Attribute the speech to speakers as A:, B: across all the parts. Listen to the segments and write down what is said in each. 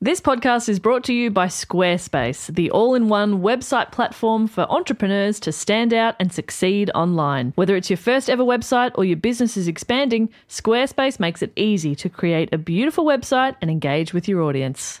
A: This podcast is brought to you by Squarespace, the all in one website platform for entrepreneurs to stand out and succeed online. Whether it's your first ever website or your business is expanding, Squarespace makes it easy to create a beautiful website and engage with your audience.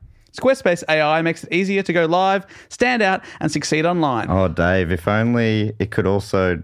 B: Squarespace AI makes it easier to go live, stand out, and succeed online.
C: oh, Dave, if only it could also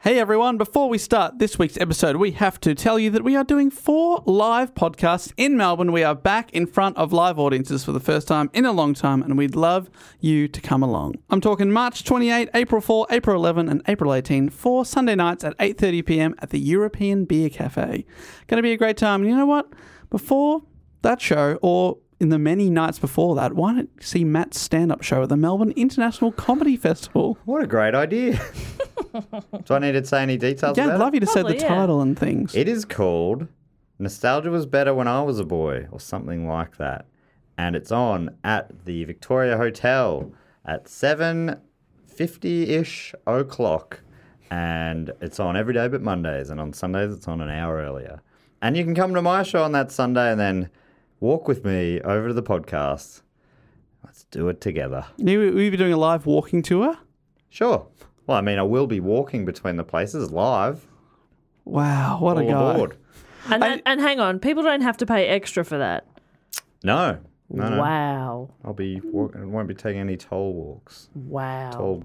B: Hey everyone, before we start this week's episode, we have to tell you that we are doing four live podcasts in Melbourne. We are back in front of live audiences for the first time in a long time, and we'd love you to come along. I'm talking March 28, April 4, April 11, and April 18 for Sunday nights at 8:30 p.m. at the European Beer Cafe. Going to be a great time. And you know what? Before that show or in the many nights before that, why not see Matt's stand-up show at the Melbourne International Comedy Festival?
C: What a great idea. Do I need to say any details
B: Yeah,
C: about
B: I'd love
C: it?
B: you to say the
A: Probably, yeah.
B: title and things.
C: It is called Nostalgia Was Better When I Was a Boy or something like that. And it's on at the Victoria Hotel at 7.50ish o'clock. And it's on every day but Mondays. And on Sundays, it's on an hour earlier. And you can come to my show on that Sunday and then walk with me over to the podcast. Let's do it together.
B: You, will you be doing a live walking tour?
C: Sure. Well, I mean, I will be walking between the places live.
B: Wow, what a
C: all
B: guy.
C: aboard.
A: And,
B: I-
A: that, and hang on, people don't have to pay extra for that.
C: No. No, no.
A: Wow.
C: I'll be walk- I won't be taking any toll walks.
A: Wow.
C: Toll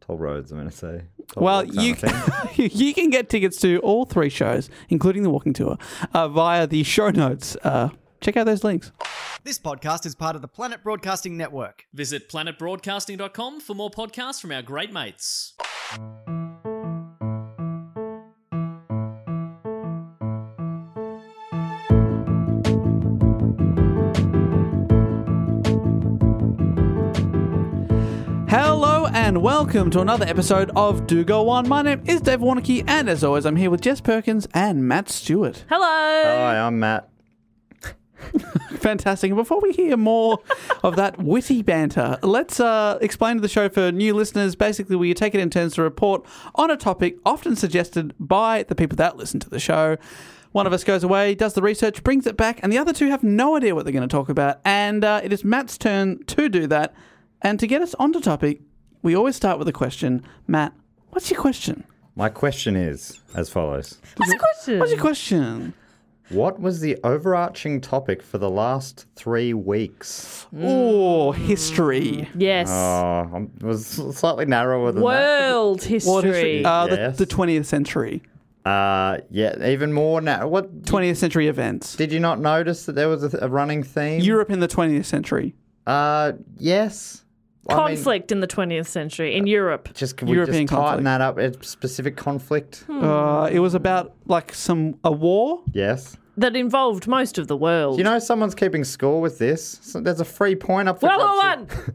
C: toll roads, I'm gonna say. Toll
B: Well,
C: walks aren't
B: you
C: a thing.
B: you can get tickets to all three shows, including the walking tour, uh, via the show notes. Uh, check out those links.
D: This podcast is part of the Planet Broadcasting Network.
E: Visit planetbroadcasting.com for more podcasts from our great mates.
B: Hello and welcome to another episode of Do Go On. My name is Dave Warnocky, and as always, I'm here with Jess Perkins and Matt Stewart.
A: Hello.
C: Hi, I'm Matt.
B: Fantastic. And before we hear more of that witty banter, let's uh, explain to the show for new listeners. Basically, we take it in turns to report on a topic often suggested by the people that listen to the show. One of us goes away, does the research, brings it back, and the other two have no idea what they're going to talk about. And uh, it is Matt's turn to do that. And to get us onto topic, we always start with a question. Matt, what's your question?
C: My question is as follows.
A: What's the question?
B: What's your question?
C: What was the overarching topic for the last three weeks?
A: Mm.
B: Oh, history.
A: Yes.
C: Uh, um, it was slightly narrower than
A: World
B: What is
A: history.
B: Uh,
C: Yes.
B: the, the 20th century.
C: that. Uh, yeah, even more now. What
B: 20th century events.
C: did you not notice that there was a, th- a running theme?
B: Europe in the 20th century.
C: uh, yes. I mean,
A: Conflict in the 20th century in Europe.
C: just can we
B: European
C: just tighten
B: conflict.
C: that up? A specific conflict.
B: Uh, it was about like some a war.
C: Yes.
A: that involved most of the world.
C: You know, someone's keeping score with this. So there's a free point up for
A: World War
C: grabs
A: One.
C: here.
A: Fuck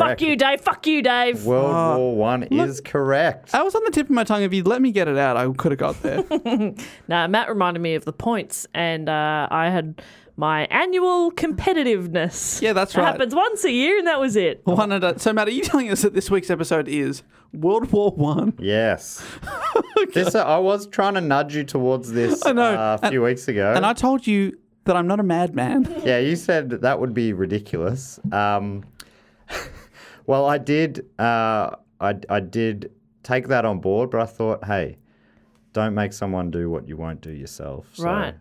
C: Correct.
A: you, Dave. Fuck you, Dave.
C: World War One is correct.
A: Oh.
B: I was on the tip of my tongue. If you'd let me get it out, I could have got there.
A: Now, Matt reminded me of the points, and uh, I had my annual competitiveness.
B: Yeah, that's
A: It
B: right.
A: happens once a year, and that was it.
B: One and a- so, Matt, are you telling us that this week's episode is World War One?
C: Yes. This uh, I was trying to nudge you towards this
B: I know.
C: uh, a few weeks ago.
B: And I told you that I'm not a madman.
C: yeah, you said that, that would be ridiculous. Um, well, I did. Uh, I I did take that on board, but I thought, hey, don't make someone do what you won't do yourself. So,
A: Right.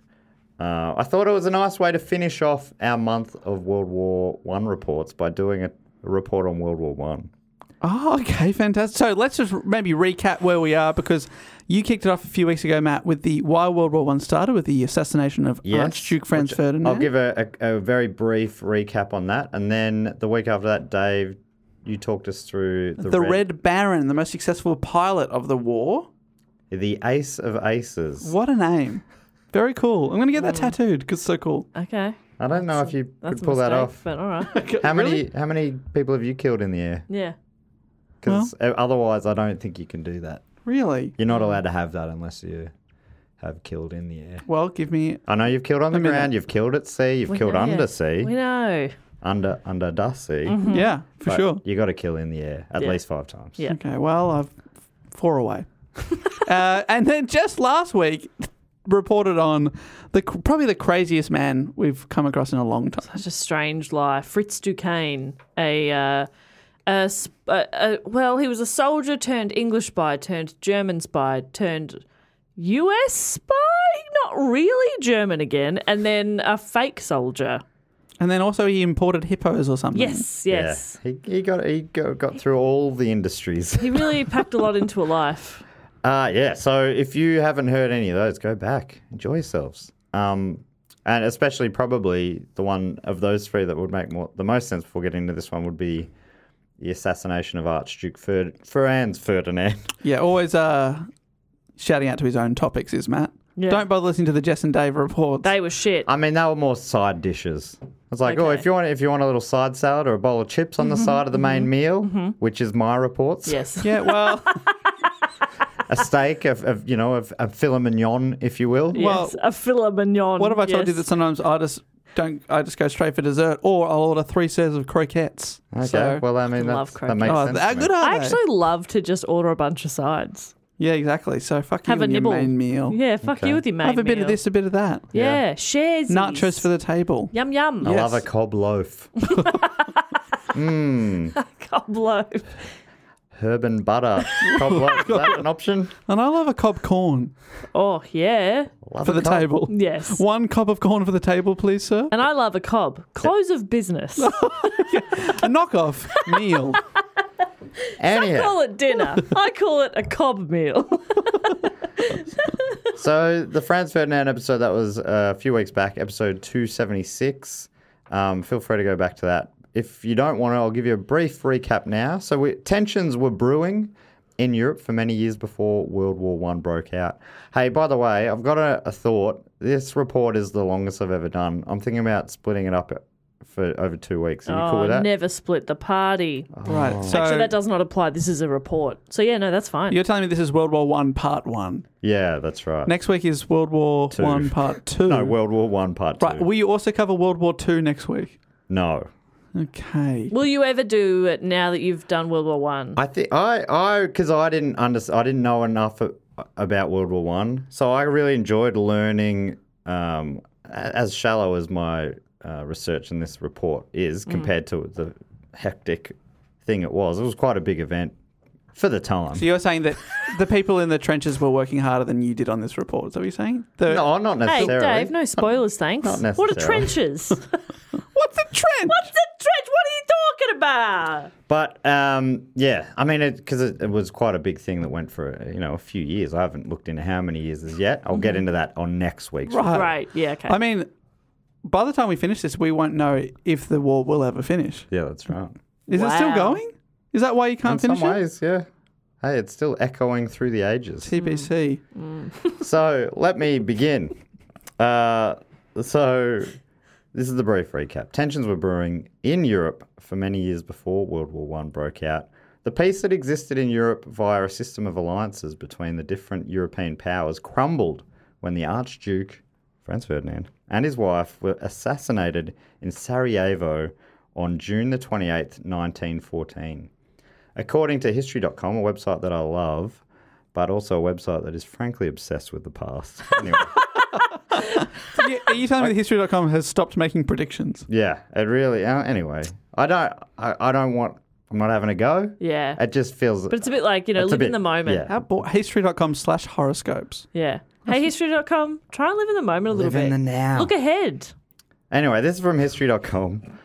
C: Uh, I thought it was a nice way to finish off our month of World War One reports by doing a, a report on World War One.
B: Oh, okay, fantastic. So let's just maybe recap where we are because you kicked it off a few weeks ago, Matt, with the why World War One started with the assassination of
C: Yes,
B: Archduke Franz
C: which
B: Ferdinand.
C: I'll give a, a, a very brief recap on that, and then the week after that, Dave, you talked us through the,
B: the Red Baron, the most successful pilot of the war.
C: the Ace of Aces.
B: What a name. Very cool. I'm going to get that tattooed because it's so cool.
A: Okay,
C: I don't know if you
A: that's
C: could
A: a
C: pull that
A: mistake,
C: off.
A: But all right,
C: How many how many people have you killed in the air?
A: yeah.
C: Because otherwise, I don't think you can do that.
B: Really?
C: You're not allowed to have that unless you have killed in the air.
B: Well, give me.
C: I know you've killed on the
B: mean,
C: ground, you've killed at sea, you've
A: We
C: killed
A: know, yeah.
C: under sea,
A: We know.
C: under under dust sea.
B: Yeah, for
C: but
B: sure.
C: You got to kill in the air at least five times.
A: Mm-hmm. Yeah.
B: Okay, well, I've four away. uh, and then just last week, reported on the probably the craziest man we've come across in a long time.
A: Such a strange lie. Fritz Duquesne, a, uh, a, sp- a, a well, he was a soldier turned English spy, turned German spy, turned U.S. spy. Not really German again, and then a fake soldier.
B: Mm. And then also he imported hippos or something.
A: Yes, yes.
C: Yeah. He, he got he got, got through all the industries.
A: He really packed a lot into a life.
C: Uh, yeah. So if you haven't heard any of those, go back, enjoy yourselves. Um, and especially probably the one of those three that would make more, the most sense before getting into this one would be the assassination of Archduke Fer- Franz Ferdinand.
B: Yeah, always uh, shouting out to his own topics is Matt.
A: Yeah.
B: Don't bother listening to the Jess and Dave reports.
A: They were shit.
C: I mean, they were more side dishes. It's like, oh,
A: Okay.
C: if you want, if you want a little side salad or a bowl of chips on the side of the main
A: Mm-hmm.
C: meal, which is my reports,
A: yes.
B: yeah, well,
C: a steak, of, of you know, of a filet mignon, if you will.
B: well,
A: yes. A filet mignon.
B: what have I told you
A: Um, yes.
B: that sometimes I just don't, I just go straight for dessert or I'll order three serves of croquettes.
C: Okay.
B: So-
C: well, I mean,
A: Fucking love
C: that's, that makes
B: Oh,
C: sense.
B: how
C: to me.
B: good are
A: I
B: they?
A: actually love to just order a bunch of sides.
B: Yeah, exactly. So fuck
A: Have
B: you
A: a
B: and your
A: nibble.
B: main meal.
A: Yeah, fuck
C: Okay.
A: you with your main
B: Have a bit of
A: meal.
B: this, a bit of that.
A: Yeah, shares.
B: Nachos for the table.
A: Yum yum.
C: I
B: Yes.
C: love a cob loaf.
A: God blow.
C: herb and butter cob loaf. Is that an option?
B: And I love a cob corn
A: Oh yeah.
C: Love
B: for
C: a
B: the
C: cob.
B: table.
A: Yes.
B: One cob of corn for the table, please, sir.
A: And I love a cob. Close of business.
B: A knockoff meal.
A: I
C: Anyhow,
A: call it dinner. I call it a cob meal.
C: so the Franz Ferdinand episode that was uh, a few weeks back, episode 276. Um, feel free to go back to that. If you don't want to, I'll give you a brief recap now. So we, tensions were brewing in Europe for many years before World War One broke out. Hey, by the way, I've got a, a thought. This report is the longest I've ever done. I'm thinking about splitting it up for over two weeks. Are you cool with
A: oh,
C: that? Oh.
A: never split the party.
B: Right. So
A: Actually, that does not apply. This is a report. So yeah, no, that's fine.
B: you're telling me this is World War One Part One.
C: Yeah, that's right.
B: Next week is World War One Part Two.
C: no, World War One part two.
B: right. Will you also cover World War Two next week?
C: No.
B: Okay.
A: Will you ever do it now that you've done World War One?
C: I think I I because I didn't under, I didn't know enough a- about World War One, so I really enjoyed learning um, a- as shallow as my uh, research in this report is compared to the hectic thing it was. It was quite a big event for the time.
B: So you're saying that the people in the trenches were working harder than you did on this report? Is that what you're saying? The,
C: No, not
F: Hey,
C: necessarily.
F: Dave, no spoilers, thanks.
C: Not
F: What are
C: necessarily.
F: trenches? What's a trench?
B: What's a trench?
F: What are you talking about?
C: But um, yeah, I mean, because it, it was quite a big thing that went for you know a few years. I haven't looked into how many years as yet. I'll get into that on next week's.
B: Right.
F: Right, yeah, okay.
B: I mean, by the time we finish this, we won't know if the war will ever finish.
C: Yeah, that's right.
B: Is it still
F: Wow.
B: going? Is that why you can't
C: In
B: finish
C: some
B: it?
C: ways, yeah. Hey, it's still echoing through the ages.
B: TBC.
F: Hmm.
C: so let me begin. Uh, so this is the brief recap. Tensions were brewing in Europe for many years before World War One broke out. The peace that existed in Europe via a system of alliances between the different European powers crumbled when the Archduke Franz Ferdinand and his wife were assassinated in Sarajevo on June the 28th, 1914. According to History.com, a website that I love, but also a website that is frankly obsessed with the past. Anyway,
B: Yeah, Are you telling me that history.com has stopped making predictions?
C: yeah, it really. Uh, anyway, I don't. I, I don't want. I'm not having a go.
F: Yeah.
C: It just feels.
F: But it's a bit like, you know,
C: It's a
F: live
C: bit-
F: in the moment.
C: yeah.
B: How bo- history.com slash horoscopes.
F: Yeah. Hey, history.com, try and live in the moment a little
C: Live
F: bit.
C: in the now.
F: Look ahead.
C: Anyway, this is from History.com,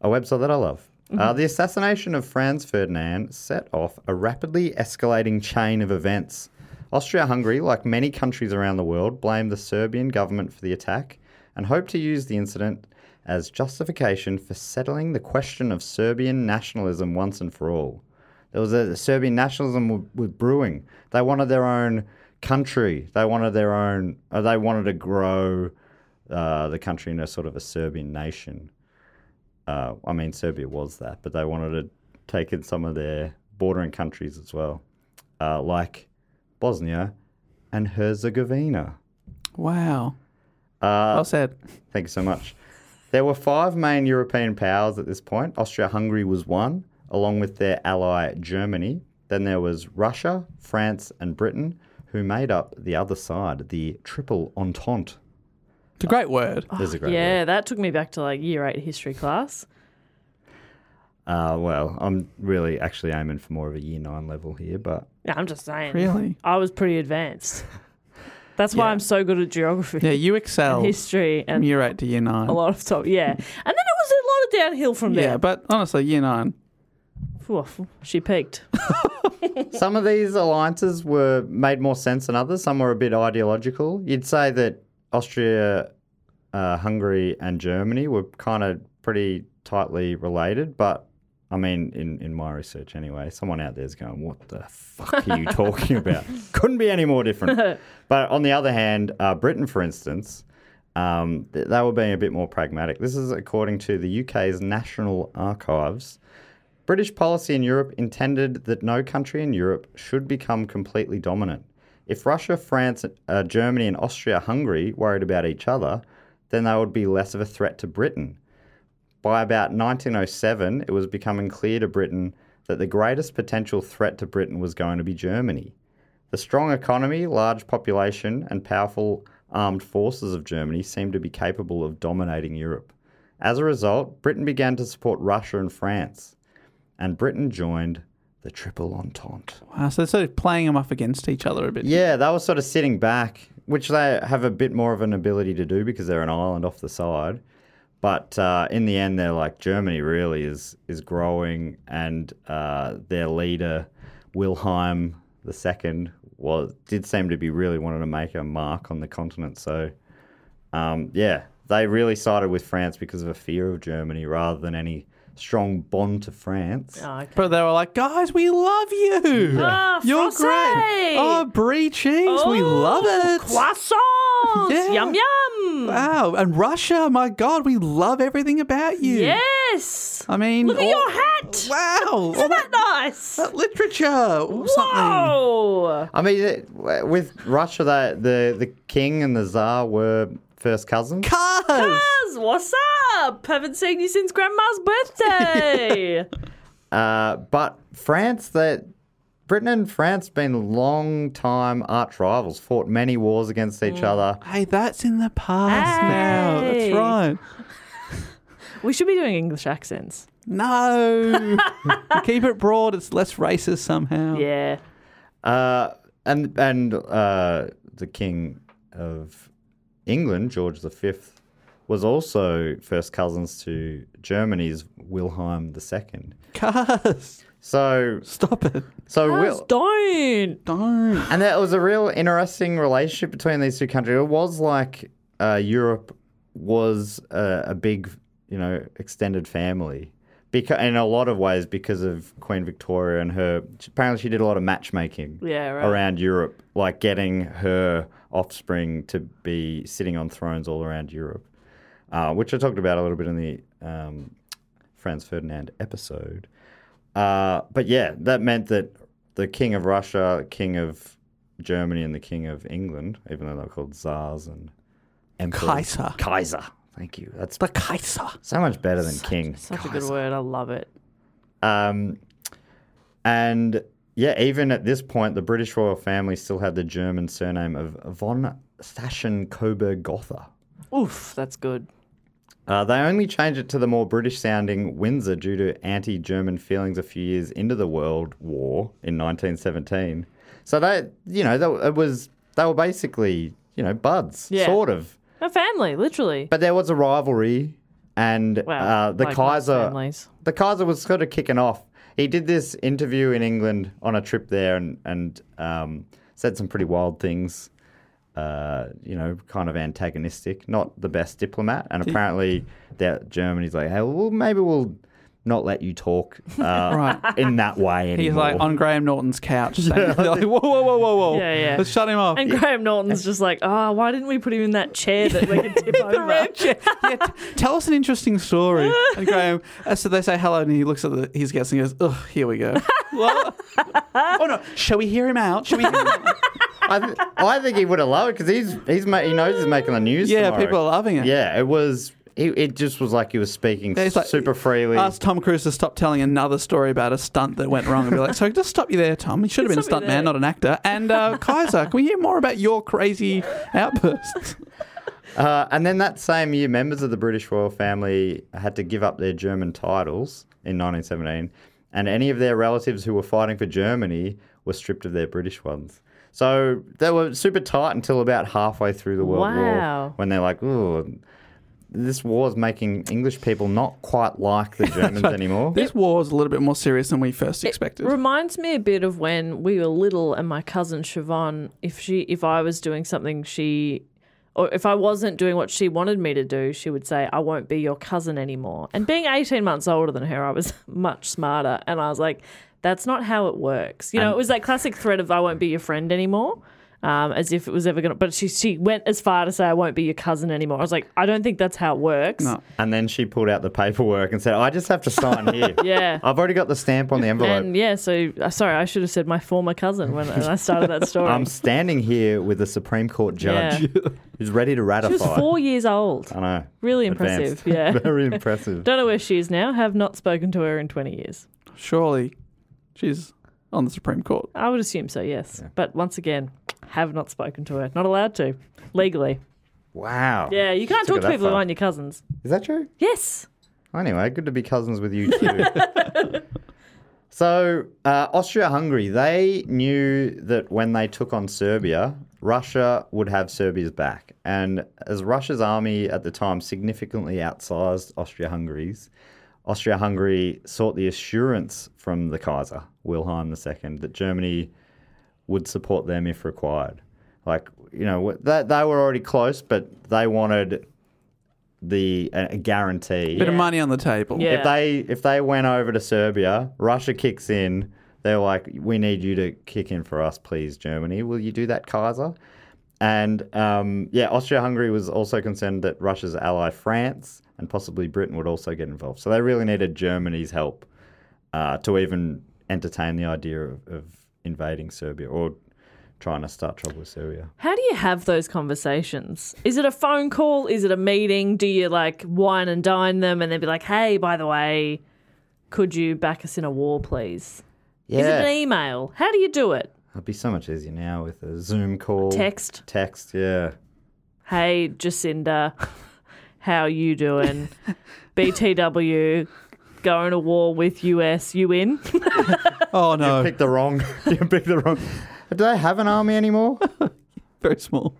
C: a website that I love. Uh, the assassination of Franz Ferdinand set off a rapidly escalating chain of events. Austria Hungary, like many countries around the world, blamed the Serbian government for the attack and hoped to use the incident as justification for settling the question of Serbian nationalism once and for all. There was a Serbian nationalism w- was brewing. They wanted their own country. They wanted their own. Uh, they wanted to grow uh, the country into sort of a Serbian nation. Uh, I mean, Serbia was that, but they wanted to take in some of their bordering countries as well, uh, like Bosnia and Herzegovina.
B: Wow.
C: Uh,
B: well said.
C: Thank you so much. There were five main European powers at this point. Austria Hungary was one, along with their ally Germany. Then there was Russia, France, and Britain, who made up the other side, the Triple Entente.
B: It's a great word.
F: Oh.
C: There's a great
F: yeah,
C: word.
F: that took me back to like year eight history class.
C: Uh, well, I'm really actually aiming for more of a year nine level here, but
F: Yeah, I'm just saying.
B: Really?
F: I was pretty advanced. That's why I'm so good at geography,
B: Yeah, you excel
F: history, and
B: from year eight to year nine.
F: a lot of top. Yeah, and then it was a lot of downhill from
B: Yeah,
F: there.
B: but honestly, year nine.
F: Oof, she peaked.
C: Some of these alliances were made more sense than others. Some were a bit ideological. You'd say that Austria, uh, Hungary, and Germany were kind of pretty tightly related, but I mean, in, in my research anyway, someone out there's going, "What the fuck are you talking about? Couldn't be any more different." but on the other hand, uh, Britain, for instance, um, th- they were being a bit more pragmatic. This is according to the UK's National Archives. British policy in Europe intended that no country in Europe should become completely dominant. If Russia, France, uh, Germany, and Austria Hungary worried about each other, then they would be less of a threat to Britain. By about 1907, it was becoming clear to Britain that the greatest potential threat to Britain was going to be Germany. The strong economy, large population, and powerful armed forces of Germany seemed to be capable of dominating Europe. As a result, Britain began to support Russia and France and Britain joined the Triple Entente.
B: Wow, so they're sort of playing them off against each other a bit.
C: Yeah, they were sort of sitting back, which they have a bit more of an ability to do because they're an island off the side. But uh, in the end, they're like Germany really is is growing, and uh, their leader Wilhelm II was did seem to be really wanting to make a mark on the continent. So, um, yeah, they really sided with France because of a fear of Germany rather than any strong bond to France.
F: Oh, okay.
B: But they were like, guys, we love you.
F: Ah,
B: You're
F: Frosty! Oh,
B: great. Oh, brie cheese. we love it.
F: Croissants,
B: Yeah.
F: yum yum.
B: Wow. And Russia, my God, we love everything about you.
F: Yes.
B: I mean,
F: Look at
B: all-
F: your hat.
B: Wow.
F: Isn't that nice?
B: that literature or something.
F: Whoa.
C: I mean, it- with Russia, the, the the king and the Tsar were first cousins.
B: Cars.
F: Buzz, What's up? Haven't seen you since Grandma's birthday.
C: Uh, but France, that Britain and France, been long time arch rivals, fought many wars against each other.
B: Hey, that's in the past now. That's
F: Hey.
B: right.
F: we should be doing English accents.
B: No. Keep it broad. It's less racist somehow.
A: Yeah.
C: Uh, and and uh, the King of England, George V, was also first cousins to Germany's Wilhelm II.
B: Cuz.
C: So
B: Stop it.
C: so
A: Just
C: Will.
A: don't.
B: Don't.
C: And that was a real interesting relationship between these two countries. It was like uh, Europe was a, a big, you know, extended family. Because, in a lot of ways, because of Queen Victoria and her, apparently she did a lot of matchmaking
A: Yeah, right.
C: around Europe, like getting her offspring to be sitting on thrones all around Europe, uh, which I talked about a little bit in the um, Franz Ferdinand episode. Uh, but yeah, that meant that the King of Russia, King of Germany, and the King of England, even though they're called Tsars and Emperors.
B: Kaiser.
C: Kaiser. Thank you. That's
B: The Kaiser.
C: so much better than King.
A: Such a good word. I love it.
C: Um, and yeah, even at this point, the British royal family still had the German surname of von Sachsen Coburg Gotha.
A: Oof, that's good.
C: Uh, they only changed it to the more British sounding Windsor due to anti German feelings a few years into the World War in 1917. So they, you know, they, it was they were basically, you know, buds,
A: Yeah.
C: sort of.
A: A family, literally.
C: But there was a rivalry, and
A: Wow,
C: uh, the
A: like most
C: Kaiser,
A: families.
C: the Kaiser was sort of kicking off. He did this interview in England on a trip there, and and um, said some pretty wild things. Uh, you know, kind of antagonistic, not the best diplomat, and apparently, that Germany's like, hey, well, maybe we'll not let you talk uh, in that way anymore.
B: He's like on Graham Norton's couch. saying- they're like, whoa, whoa, whoa, whoa, whoa.
A: Yeah, Oh, yeah.
B: Let's shut him off.
A: And Graham Norton's just like, oh, why didn't we put him in that chair that we could tip over?
B: yeah, t- tell us an interesting story. And Graham, uh, so they say hello, and he looks at the, his guest and he goes, "Oh, here we go." Well, oh no, shall we hear him out? Shall we? Hear him out?
C: I, th- I think he would have loved it because he's he's ma- he knows he's making the news.
B: Yeah,
C: tomorrow.
B: people are loving it.
C: Yeah, it was. It, it just was like he was speaking
B: Yeah, it's like-
C: super freely.
B: Ask Tom Cruise to stop telling another story about a stunt that went wrong and be like, so just stop you there, Tom. You should have been a
A: Stop
B: stunt
A: you
B: man,
A: there."
B: not an actor. And uh, Kaiser, can we hear more about your crazy outbursts?
C: Uh, and then that same year, members of the British royal family had to give up their German titles in 1917, and any of their relatives who were fighting for Germany were stripped of their British ones. So they were super tight until about halfway through the World War
A: Wow.
C: when they're like, ooh, this war's making English people not quite like the Germans anymore.
B: This war is a little bit more serious than we first expected.
A: Reminds me a bit of when we were little and my cousin Siobhan, if she if I was doing something she or if I wasn't doing what she wanted me to do, she would say, I won't be your cousin anymore. And being 18 months older than her, I was much smarter. And I was like, that's not how it works. You know, it was that classic threat of, I won't be your friend anymore, um, as if it was ever going to. But she, she went as far to say, I won't be your cousin anymore. I was like, I don't think that's how it works.
B: No.
C: and then she pulled out the paperwork and said, I just have to sign here.
A: Yeah.
C: I've already got the stamp on the envelope.
A: And yeah, so uh, sorry, I should have said my former cousin when I started that story.
C: I'm standing here with a Supreme Court judge who's ready to ratify.
A: She was four years old.
C: I know.
A: Really
C: Uh, Advanced.
A: impressive. Yeah.
C: Very impressive.
A: Don't know where she is now. Have not spoken to her in 20 years.
B: Surely she's on the Supreme Court.
A: I would assume so, yes. But once again, have not spoken to her. Not allowed to legally.
C: Wow.
A: Yeah, you can't
C: Took
A: talk
C: it
A: to
C: that
A: people who
C: far.
A: aren't your cousins.
C: Is that true?
A: Yes.
C: Anyway, good to be cousins with you too. so, uh, Austria Hungary, they knew that when they took on Serbia, Russia would have Serbia's back. And as Russia's army at the time significantly outsized Austria Hungary's, Austria Hungary sought the assurance from the Kaiser, Wilhelm II, that Germany would support them if required. Like, you know, they, they were already close, but they wanted the a a guarantee
B: Bit of money on the table.
A: Yeah.
C: if they if they went over to Serbia, Russia kicks in. They're like, we need you to kick in for us, please, Germany. Will you do that, Kaiser? And um, yeah, Austria-Hungary was also concerned that Russia's ally France and possibly Britain would also get involved. So they really needed Germany's help uh, to even entertain the idea of, of invading Serbia or trying to start trouble with Serbia.
A: How do you have those conversations? Is it a phone call? Is it a meeting? Do you like wine and dine them and then be like, hey, by the way, could you back us in a war, please? Is it an email? How do you do it?
C: it'd be so much easier now with a Zoom call,
A: Text.
C: text, yeah.
A: Hey, Jacinda, how you doing? BTW,
F: going to war with US, you in?
B: Oh
C: You
B: no,
C: picked the wrong. You picked the wrong. Do they have an army anymore?
B: very small.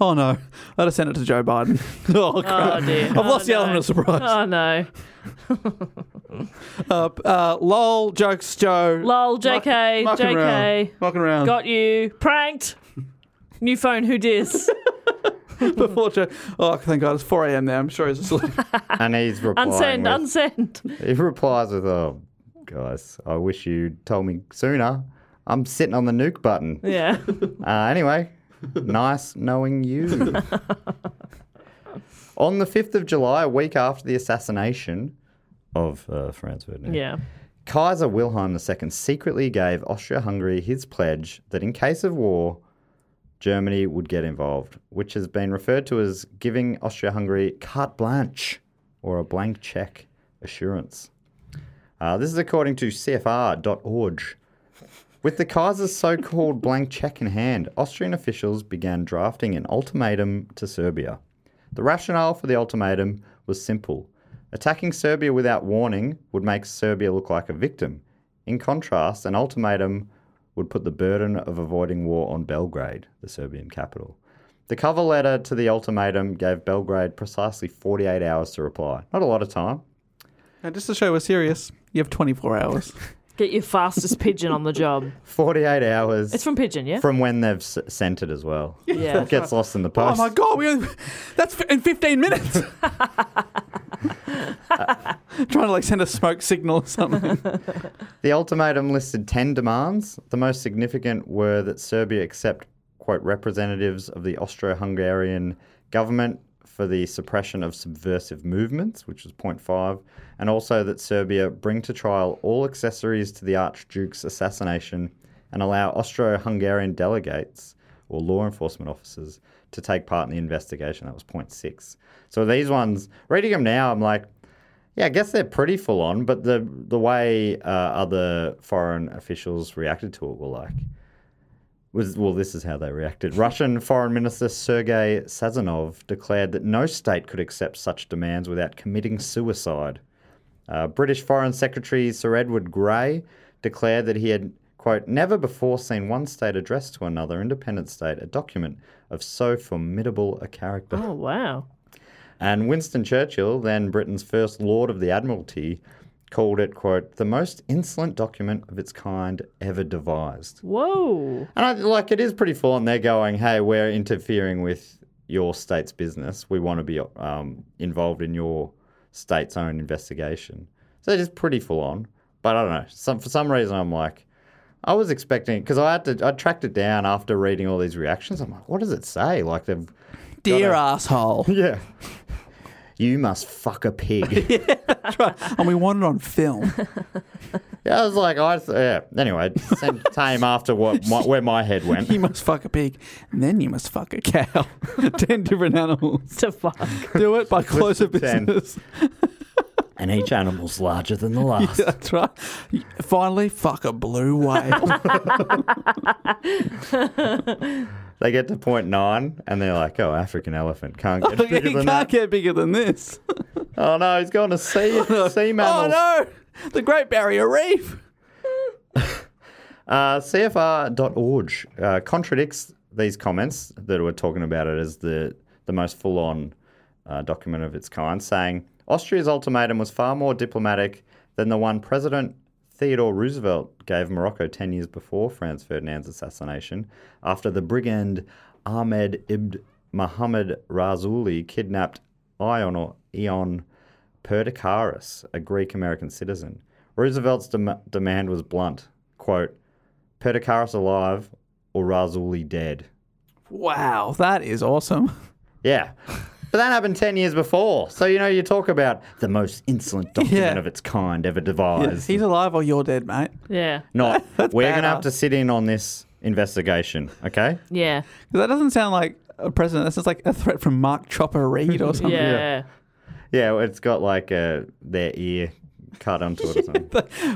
B: Oh no, I'd have sent it to Joe Biden. oh crap!
F: Oh, dear.
B: I've lost the element of surprise.
F: oh, no.
B: Uh, uh, lol, jokes, Joe.
F: Lol, JK,
B: Mucking
F: JK.
B: around. Mucking around.
F: Got you. Pranked. New phone, who dis?
B: Before Joe. Oh, thank God, it's 4 a.m. now. I'm sure he's asleep.
C: And he's replying.
F: Unsend,
C: with-
F: unsend.
C: He replies with, "Oh, guys, I wish you told me sooner. I'm sitting on the nuke button.
F: Yeah.
C: Uh, anyway, nice knowing you." on the fifth of July, a week after the assassination of uh, Franz Ferdinand,
F: Yeah.
C: Kaiser Wilhelm II secretly gave Austria-Hungary his pledge that in case of war, Germany would get involved, which has been referred to as giving Austria-Hungary carte blanche or a blank check assurance. Uh, this is according to CFR.org. With the Kaiser's so-called blank check in hand, Austrian officials began drafting an ultimatum to Serbia. The rationale for the ultimatum was simple. Attacking Serbia without warning would make Serbia look like a victim. In contrast, an ultimatum would put the burden of avoiding war on Belgrade, the Serbian capital. The cover letter to the ultimatum gave Belgrade precisely 48 hours to reply. Not a lot of time.
B: and just to show we're serious, you have 24 hours.
F: Get your fastest pigeon on the job.
C: 48 hours
F: It's from Pigeon, yeah?
C: from when they've s- sent it as well.
F: Yeah.
C: It gets lost in the
B: Oh
C: post.
B: my God, we only, that's in 15 minutes. Trying to like send a smoke signal or something.
C: The ultimatum listed 10 demands. The most significant were that Serbia accept, quote, representatives of the Austro Hungarian government for the suppression of subversive movements, which was point five, and also that Serbia bring to trial all accessories to the Archduke's assassination and allow Austro Hungarian delegates or law enforcement officers to take part in the investigation. That was point six. So these ones, reading them now, I'm like, yeah, I guess they're pretty full on, but the the way uh, other foreign officials reacted to it were like was well, this is how they reacted. Russian Foreign Minister Sergei Sazonov declared that no state could accept such demands without committing suicide. Uh, British Foreign Secretary Sir Edward Grey declared that he had, quote, never before seen one state address to another independent state a document of so formidable a character.
F: Oh, wow.
C: And Winston Churchill, then Britain's first Lord of the Admiralty, called it, quote, the most insolent document of its kind ever devised.
F: Whoa.
C: And I, like, it is pretty full on. They're going, hey, we're interfering with your state's business. We want to be um, involved in your state's own investigation. So it is pretty full on. But I don't know. Some, for some reason, I'm like, I was expecting because I had to. I tracked it down after reading all these reactions. I'm like, what does it say? Like they've
B: Dear asshole.
C: yeah. You must fuck a pig.
B: And we want it on film.
C: yeah, I was like, I th- yeah. Anyway, same time after what my, where my head went.
B: You must fuck a pig, and then you must fuck a cow. Ten different animals.
F: To fuck.
B: Do it by close of
C: to 10.
B: business.
C: And each animal's larger than the last.
B: Yeah, that's right. Finally, fuck a blue whale.
C: They get to point nine, and they're like, "Oh, African elephant Oh, can't get
B: you
C: bigger than
B: can't
C: that."
B: get bigger than this.
C: Oh no, he's going to sea sea mammals.
B: Oh no, the Great Barrier Reef.
C: Uh, CFR.org uh, contradicts these comments that were talking about it as the, the most full on uh, document of its kind, saying Austria's ultimatum was far more diplomatic than the one President Theodore Roosevelt gave Morocco 10 years before Franz Ferdinand's assassination, after the brigand Ahmed Ibn Muhammad Razuli kidnapped Ion or Ion Perdicaris, a Greek American citizen. Roosevelt's dem- demand was blunt. Quote, Perdicaris alive or Razuli dead.
B: Wow, that is awesome.
C: Yeah. But that happened 10 years before. So, you know, you talk about the most insolent document
B: Yeah.
C: of its kind ever devised.
B: He's alive or you're dead, mate.
F: Yeah.
C: Not, we're
B: badass.
C: going to have to sit in on this investigation, okay?
F: Yeah.
B: 'Cause That doesn't sound like a president. That sounds like a threat from Mark Chopper Reed or something.
F: Yeah.
C: Yeah, well, it's got like uh, their ear cut onto it or something.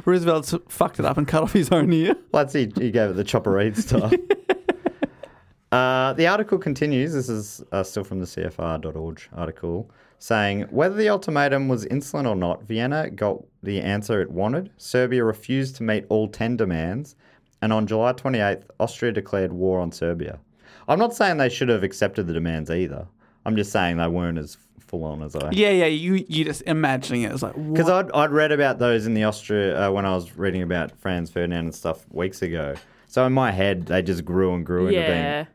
B: Roosevelt's fucked it up and cut off his own ear.
C: Well, that's he, he gave it the Chopper Reed style. Uh, the article continues. This is uh, still from the CFR.org article. saying whether the ultimatum was insolent or not, Vienna got the answer it wanted. Serbia refused to meet all 10 demands, and on July 28th, Austria declared war on Serbia. I'm not saying they should have accepted the demands either. I'm just saying they weren't as full on as I.
B: Yeah, yeah. You you just imagining it. It's like what?
C: Because I'd, I'd read about those in the Austria uh, when I was reading about Franz Ferdinand and stuff weeks ago. So in my head, they just grew and grew into
F: Yeah.
C: being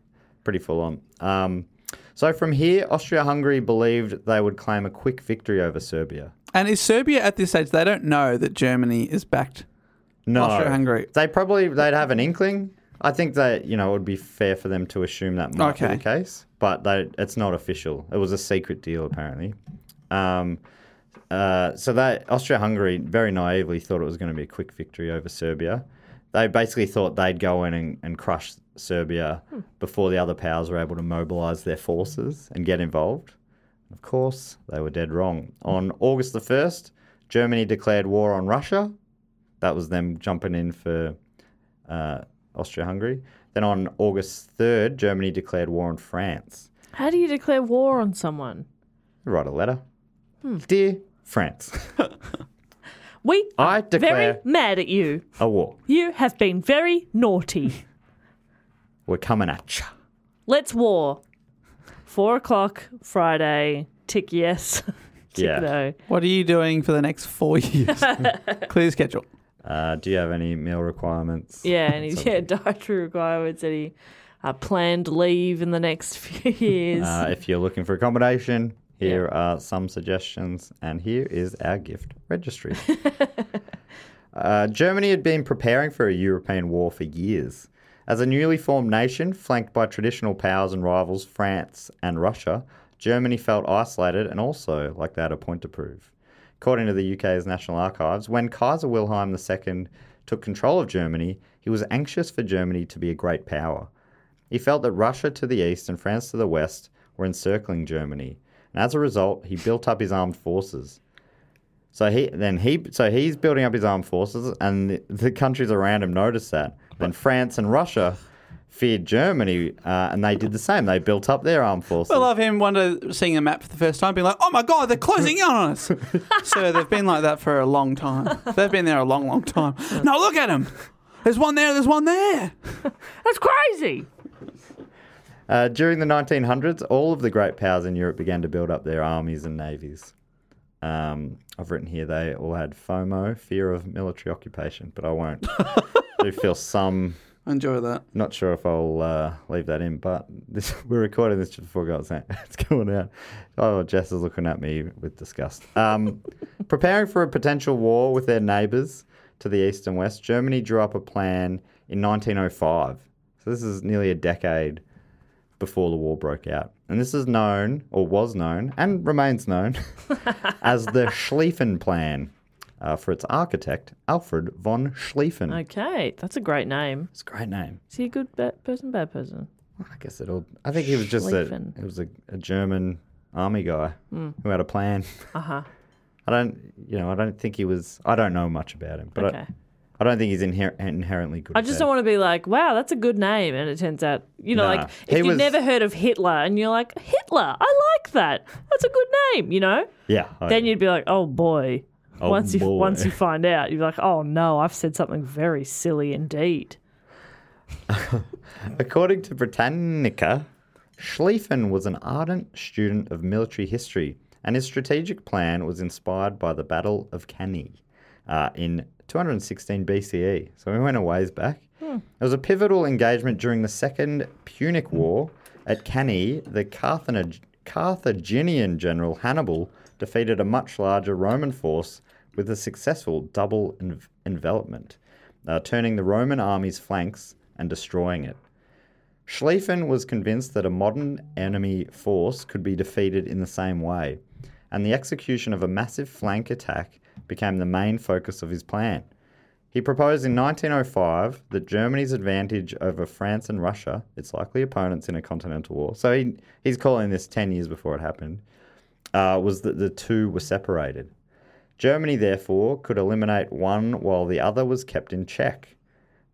C: pretty full on. Um, so from here, Austria Hungary believed they would claim a quick victory over Serbia.
B: And is Serbia at this stage? They don't know that Germany is backed.
C: No,
B: Austria-Hungary.
C: They probably they'd have an inkling. I think that you know it would be fair for them to assume that might
B: Okay.
C: be the case, but they, it's not official. It was a secret deal apparently. Um, uh, so that Austria-Hungary very naively thought it was going to be a quick victory over Serbia. They basically thought they'd go in and, and crush Serbia before the other powers were able to mobilize their forces and get involved. Of course, they were dead wrong. On August the 1st, Germany declared war on Russia. That was them jumping in for uh, Austria Hungary. Then on August 3rd, Germany declared war on France.
F: How do you declare war on someone?
C: They write a letter. Dear France,
F: We
C: I
F: very
C: declare
F: mad at you.
C: a war.
F: You have been very naughty.
C: We're coming at you.
F: Let's war. Four o'clock Friday. Tick yes. Tick
C: Yeah.
F: no.
B: What are you doing for the next four years? Clear schedule.
C: Uh, do you have any meal requirements?
F: Yeah, and he's yeah, dietary requirements and he uh, planned leave in the next few years.
C: Uh, if you're looking for accommodation, here are some suggestions, and here is our gift registry. uh, Germany had been preparing for a European war for years. As a newly formed nation, flanked by traditional powers and rivals France and Russia, Germany felt isolated and also like they had a point to prove. According to the UK's National Archives, when Kaiser Wilhelm II took control of Germany, he was anxious for Germany to be a great power. He felt that Russia to the east and France to the west were encircling Germany, and as a result, he built up his armed forces. So he then he so he's building up his armed forces, and the, the countries around him noticed that. Then France and Russia feared Germany, uh, and they did the same. They built up their armed forces.
B: I love him one day seeing a map for the first time, being like, "Oh my god, they're closing in on us!" so they've been like that for a long time. They've been there a long, long time. No, look at them. There's one there. There's one there.
F: That's crazy.
C: Uh, during the 1900s, all of the great powers in Europe began to build up their armies and navies. Um, I've written here they all had FOMO, fear of military occupation, but I won't. I do feel some.
B: Enjoy that.
C: Not sure if I'll uh, leave that in, but this, we're recording this just before God's name. It's going out. Oh, Jess is looking at me with disgust. Um, preparing for a potential war with their neighbours to the east and west, Germany drew up a plan in 1905. So this is nearly a decade before the war broke out. And this is known, or was known, and remains known, as the Schlieffen Plan uh, for its architect, Alfred von Schlieffen.
F: Okay, that's a great name.
C: It's a great name.
F: Is he a good bad person, bad person?
C: I guess it all. I think he was just a.
F: Schlieffen.
C: It was a, a German army guy
F: Mm.
C: who had a plan. Uh huh.
F: Uh-huh.
C: I don't. You know, I don't think he was. I don't know much about him, but
F: Okay.
C: I, I don't think he's inher- inherently good.
F: I
C: at
F: just
C: that.
F: don't want to be like, wow, that's a good name. And it turns out, you know,
C: Nah.
F: like
C: He
F: if you've
C: was-
F: never heard of Hitler and you're like, Hitler, I like that. That's a good name, you know?
C: Yeah. I-
F: Then you'd be like, oh boy.
C: Oh,
F: once you
C: boy.
F: once you find out, you're like, oh no, I've said something very silly indeed.
C: According to Britannica, Schlieffen was an ardent student of military history, and his strategic plan was inspired by the Battle of Cannae uh, in 216 BCE. E. So we went a ways back. It was a pivotal engagement during the Second Punic War. At Cannae, the Carthage- Carthaginian general Hannibal defeated a much larger Roman force with a successful double en- envelopment, uh, turning the Roman army's flanks and destroying it. Schlieffen was convinced that a modern enemy force could be defeated in the same way, and the execution of a massive flank attack became the main focus of his plan. He proposed in 1905 that Germany's advantage over France and Russia, its likely opponents in a continental war, so he, he's calling this 10 years before it happened, uh, was that the two were separated. Germany, therefore, could eliminate one while the other was kept in check.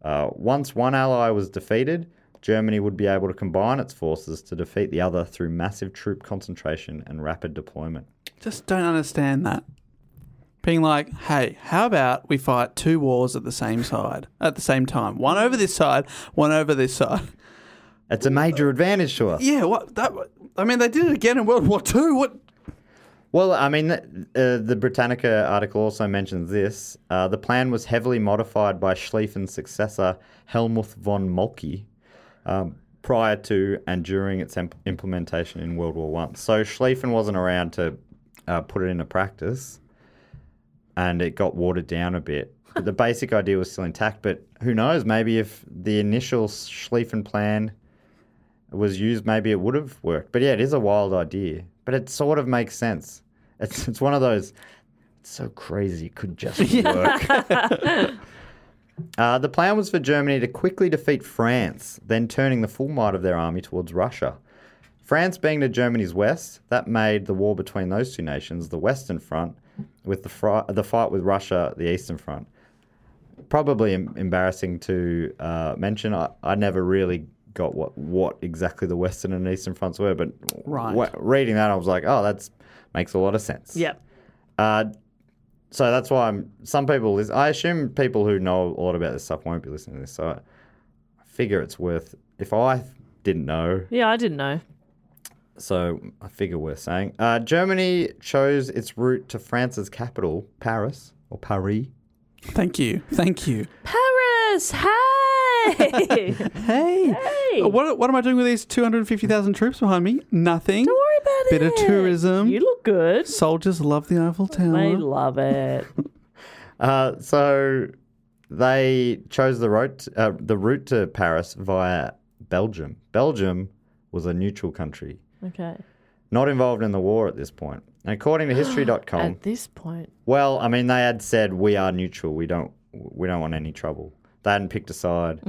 C: Uh, once one ally was defeated, Germany would be able to combine its forces to defeat the other through massive troop concentration and rapid deployment.
B: Just don't understand that. Being like, hey, how about we fight two wars at the same side at the same time? One over this side, one over this side.
C: It's a major advantage to us.
B: Yeah, what that? I mean, they did it again in World War Two. What?
C: Well, I mean, th- uh, the Britannica article also mentions this. Uh, the plan was heavily modified by Schlieffen's successor, Helmuth von Moltke, um, prior to and during its imp- implementation in World War One. So Schlieffen wasn't around to uh, put it into practice, and it got watered down a bit. But the basic idea was still intact. But who knows? Maybe if the initial Schlieffen plan was used, maybe it would have worked. But yeah, it is a wild idea. But it sort of makes sense. It's it's one of those. It's so crazy. It could just work. uh, the plan was for Germany to quickly defeat France, then turning the full might of their army towards Russia. France being to Germany's west, that made the war between those two nations the Western Front, with the fri- the fight with Russia the Eastern Front probably em- embarrassing to uh, mention. I, I never really got what what exactly the Western and Eastern fronts were, but
B: Right.
C: wa- reading that, I was like, oh, that's makes a lot of sense.
F: Yep.
C: Uh, so that's why I'm, some people, lis- I assume people who know a lot about this stuff won't be listening to this. So I figure it's worth, if I didn't know,
F: Yeah, I didn't know.
C: so I figure worth saying. Uh, Germany chose its route to France's capital, Paris, or Paris.
B: Thank you, thank you.
F: Paris, hey!
B: Hey,
F: Hey.
B: what what am I doing with these two hundred fifty thousand troops behind me? Nothing.
F: Don't worry about
B: Bit
F: it.
B: of tourism.
F: You look good.
B: Soldiers love the Eiffel
F: They
B: Tower.
F: love it.
C: Uh, so they chose the route uh, the route to Paris via Belgium. Belgium was a neutral country,
F: Okay.
C: not involved in the war at this point. And according to
B: Oh.
C: history.com,
F: At this point,
C: well, I mean they had said we are neutral. We don't we don't want any trouble. They hadn't picked a side.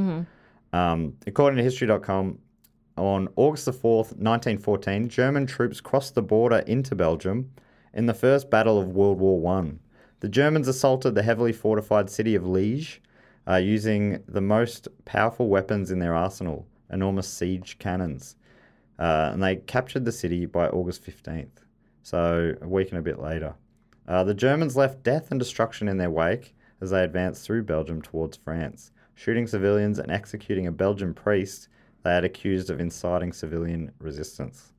C: Um, according to history.com, on August the 4th, 1914, German troops crossed the border into Belgium in the first battle of World War One. The Germans assaulted the heavily fortified city of Liege uh, using the most powerful weapons in their arsenal enormous siege cannons. Uh, and they captured the city by August 15th, so a week and a bit later. Uh, the Germans left death and destruction in their wake as they advanced through Belgium towards France, shooting civilians and executing a Belgian priest they had accused of inciting civilian resistance.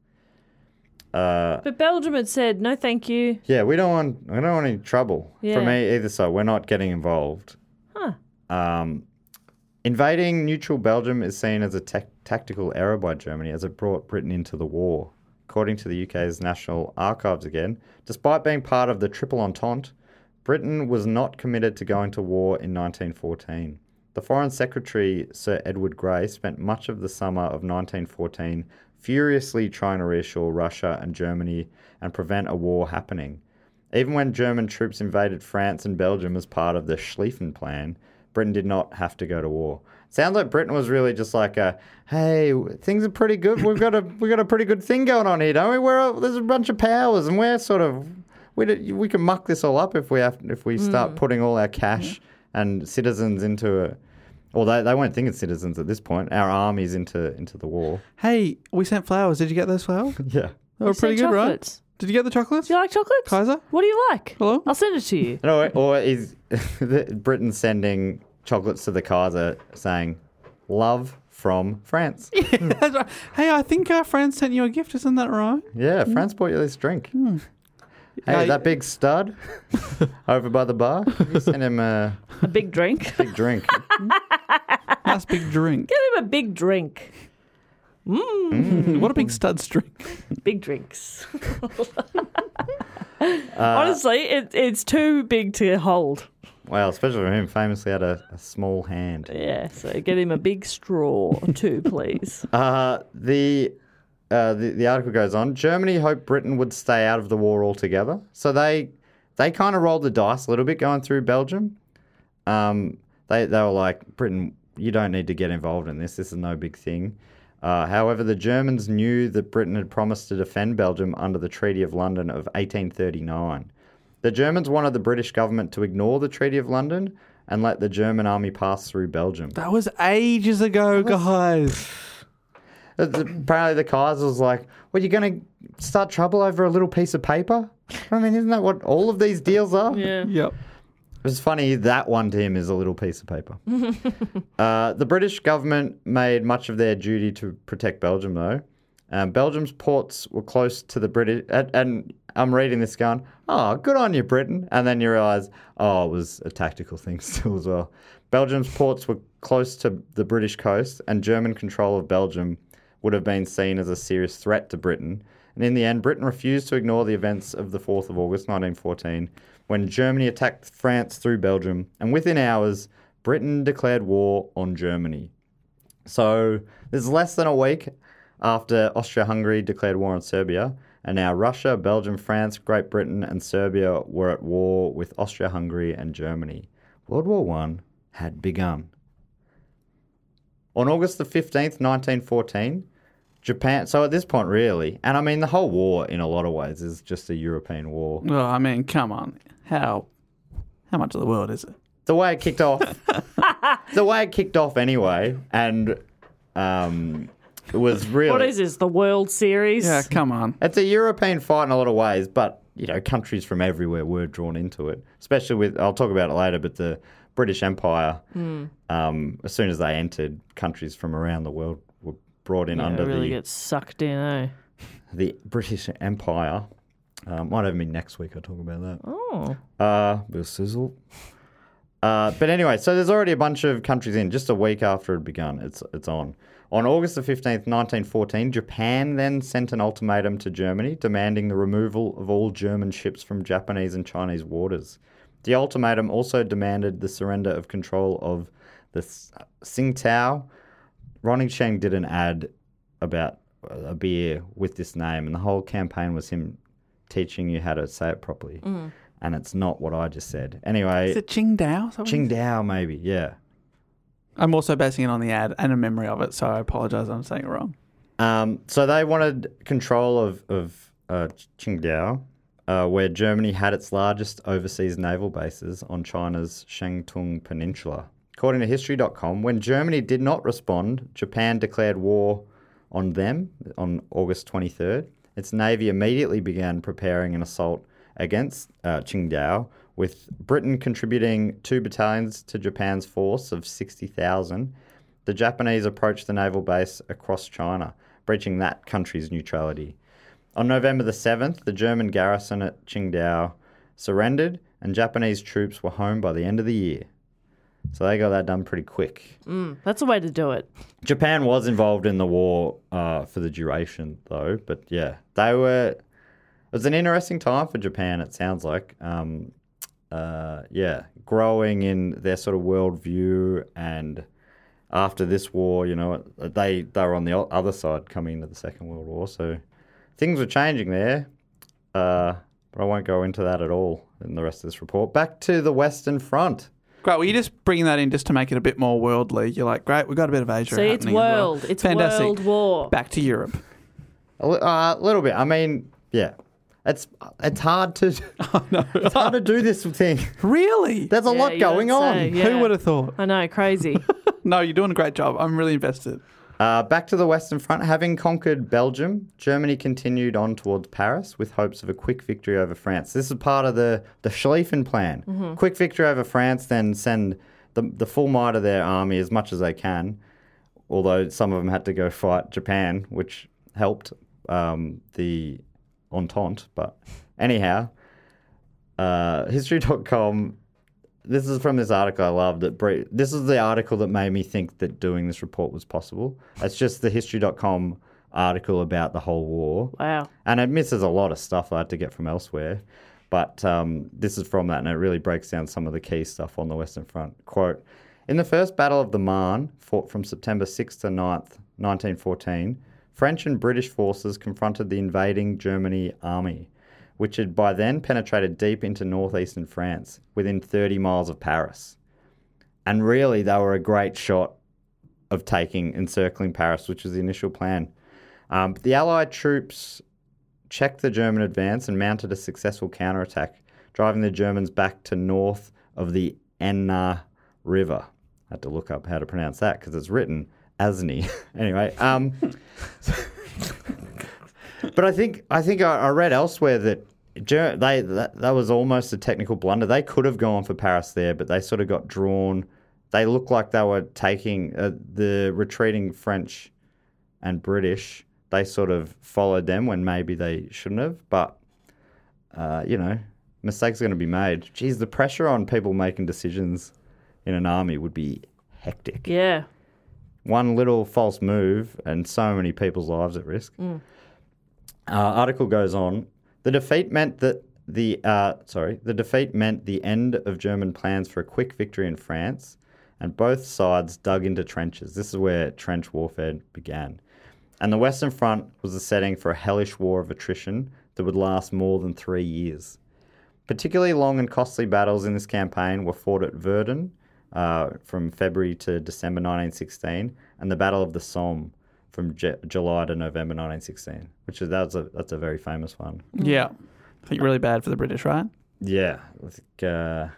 C: Uh,
F: but Belgium had said no, thank you.
C: yeah, we don't want we don't want any trouble
F: Yeah.
C: from e- either side. We're not getting involved.
F: Huh.
C: Um, invading neutral Belgium is seen as a tac tactical error by Germany as it brought Britain into the war. According to the UK's National Archives again, despite being part of the Triple Entente, Britain was not committed to going to war in 1914. The Foreign Secretary, Sir Edward Grey, spent much of the summer of 1914 furiously trying to reassure Russia and Germany and prevent a war happening. Even when German troops invaded France and Belgium as part of the Schlieffen Plan, Britain did not have to go to war. Sounds like Britain was really just like, a, "Hey, w- things are pretty good. We've got a we got a pretty good thing going on here, don't we? We're a, there's a bunch of powers, and we're sort of we d- we can muck this all up if we have if we start putting all our cash and citizens into a." Well, they, they weren't thinking citizens at this point. Our armies into into the war.
B: Hey, we sent flowers. Did you get those flowers?
C: Yeah.
B: They were
F: You
B: pretty
F: said
B: good, right?
F: chocolates.
B: Did you get the chocolates?
F: Do you like chocolates?
B: Kaiser?
F: What do you like?
B: Hello?
F: I'll send it to you.
C: No, or is Britain sending chocolates to the Kaiser saying, love from France?
B: That's right. Hey, I think our friend sent you a gift. Isn't that right?
C: yeah, France bought you this drink. Hey,
B: Hey.
C: that big stud over by the bar, you send him a
F: A big drink. Give
C: big drink.
B: Nice big drink.
F: him a big drink.
B: Hmm, what a big stud's drink.
F: Big drinks.
B: Uh,
F: Honestly, it, it's too big to hold.
C: well, especially for him, famously had a, a small hand.
F: Yeah, so get him a big straw too, please.
C: Uh, the, uh, the the article goes on. Germany hoped Britain would stay out of the war altogether, so they they kind of rolled the dice a little bit going through Belgium. Um, they they were like Britain, you don't need to get involved in this. This is no big thing. Uh, however, the Germans knew that Britain had promised to defend Belgium under the Treaty of London of 1839. The Germans wanted the British government to ignore the Treaty of London and let the German army pass through Belgium.
B: That was ages ago, guys.
C: It's- Apparently, the Kaiser was like, "Well, you're going to start trouble over a little piece of paper." I mean, isn't that what all of these deals are?
F: Yeah.
B: Yep.
C: It's funny that one to him is a little piece of paper. uh, the British government made much of their duty to protect Belgium, though. Um, Belgium's ports were close to the British, and, and I'm reading this going, "Oh, good on you, Britain!" And then you realise, oh, it was a tactical thing still as well. Belgium's ports were close to the British coast, and German control of Belgium would have been seen as a serious threat to Britain. And in the end, Britain refused to ignore the events of the 4th of August 1914 when Germany attacked France through Belgium. And within hours, Britain declared war on Germany. So there's less than a week after Austria Hungary declared war on Serbia. And now Russia, Belgium, France, Great Britain, and Serbia were at war with Austria Hungary and Germany. World War One had begun. On August the 15th, 1914, Japan. So at this point, really, and I mean, the whole war in a lot of ways is just a European war.
B: Well, I mean, come on. How how much of the world is it?
C: The way it kicked off, the way it kicked off anyway, and um, it was really.
A: What is this? The World Series?
B: Yeah, come on.
C: It's a European fight in a lot of ways, but you know, countries from everywhere were drawn into it. Especially with, I'll talk about it later, but the British Empire.
A: Hmm.
C: Um, as soon as they entered, countries from around the world were brought in
A: It
C: under
A: really
C: the
A: gets sucked in, eh?
C: the British Empire. Um, might have been next week. I'll talk about that. Oh. Uh, bit of sizzle. Uh, but anyway, so there's already a bunch of countries in. Just a week after it begun, it's it's on. On August the 15th, 1914, Japan then sent an ultimatum to Germany demanding the removal of all German ships from Japanese and Chinese waters. The ultimatum also demanded the surrender of control of the S- Tsingtao, Ronnie Chang did an ad about a beer with this name, and the whole campaign was him teaching you how to say it properly. And it's not what I just said. Anyway,
B: Is it Qingdao? Something?
C: Ching Dao, maybe. Yeah.
B: I'm also basing it on the ad and a memory of it, so I apologize. I'm saying it wrong.
C: Um, so they wanted control of, of uh, Qingdao, uh, where Germany had its largest overseas naval bases on China's Shantung Peninsula. According to History.com, when Germany did not respond, Japan declared war on them on August 23rd. Its navy immediately began preparing an assault against uh, Qingdao, with Britain contributing two battalions to Japan's force of 60,000 the Japanese approached the naval base across China, breaching that country's neutrality. On November the 7th, the German garrison at Qingdao surrendered, and Japanese troops were home by the end of the year. So they got that done pretty quick.
A: That's the way to do it.
C: Japan was involved in the war uh, for the duration, though. But yeah, they were. It was an interesting time for Japan. It sounds like, um, uh, yeah, growing in their sort of worldview, and after this war, you know, they they were on the o- other side coming into the Second World War, so things were changing there. Uh, but I won't go into that at all in the rest of this report. Back to the Western Front.
B: Great. Well, you're just bringing that in just to make it a bit more worldly. You're like, great, we've got a bit of Asia.
A: See, it's
B: happening as well.
A: world. It's
B: Fantastic.
A: world war.
B: Back to Europe.
C: A li- uh, little bit. I mean, yeah. It's it's hard to it's hard to do this thing.
B: Really?
C: There's a
A: Yeah,
C: lot
A: you
C: going
A: don't
C: on.
A: say, yeah.
B: Who would have thought?
A: I know, crazy.
B: No, you're doing a great job. I'm really invested.
C: Uh, back to the Western Front. Having conquered Belgium, Germany continued on towards Paris with hopes of a quick victory over France. This is part of the, the Schlieffen plan.
A: Mm-hmm.
C: Quick victory over France, then send the, the full might of their army as much as they can. Although some of them had to go fight Japan, which helped um, the Entente. But anyhow, uh, history.com this is from this article I love that Bre- this is the article that made me think that doing this report was possible. It's just the history.com article about the whole war.
A: wow.
C: And it misses a lot of stuff I had to get from elsewhere. But um, this is from that, and it really breaks down some of the key stuff on the Western Front. Quote In the First Battle of the Marne, fought from September 6th to 9th, 1914, French and British forces confronted the invading Germany army, which had by then penetrated deep into northeastern France, within 30 miles of Paris. And really, they were a great shot of taking, encircling Paris, which was the initial plan. Um, the Allied troops checked the German advance and mounted a successful counterattack, driving the Germans back to north of the Enna River. I had to look up how to pronounce that because it's written Asni. anyway, um, but I think I think I, I read elsewhere that Ger- they that, that was almost a technical blunder. They could have gone for Paris there, but they sort of got drawn. They looked like they were taking uh, the retreating French and British. They sort of followed them when maybe they shouldn't have. But uh, you know, mistakes are going to be made. Geez, the pressure on people making decisions in an army would be hectic
A: Yeah.
C: one little false move and so many people's lives at risk. Uh, article goes on. The defeat meant that the uh, sorry, the defeat meant the end of German plans for a quick victory in France, and both sides dug into trenches. This is where trench warfare began, and the Western Front was the setting for a hellish war of attrition that would last more than three years. Particularly long and costly battles in this campaign were fought at Verdun uh, from February to December 1916 and the Battle of the Somme from J- July to November 1916, which is that's a that's a very famous one.
A: Mm.
B: Yeah. I think really bad for the British, right?
C: Yeah, I think, uh,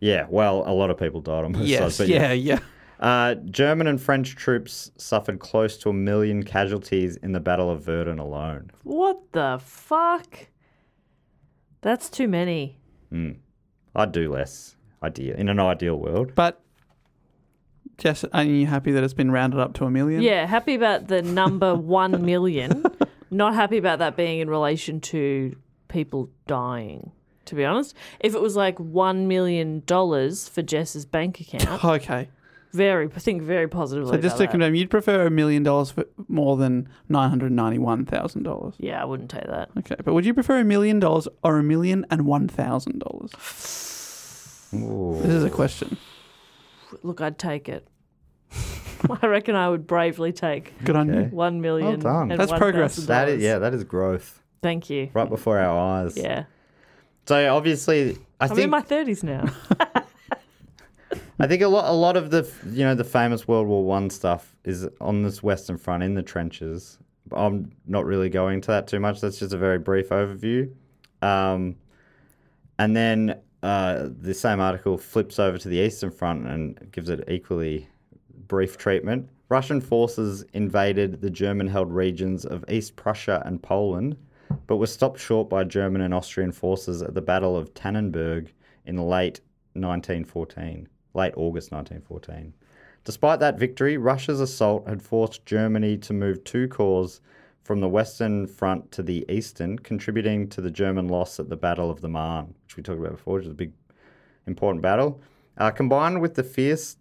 C: yeah. Well, a lot of people died on both sides, but
B: yeah, yeah.
C: uh, German and French troops suffered close to a million casualties in the Battle of Verdun alone.
A: What the fuck? That's too many.
C: I'd do less. Ideal in an ideal world.
B: But Jess, are you happy that it's been rounded up to a million?
A: Yeah, happy about the number 1 million. Not happy about that being in relation to people dying, to be honest. If it was like 1 million dollars for Jess's bank account,
B: Okay.
A: very think very positively
B: So just
A: about
B: to
A: that.
B: confirm, you'd prefer a million dollars for more than nine hundred ninety-one thousand dollars.
A: Yeah, I wouldn't take that.
B: Okay, but would you prefer a million dollars or a million and one thousand dollars? This is a question.
A: Look, I'd take it. I reckon I would bravely take
B: Good on you.
C: Okay.
A: one million.
C: done.
A: and
B: That's progress.
A: $1,000.
C: That is yeah, that is growth
A: Thank you.
C: right before our eyes.
A: Yeah.
C: So obviously, I
A: I'm
C: think
A: in my 30s now.
C: I think a lot, a lot of the you know the famous World War One stuff is on this Western Front in the trenches. But I'm not really going to that too much. That's just a very brief overview. Um, and then uh, the same article flips over to the Eastern Front and gives it equally brief treatment. Russian forces invaded the German held regions of East Prussia and Poland, but were stopped short by German and Austrian forces at the Battle of Tannenberg in late 1914, late August 1914. Despite that victory, Russia's assault had forced Germany to move two corps from the Western Front to the Eastern, contributing to the German loss at the Battle of the Marne, which we talked about before, which is a big, important battle. Uh, combined with the fierce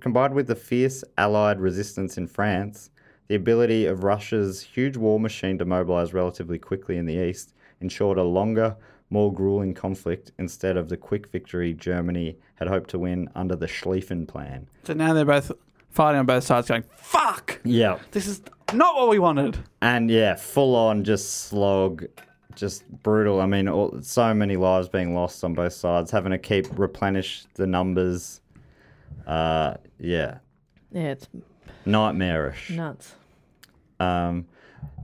C: Combined with the fierce Allied resistance in France, the ability of Russia's huge war machine to mobilize relatively quickly in the east ensured a longer, more grueling conflict instead of the quick victory Germany had hoped to win under the Schlieffen Plan.
B: So now they're both fighting on both sides, going "Fuck!
C: Yeah.
B: This is not what we wanted."
C: And yeah, full on just slog, just brutal. I mean, all, so many lives being lost on both sides, having to keep replenish the numbers. Uh, yeah,
A: yeah, it's
C: nightmarish.
A: nuts.
C: Um,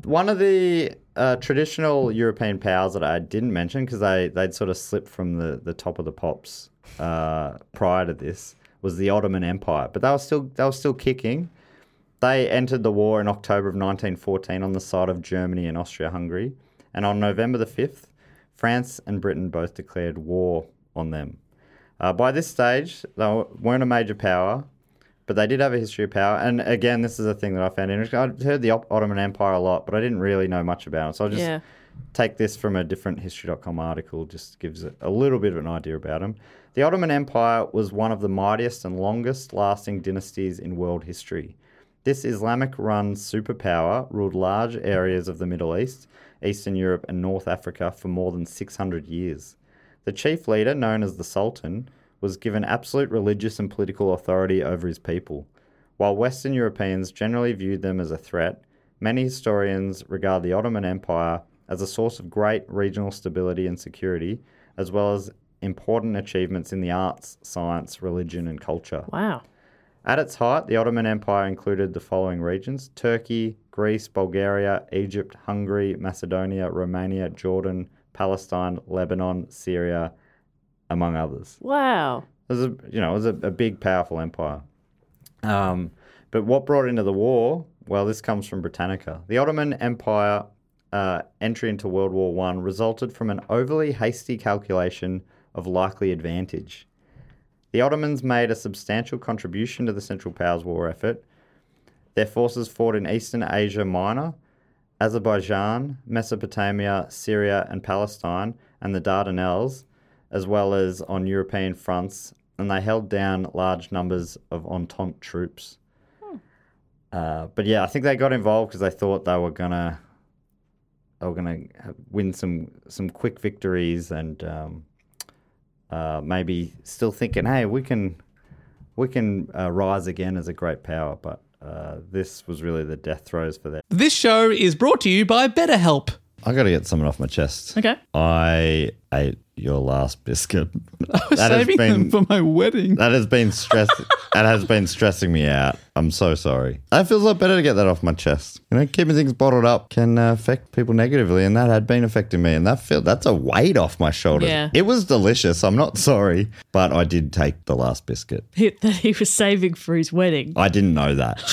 C: one of the uh, traditional European powers that I didn't mention because they, they'd sort of slipped from the, the top of the pops uh, prior to this was the Ottoman Empire, but they were still they were still kicking. They entered the war in October of 1914 on the side of Germany and Austria-Hungary, and on November the 5th, France and Britain both declared war on them. Uh, by this stage, they weren't a major power, but they did have a history of power. And again, this is a thing that I found interesting. I'd heard the Op- Ottoman Empire a lot, but I didn't really know much about it. So I'll just
A: Yeah.
C: take this from a different history.com article, just gives it a little bit of an idea about them. The Ottoman Empire was one of the mightiest and longest lasting dynasties in world history. This Islamic run superpower ruled large areas of the Middle East, Eastern Europe, and North Africa for more than 600 years. The chief leader, known as the Sultan, was given absolute religious and political authority over his people. While Western Europeans generally viewed them as a threat, many historians regard the Ottoman Empire as a source of great regional stability and security, as well as important achievements in the arts, science, religion, and culture.
A: Wow.
C: At its height, the Ottoman Empire included the following regions Turkey, Greece, Bulgaria, Egypt, Hungary, Macedonia, Romania, Jordan, Palestine, Lebanon, Syria, among others.
A: Wow.
C: It was a, you know, it was a, a big, powerful empire. Um, but what brought it into the war? Well, this comes from Britannica. The Ottoman Empire uh, entry into World War One resulted from an overly hasty calculation of likely advantage. The Ottomans made a substantial contribution to the Central Powers War effort. Their forces fought in Eastern Asia Minor, Azerbaijan, Mesopotamia, Syria, and Palestine, and the Dardanelles, as well as on European fronts, and they held down large numbers of Entente troops. Uh, but yeah, I think they got involved because they thought they were gonna they were gonna ha- win some some quick victories and um, uh, maybe still thinking, hey, we can we can uh, rise again as a great power. But uh, this was really the death throes for their
B: This show is brought to you by BetterHelp.
G: I got to get something off my chest.
B: Okay.
G: I ate your last biscuit. that
B: Saving them for my wedding.
G: that has been stress. that has been stressing me out. I'm so sorry. That feels a lot better to get that off my chest. You know, keeping things bottled up can uh, affect people negatively, and that had been affecting me. And that feel that's a weight off my shoulders.
A: Yeah.
G: It was delicious. I'm not sorry, but I did take the last biscuit.
A: that he was saving for his wedding.
G: I didn't know that.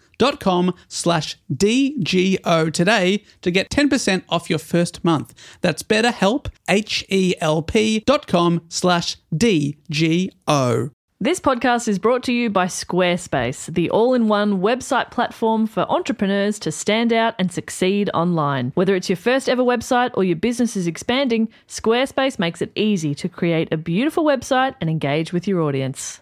B: slash DGO today to get 10% off your first month. That's betterhelp, H-E-L-P dot com slash D-G-O.
F: This podcast is brought to you by Squarespace, the all in one website platform for entrepreneurs to stand out and succeed online. Whether it's your first ever website or your business is expanding, Squarespace makes it easy to create a beautiful website and engage with your audience.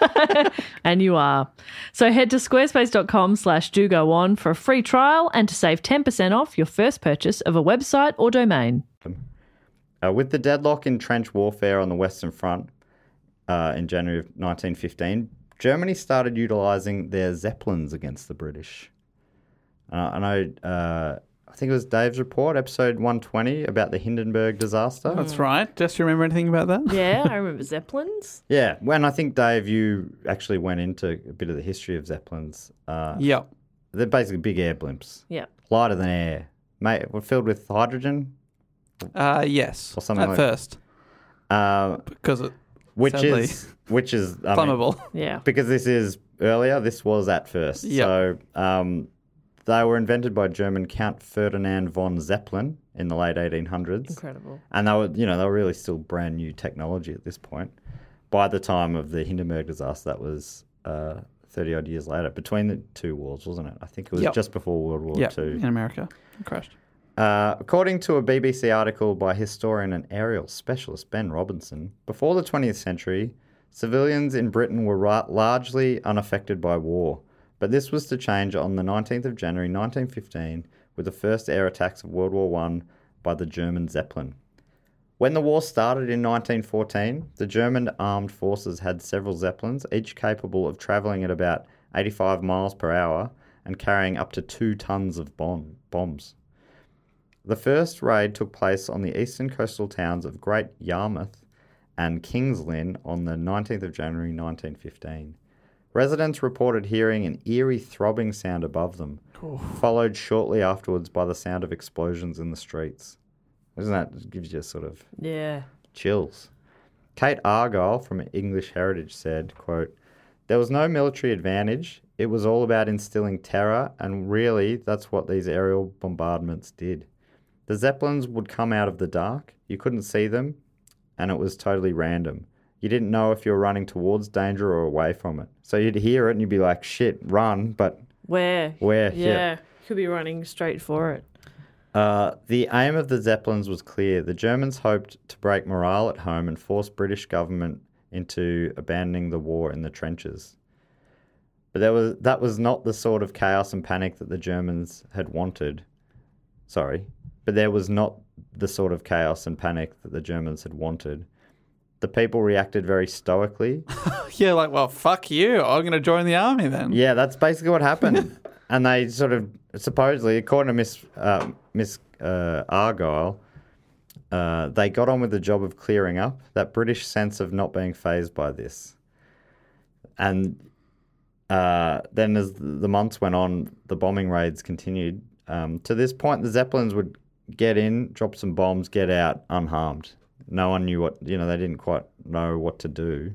F: And you are. So head to squarespace.com slash do go on for a free trial and to save 10% off your first purchase of a website or domain.
C: Uh, with the deadlock in trench warfare on the Western Front uh, in January of 1915, Germany started utilizing their Zeppelins against the British. Uh, I know, uh, I think it was Dave's report, episode 120, about the Hindenburg disaster.
B: That's right. Just remember anything about that?
A: Yeah, I remember Zeppelins.
C: Yeah, when I think, Dave, you actually went into a bit of the history of Zeppelins. Uh,
B: Yep.
C: they're basically big air blimps,
A: Yeah.
C: lighter than air. Mate, we're filled with hydrogen,
B: Uh, yes.
C: Or something
B: At
C: like-
B: first,
C: uh,
B: because it,
C: which
B: Sadly.
C: is which is I mean,
B: flammable.
A: Yeah.
C: because this is earlier, this was at first.
B: Yeah.
C: So um, they were invented by German Count Ferdinand von Zeppelin in the late 1800s.
A: Incredible.
C: And they were, you know, they were really still brand new technology at this point. By the time of the Hindenburg disaster, that was uh, 30 odd years later, between the two wars, wasn't it? I think it was
B: Yep.
C: just before World War
B: yeah,
C: Two.
B: in America. It crashed.
C: Uh, according to a BBC article by historian and aerial specialist Ben Robinson, before the 20th century, civilians in Britain were ra- largely unaffected by war. But this was to change on the 19th of January 1915 with the first air attacks of World War I by the German Zeppelin. When the war started in 1914, the German armed forces had several Zeppelins, each capable of travelling at about 85 miles per hour and carrying up to two tons of bomb- bombs. The first raid took place on the eastern coastal towns of Great Yarmouth and King's Lynn on the 19th of January 1915. Residents reported hearing an eerie throbbing sound above them, followed shortly afterwards by the sound of explosions in the streets. Isn't that gives you a sort of
A: Yeah.
C: chills. Kate Argyle from English Heritage said, quote, There was no military advantage. It was all about instilling terror, and really, that's what these aerial bombardments did. The Zeppelins would come out of the dark, you couldn't see them, and it was totally random. You didn't know if you were running towards danger or away from it. So you'd hear it and you'd be like, shit, run, but
A: Where?
C: Where,
A: Yeah.
C: yeah.
A: Could be running straight for it.
C: Uh, the aim of the Zeppelins was clear. The Germans hoped to break morale at home and force British government into abandoning the war in the trenches. But there was that was not the sort of chaos and panic that the Germans had wanted. Sorry, but there was not the sort of chaos and panic that the Germans had wanted. The people reacted very stoically.
B: Yeah, like, well, fuck you. I'm going to join the army then.
C: Yeah, that's basically what happened. and they sort of supposedly, according to Miss uh, Miss uh, Argyle, uh, they got on with the job of clearing up that British sense of not being phased by this. And uh, then, as the months went on, the bombing raids continued. Um, to this point, the Zeppelins would get in, drop some bombs, get out unharmed. No one knew what, you know, they didn't quite know what to do.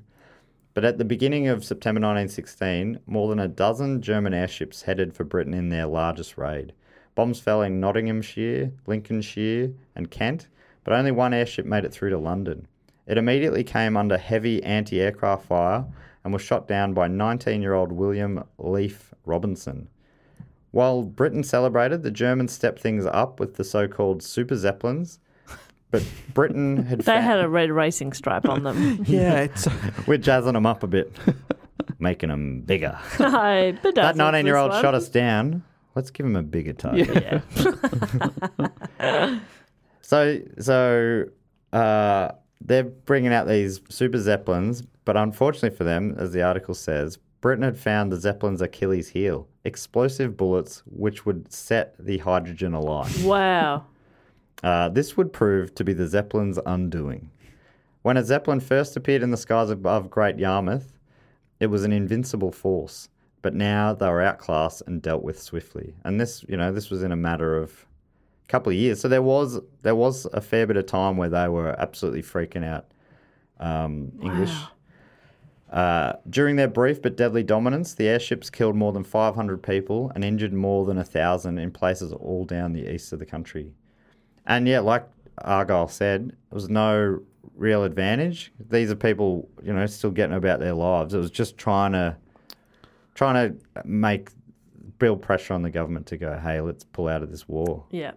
C: But at the beginning of September 1916, more than a dozen German airships headed for Britain in their largest raid. Bombs fell in Nottinghamshire, Lincolnshire, and Kent, but only one airship made it through to London. It immediately came under heavy anti aircraft fire and was shot down by 19 year old William Leif Robinson. While Britain celebrated, the Germans stepped things up with the so called Super Zeppelins, but Britain had
A: They
C: fa-
A: had a red racing stripe on them.
B: Yeah, it's uh,
C: we're jazzing them up a bit, making them bigger.
A: Hi,
C: That 19 year old shot us down. Let's give him a bigger target. So, so uh, they're bringing out these super zeppelins, but unfortunately for them, as the article says, Britain had found the zeppelin's Achilles heel explosive bullets, which would set the hydrogen alight.
A: Wow.
C: Uh, this would prove to be the Zeppelin's undoing. When a Zeppelin first appeared in the skies above Great Yarmouth, it was an invincible force, but now they were outclassed and dealt with swiftly. And this, you know, this was in a matter of a couple of years. So there was there was a fair bit of time where they were absolutely freaking out um, English. Uh, during their brief but deadly dominance, the airships killed more than 500 people and injured more than 1,000 in places all down the east of the country. And yeah, like Argyle said, there was no real advantage. These are people, you know, still getting about their lives. It was just trying to trying to make build pressure on the government to go, hey, let's pull out of this war.
A: Yeah.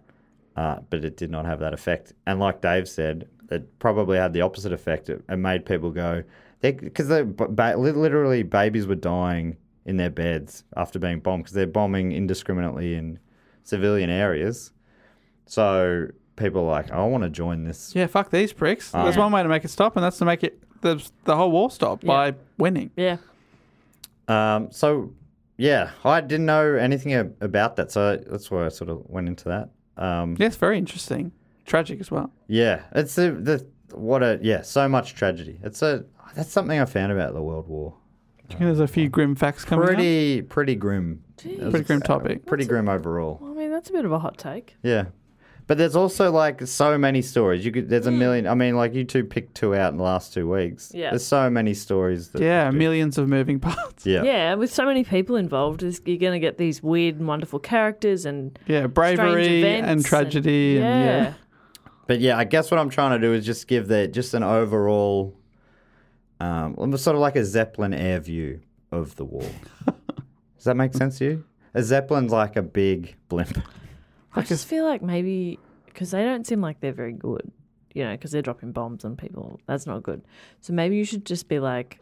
C: Uh, but it did not have that effect. And like Dave said, it probably had the opposite effect. It, it made people go, because ba- li- literally babies were dying in their beds after being bombed because they're bombing indiscriminately in civilian areas. So people are like, I want to join this.
B: yeah, fuck these pricks.
C: Ah.
B: There's one way to make it stop, and that's to make it the, the whole war stop by winning.
A: Yeah.
C: Um, so yeah, I didn't know anything a- about that. So that's why I sort of went into that. Um,
B: Yes, very interesting. Tragic as well.
C: Yeah, it's the, the what a yeah, so much tragedy. It's a that's something I found about the World War.
B: Do you think there's a few grim facts coming up?
C: Pretty pretty grim.
B: Pretty grim topic.
C: Pretty grim overall.
A: Well, I mean, that's a bit of a hot take.
C: Yeah. But there's also like so many stories. You could there's a million I mean like you two picked two out in the last 2 weeks.
A: Yeah.
C: There's so many stories that
B: Yeah, millions of moving parts.
C: Yeah.
A: Yeah. with so many people involved, is- you're going to get these weird and wonderful characters and
B: Yeah,
A: strange
B: bravery
A: events
B: and tragedy and, yeah.
C: But yeah, I guess what I'm trying to do is just give the just an overall um well, sort of like a Zeppelin air view of the war. Does that make sense to you? A Zeppelin's like a big blimp.
A: I just feel like maybe because they don't seem like they're very good, you know, because they're dropping bombs on people. That's not good. So maybe you should just be like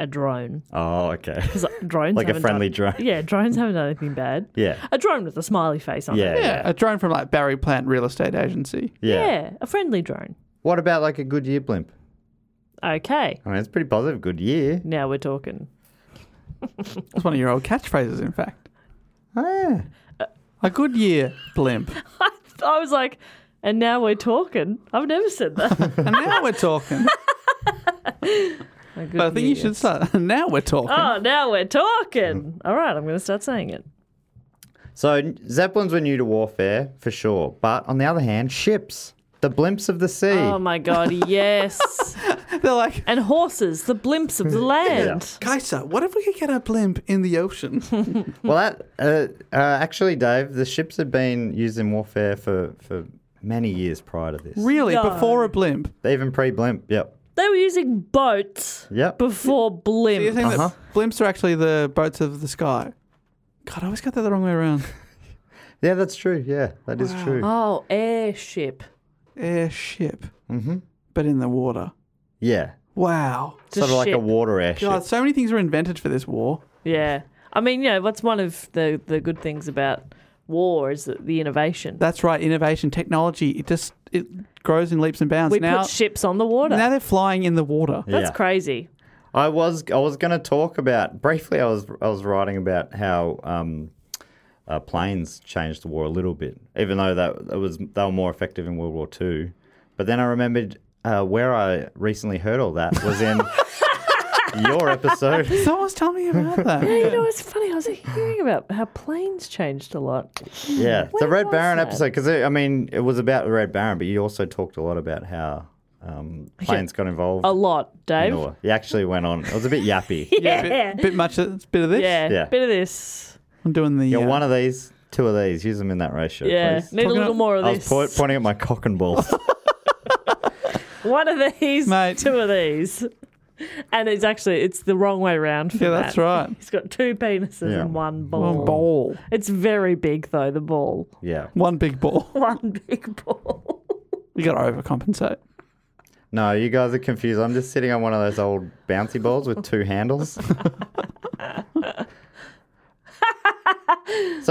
A: a drone
C: Oh, okay.
A: because drones
C: Like a
A: haven't
C: friendly
A: done,
C: drone.
A: Yeah, drones haven't done anything bad.
C: Yeah.
A: A drone with a smiley face on
C: Yeah.
A: it.
B: Yeah, a drone from like Barry Plant Real Estate Agency.
C: Yeah.
A: a friendly drone.
C: What about like a good year blimp?
A: Okay,
C: I mean, it's pretty positive. Good year.
A: now we're talking.
B: It's one of your old catchphrases, in fact.
C: Oh,
B: A good year blimp.
A: I was like, and now we're talking. I've never said that.
B: And now we're talking. but I think you should start. Now we're talking.
A: Oh, now we're talking. All right, I'm going to start saying it.
C: So Zeppelins were new to warfare for
A: Um,
C: sure, but on the other hand, ships, the blimps of the sea.
A: Oh my god, yes.
B: They're like,
A: and horses, the blimps of the land.
B: Kaiser, what if we could get a blimp in the ocean?
C: Well, that uh, uh, actually, Dave, the ships had been used in warfare for, for many years prior to this.
B: really? Before a blimp?
C: Even pre-blimp. Yep.
A: They were using boats
C: Yep.
A: before
B: Do you
A: blimp.
B: think
C: Uh-huh.
B: that blimps are actually the boats of the sky? God, I always got that the wrong way around.
C: Yeah, that's true. Yeah, that is true.
A: Oh, airship.
B: Airship. Mm-hmm. But in the water.
C: Yeah.
B: Wow.
A: It's a
C: sort of like a
A: ship.
C: water airship.
B: God, so many things were invented for this war.
A: Yeah. I mean, you know, that's one of the, the good things about war is the, the innovation.
B: That's right, innovation, technology. It just it grows in leaps and bounds.
A: we
B: now,
A: put ships on the water.
B: now they're flying in the water.
A: that's
C: Yeah.
A: crazy.
C: I was I was going to talk about briefly. I was I was writing about how um, uh, planes changed the war a little bit, even though that it was they were more effective in World War Two. But then I remembered uh, where I recently heard all that was in your episode.
B: Someone's telling me about that.
A: You know, it's funny. I was hearing about how planes changed a lot.
C: Yeah, the
A: When
C: Red
A: was
C: Baron
A: that?
C: episode because I mean it was about the Red Baron, but you also talked a lot about how um, planes got involved.
A: A lot,
C: in
A: Dave.
C: the war. You actually went on. It was a bit yappy.
A: Yeah.
B: bit, bit much, a bit of this.
A: yeah.
C: Yeah.
A: Bit of this.
B: I'm doing the.
C: You're
B: uh,
C: one of these, two of these. Use them in that ratio,
A: Yeah.
C: please.
A: Need a
B: Talking
A: little
B: of-
A: more of
C: I
A: this.
C: was po- pointing at my cock and balls.
A: One of these,
B: Mate.
A: two of these. And it's actually it's the wrong way round for
B: Yeah,
A: that.
B: that's right.
A: He's got two penises
C: Yeah.
A: and one ball.
B: One ball.
A: It's very big though, the ball.
C: yeah.
B: One big ball.
A: One big ball.
B: You got to overcompensate.
C: No, you guys are confused. I'm just sitting on one of those old bouncy balls with two handles. so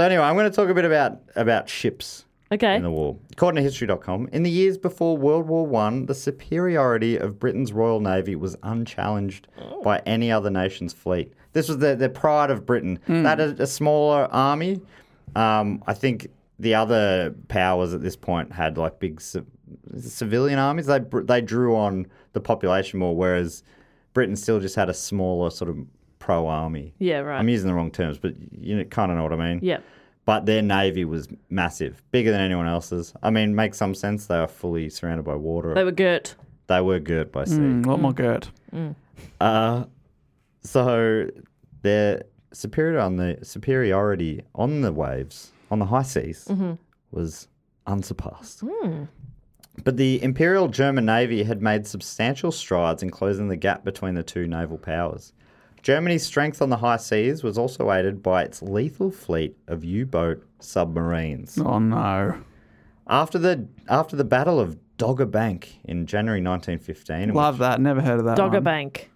C: anyway, I'm going to talk a bit about about ships
A: Okay.
C: in the war. According to history.com, in the years before World War One, the superiority of Britain's Royal Navy was unchallenged
A: Oh.
C: by any other nation's fleet. This was the, the pride of Britain.
A: Hmm.
C: That is a smaller army. Um, I think the other powers at this point had like big ci- civilian armies. They br- they drew on the population more, whereas Britain still just had a smaller sort of pro army.
A: Yeah, right.
C: I'm using the wrong terms, but you kind of know what I mean
A: yeah.
C: but their navy was massive, bigger than anyone else's. I mean, makes some sense. They were fully surrounded by water.
A: They
C: They,
A: were Mm. girt.
C: were girt by sea.
B: A lot more good.
C: Uh, so their superior on the superiority on the waves on the high seas
A: Mm-hmm.
C: was unsurpassed.
A: Mm.
C: But the Imperial German Navy had made substantial strides in closing the gap between the two naval powers. Germany's strength on the high seas was also aided by its lethal fleet of U-boat submarines.
B: Oh, no.
C: After the after the Battle of Dogger Bank in January 1915,
B: Love that. Never heard of that.
A: Dogger
B: one.
A: bank.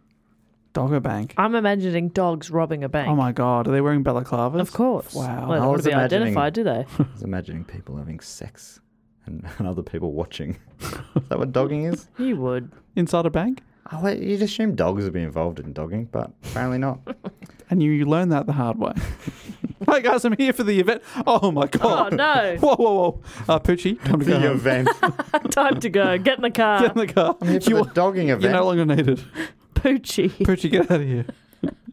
B: Dogger Bank.
A: I'm imagining dogs robbing a bank.
B: Oh my God, are they wearing balaclavas?
A: Of course.
B: Wow.
A: Well,
C: I
A: they want
C: was
A: to be
C: imagining-
A: identified, do they?
C: I was imagining people having sex and, and other people watching. is that what dogging is?
A: you would.
B: Inside a bank?
C: Oh, wait, you'd assume dogs would be involved in dogging, but apparently not.
B: And you learn that the hard way. Hey guys, I'm here for the event. Oh my
A: Oh
B: God.
A: no.
B: Whoa, whoa, whoa. Uh, Poochie, time to go.
C: the
B: home.
C: event,
A: Time to go. Get in the car.
B: Get in the car.
C: Here for
B: You,
C: the dogging
B: you're
C: event.
B: no longer needed.
A: Poochie.
B: Poochie, get out of here.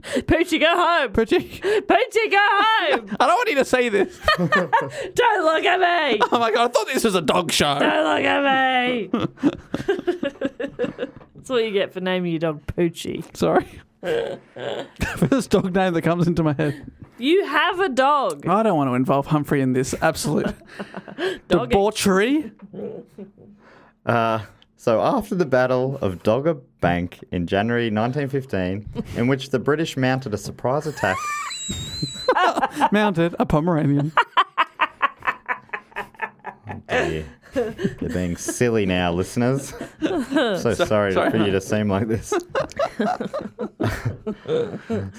A: Poochie, go home.
B: Poochie,
A: Poochie, go home.
B: I don't want you to see this.
A: Don't look at me.
B: Oh my God, I thought this was a dog show.
A: Don't look at me. That's what you get for naming your dog Poochie.
B: Sorry. First dog name that comes into my head.
A: You have a dog.
B: I don't want to involve Humphrey in this absolute
A: Dog-
B: debauchery.
C: Uh, so after the Battle of Dogger Bank in January 1915, in which the British mounted a surprise attack.
B: Mounted a Pomeranian.
C: Yeah. You're being silly now, listeners. so sorry, for you to seem like this. so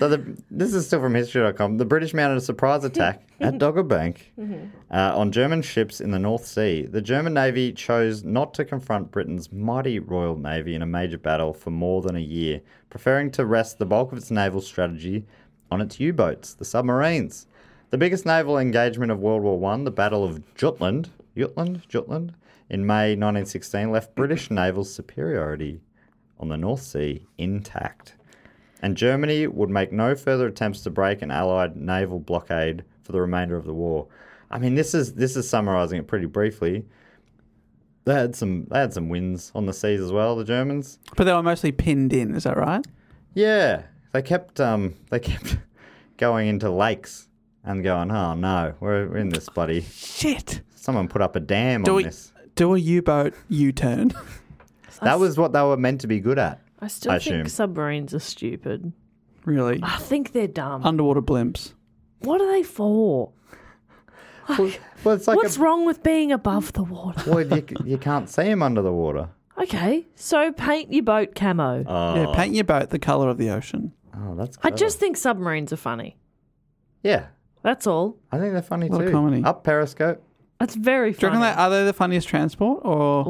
C: the, this is still from history.com. The British mounted a surprise attack at Dogger Bank uh, on German ships in the North Sea. The German Navy chose not to confront Britain's mighty Royal Navy in a major battle for more than a year, preferring to rest the bulk of its naval strategy on its U-boats, the submarines. The biggest naval engagement of World War One, the Battle of Jutland, Jutland, Jutland, in May 1916, left British naval superiority on the North Sea intact, and Germany would make no further attempts to break an Allied naval blockade for the remainder of the war. I mean, this is this is summarising it pretty briefly. They had some they had some wins on the seas as well, the Germans.
B: But they were mostly pinned in, is that right?
C: Yeah. They kept um they kept going into lakes and going, Oh no, we're we're in this bloody
B: Shit.
C: someone put up a dam
B: Do
C: on
B: we
C: this.
B: do a U boat U turn.
C: That was what they were meant to be good at.
A: I still
C: I
A: think
C: assume.
A: submarines are stupid.
B: really.
A: I think they're dumb.
B: Underwater blimps.
A: what are they for?
C: Well, well, it's like
A: What's
C: a,
A: wrong with being above the water?
C: well, you, you can't see them under the water.
A: Okay, so paint your boat camo.
C: Uh,
B: Yeah, paint your boat the colour of the ocean.
C: Oh, that's
A: I
C: clever.
A: just think submarines are funny.
C: yeah.
A: That's all.
C: I think they're funny
B: Little
C: too.
B: comedy.
C: Up Periscope.
A: That's very
B: Do you
A: funny.
B: reckon they are they the funniest transport or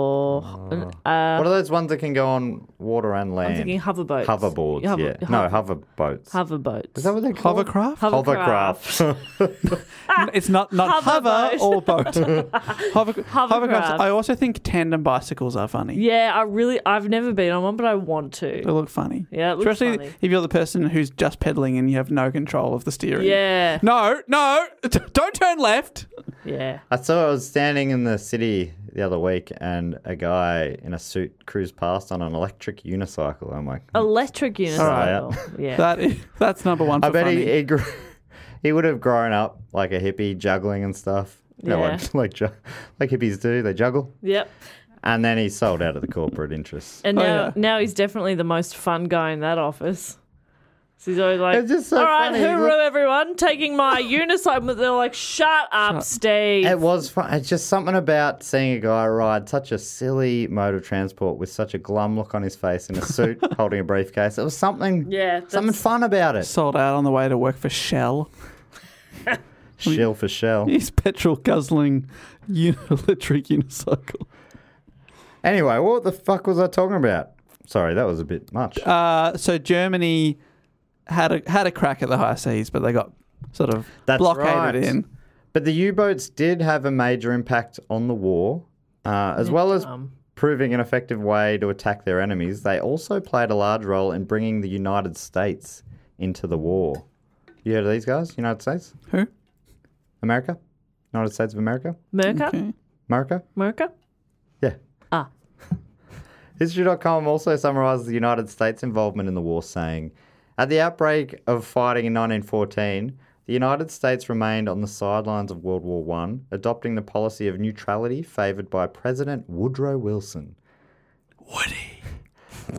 A: oh,
C: what are those ones that can go on water and land?
A: I'm thinking hoverboats.
C: Hoverboards,
A: Hover-
C: yeah.
A: hover-
C: no, hover boats.
A: hover boats.
C: Is that what they're called?
B: hovercraft?
A: Hovercraft.
B: it's not not
A: Ah, Hover
B: hover
A: boat.
B: or boat. hover, hovercraft.
A: Hovercraft.
B: I also think tandem bicycles are funny.
A: yeah, I really, I've never been on one, but I want
B: They
A: to.
B: look funny.
A: Yeah, it looks
B: Especially
A: funny.
B: if you're the person who's just pedaling and you have no control of the steering.
A: Yeah,
B: No, no, don't turn left.
A: yeah.
C: I saw I was standing in the city the other week and a guy in a suit cruised past on an electric unicycle. I'm like,
A: Electric unicycle. Yeah.
B: That is, that's number one. For
C: I bet
B: funny.
C: he he, grew, he would have grown up like a hippie juggling and stuff. You know,
A: Yeah.
C: like, like ju- like hippies do, they juggle.
A: yep.
C: And then he sold out of the corporate interests.
A: And now,
B: yeah.
A: now he's definitely the most fun guy in that office. So he's always like,
C: It's just so
A: "All right,
C: funny,
A: hooroo,
C: look-
A: everyone! Taking my unicycle." But They're like, "Shut up, Steve."
C: It was fun. It's just something about seeing a guy ride such a silly mode of transport with such a glum look on his face in a suit, holding a briefcase. It was something,
A: Yeah,
C: something
A: that's-
C: fun about it.
B: sold out on the way to work for Shell.
C: Shell for shell.
B: He's petrol guzzling uni- electric unicycle.
C: Anyway, what the fuck was I talking about? Sorry, that was a bit much.
B: Uh, so Germany had a had a crack at the high seas, but they got sort of
C: That's
B: blockaded
C: right.
B: in.
C: But the U-boats did have a major impact on the war, uh, as well as proving an effective way to attack their enemies. They also played a large role in bringing the United States into the war. You heard of these guys? United States,
B: Who?
C: America, United States of America,
A: Merca,
C: America.
A: Merca.
C: Yeah.
A: Ah.
C: History.com also summarizes the United States' involvement in the war, saying At the outbreak of fighting in 1914, the United States remained on the sidelines of World War I, adopting the policy of neutrality favored by President Woodrow Wilson. Woody.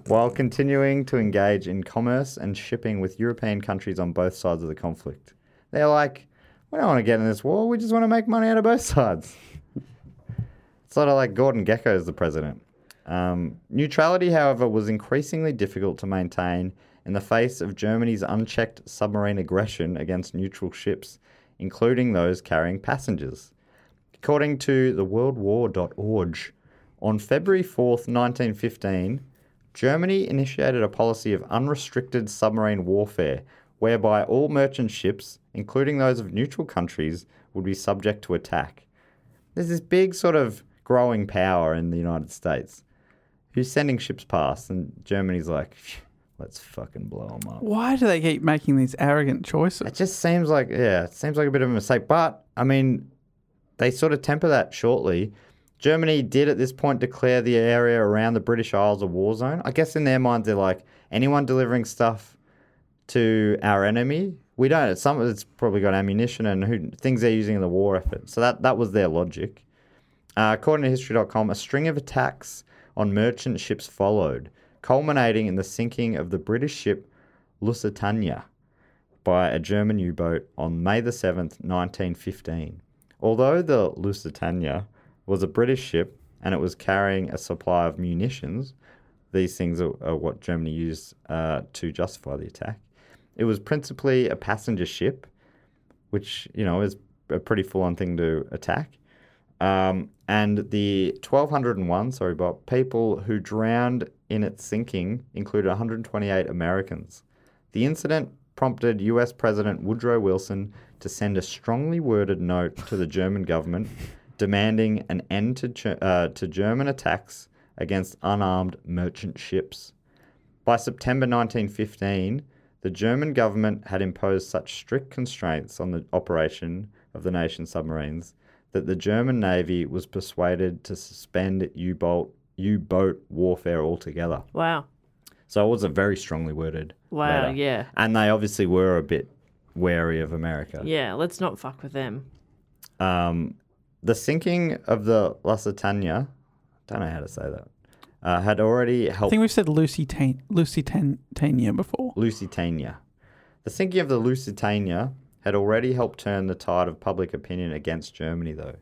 C: While continuing to engage in commerce and shipping with European countries on both sides of the conflict. They're like, we don't want to get in this war, we just want to make money out of both sides. Sort of like Gordon Gecko is the president. Um, neutrality, however, was increasingly difficult to maintain in the face of Germany's unchecked submarine aggression against neutral ships, including those carrying passengers. According to the worldwar.org, on February 4th, 1915, Germany initiated a policy of unrestricted submarine warfare whereby all merchant ships, including those of neutral countries, would be subject to attack there's this big sort of growing power in the United States who's sending ships past, and Germany's like, "Phew, let's fucking blow them up.
B: Why do they keep making these arrogant choices?
C: It just seems like, yeah, it seems like a bit of a mistake. But, I mean, they sort of temper that shortly. Germany did at this point declare the area around the British Isles a war zone. I guess in their minds, they're like, anyone delivering stuff to our enemy, we don't. It's some, it's probably got ammunition and who, things they're using in the war effort. So that, that was their logic. Uh, according to history.com, a string of attacks on merchant ships followed, culminating in the sinking of the British ship Lusitania by a German U boat on May the 7th, 1915. Although the Lusitania was a British ship and it was carrying a supply of munitions, these things are, are what Germany used uh, to justify the attack. It was principally a passenger ship, which, you know, is a pretty full on thing to attack. Um, and the 1,201, sorry, Bob, people who drowned in its sinking included 128 Americans. The incident prompted US President Woodrow Wilson to send a strongly worded note to the German government demanding an end to, Ger- uh, to German attacks against unarmed merchant ships. By September 1915, the German government had imposed such strict constraints on the operation of the nation's submarines that the German Navy was persuaded to suspend U-boat U-boat warfare altogether.
A: Wow.
C: So it was a very strongly worded.
A: Wow,
C: letter.
A: yeah.
C: And they obviously were a bit wary of America.
A: Yeah, let's not fuck with them.
C: Um, the sinking of the Lusitania, don't know how to say that, uh, had already
B: I
C: helped
B: think we've said Lucy Tan- Lucy Tan- Tania before.
C: Lusitania. The sinking of the Lusitania had already helped turn the tide of public opinion against Germany, though.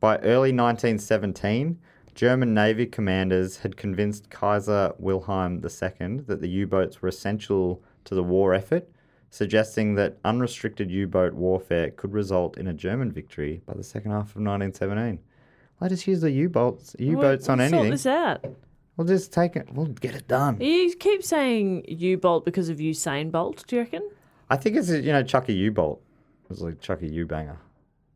C: By early 1917, German Navy commanders had convinced Kaiser Wilhelm II that the U boats were essential to the war effort, suggesting that unrestricted U boat warfare could result in a German victory by the second half of 1917. Let us use the U boats U boats on
A: We'll Sort
C: anything.
A: this out.
C: We'll just take it. We'll get it done.
A: You keep saying U-bolt because of Usain Bolt. Do you reckon?
C: I think it's you know Chuck a U bolt. It was like Chuck a U banger.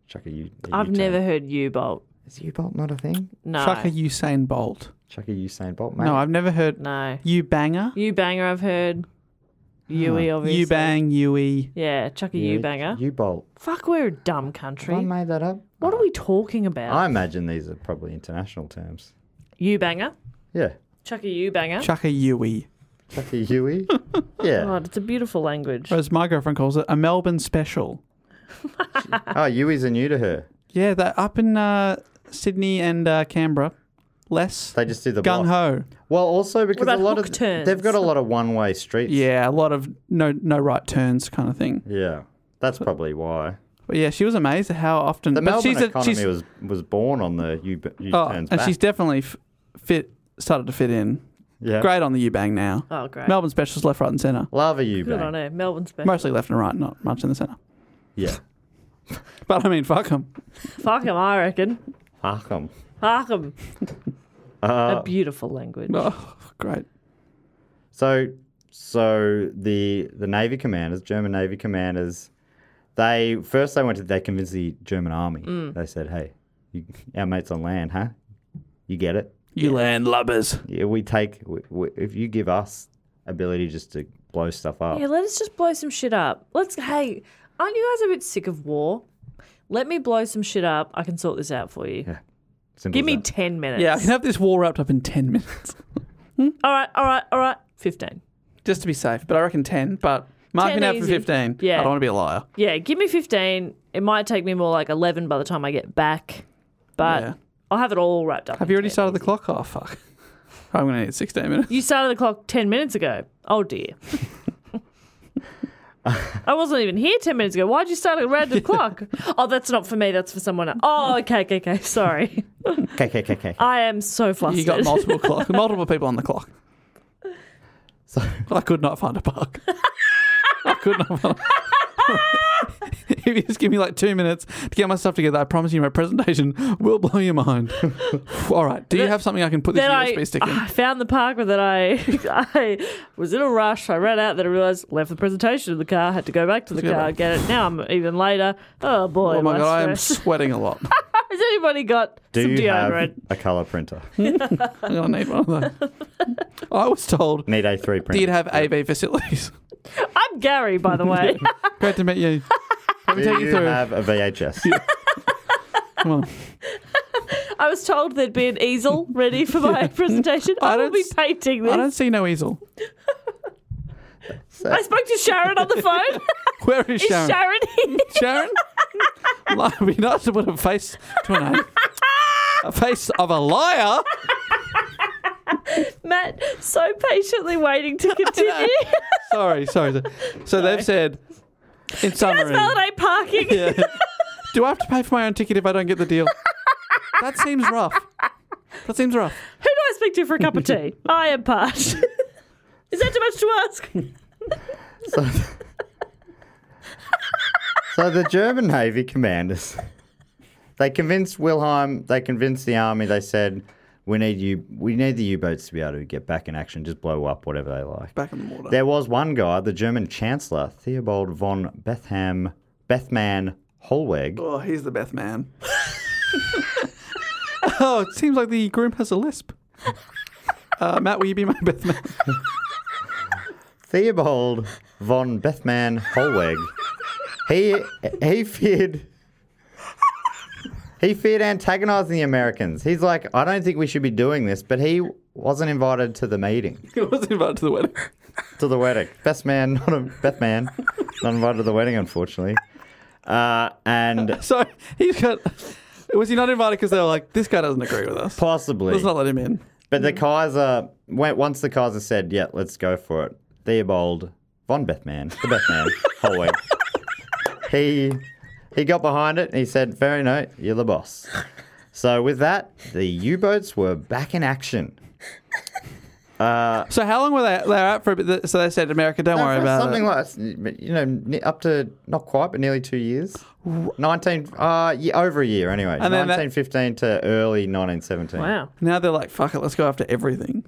C: Chuck a U. a
A: I've
C: U-turn.
A: never heard U-bolt.
C: Is U bolt not a thing?
A: No,
B: Chuck a Usain Bolt.
C: Chuck a Usain Bolt. Mate.
B: No, I've never heard
A: no.
B: you banger,
A: U banger. I've heard. Yui, obviously.
B: you bang, Yui.
A: Yeah, chuck a U banger.
C: U bolt.
A: Fuck, we're a dumb country.
C: I made that up.
A: What are we
C: I
A: talking about?
C: imagine these are probably international terms.
A: U banger.
C: Yeah.
A: Chuck a U banger.
B: Chuck a Yui,
C: Chuck a Yui. yeah.
A: God, it's a beautiful language.
B: or as my girlfriend calls it, a Melbourne special.
C: Oh, Yui's are new to her.
B: Yeah, that up in uh, Sydney and uh, Canberra, less
C: They just do the block.
B: gung ho.
C: Well, also because
A: about
C: a lot of
A: hook turns?
C: they've got a lot of one way streets.
B: Yeah, a lot of no no right turns kind of thing.
C: Yeah. That's probably why.
B: But yeah, she was amazed at how often.
C: The
B: but
C: Melbourne
B: she's a-
C: economy
B: she's-
C: was was born on the U U
B: Oh,
C: turns
B: and
C: back.
B: she's definitely f- fit, started to fit in.
C: yeah.
B: Great on the U bang now.
A: Oh, great.
B: Melbourne specials left, right, and centre.
C: Love a U
A: Good on
C: bang.
A: her. Melbourne special.
B: Mostly left and right, not much in the centre.
C: Yeah.
B: But I mean, fuck them.
A: Fuck 'em, I reckon.
C: Fuck 'em.
A: Fuck 'em.
B: Uh.
A: a beautiful language.
B: Oh, great.
C: So, so the the navy commanders, German navy commanders, they first they went to they convinced the German army. They said, "Hey, you, our mates on land, huh? You get it?
B: You landlubbers.
C: Yeah, we take we, we, if you give us ability just to blow stuff up.
A: Yeah, let us just blow some shit up. Let's. Hey, aren't you guys a bit sick of war? Let me blow some shit up. I can sort this out for you.
C: Simple
A: Give
C: as
A: me
C: that.
A: ten minutes.
B: Yeah, I can have this war wrapped up in 10 minutes
A: All right. All right. All right. Fifteen.
B: just to be safe. But I reckon 10. But Mark
A: 10
B: can have for
A: easy.
B: 15.
A: Yeah.
B: I don't want to be a liar.
A: Yeah, give me fifteen. It might take me more like eleven by the time I get back, but
B: Yeah.
A: I'll have it all wrapped up.
B: Have
A: in
B: you already
A: 10.
B: started the clock? Oh, fuck. I'm going to need 16 minutes.
A: You started the clock ten minutes ago. Oh dear. I wasn't even here ten minutes ago. Why'd you start at random clock? Oh, that's not for me. That's for someone else. Oh, okay, okay, okay. Sorry.
C: Okay, okay, okay, okay.
A: I am so flustered.
B: You got multiple clock, multiple people on the clock. So I could not find a bug. I could not find. A if you just give me like two minutes to get my stuff together, I promise you my presentation will blow your mind. All right. Do you have something I can put this
A: then I, Ah,
B: USB stick in?
A: I found the park, but then I, I was in a rush. I ran out, then I realised left the presentation in the car, had to go back to the
B: go
A: car,
B: back.
A: get it. Now I'm even later. Oh boy,
B: oh my
A: am I
B: god, I am
A: stressed.
B: sweating a lot.
A: Has anybody got
C: Do
A: some
C: you have
A: deodorant?
C: a color printer?
B: I'm gonna need one of those. I was told
C: Need A3 printer.
B: do you have AV facilities?
A: I'm Gary, by the way.
B: Great to meet you. Let me
C: Do
B: take
C: you
B: you through.
C: have a VHS?
B: Come on.
A: I was told there'd be an easel ready for my presentation.
B: I
A: I, will
B: don't
A: be
B: s-
A: painting
B: I don't
A: this.
B: see no easel.
A: I, spoke to Sharon on the phone.
B: Where is
A: Is
B: Sharon?
A: Sharon here?
B: Sharon? Well, It'd be nice to put a face to a name. A face of a liar.
A: Matt, so patiently waiting to continue.
B: Sorry, sorry. So they've said, in
A: That's
B: summary,
A: validate parking.
B: yeah. do I have to pay for my own ticket if I don't get the deal? That seems rough. That seems rough.
A: Who do I speak to for a cup of tea? I am parched. Is that too much to ask?
C: So the German Navy commanders, they convinced Wilhelm, they convinced the army. They said, "We need you. We need the U-boats to be able to get back in action, just blow up whatever they like."
B: Back in the water.
C: There was one guy, the German Chancellor Theobald von Betham Bethmann Holweg.
B: Oh, he's the Beth man. oh, it seems like the groom has a lisp. Uh, Matt, will you be my Beth man?
C: Theobald von Bethmann Holweg. He he feared. He feared antagonizing the Americans. He's like, I don't think we should be doing this, but he wasn't invited to the meeting,
B: He wasn't invited to the wedding.
C: to the wedding. Best man, not a best man, not invited to the wedding, unfortunately. Uh, and
B: So he's got. Was he not invited because they were like, this guy doesn't agree with us?
C: possibly,
B: Let's not let him in.
C: but the Kaiser went once. The Kaiser said, "Yeah, let's go for it." Theobald von Bethman, the Bethman, Holweg. He he got behind it and he said, "Very no, you're the boss." So with that, the U-boats were back in action.
B: So how long were they? They were out for a bit. So they said, America, don't worry about
C: something
B: it.
C: like you know, ne- up to not quite, but nearly two years. Nineteen, uh, ye- over a year anyway.
B: And then that-
C: Nineteen fifteen to early nineteen seventeen.
A: Wow.
B: now they're like, fuck it, let's go after everything.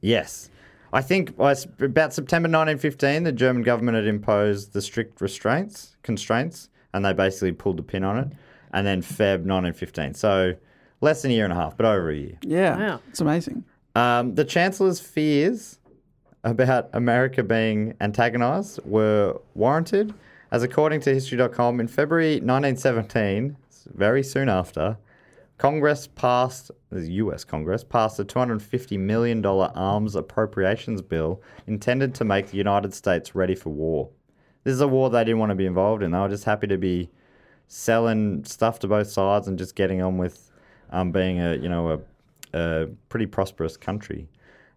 C: Yes. I think by s- about September 1915, the German government had imposed the strict restraints, constraints, and they basically pulled the pin on it. And then Feb 1915. So less than a year and a half, but over a year.
B: Yeah,
A: Wow.
B: it's amazing.
C: Um, the Chancellor's fears about America being antagonized were warranted, as according to History.com, in February 1917, s- very soon after, Congress passed, the US Congress passed a $250 million arms appropriations bill intended to make the United States ready for war. This is a war they didn't want to be involved in. They were just happy to be selling stuff to both sides and just getting on with um, being a you know a, a pretty prosperous country.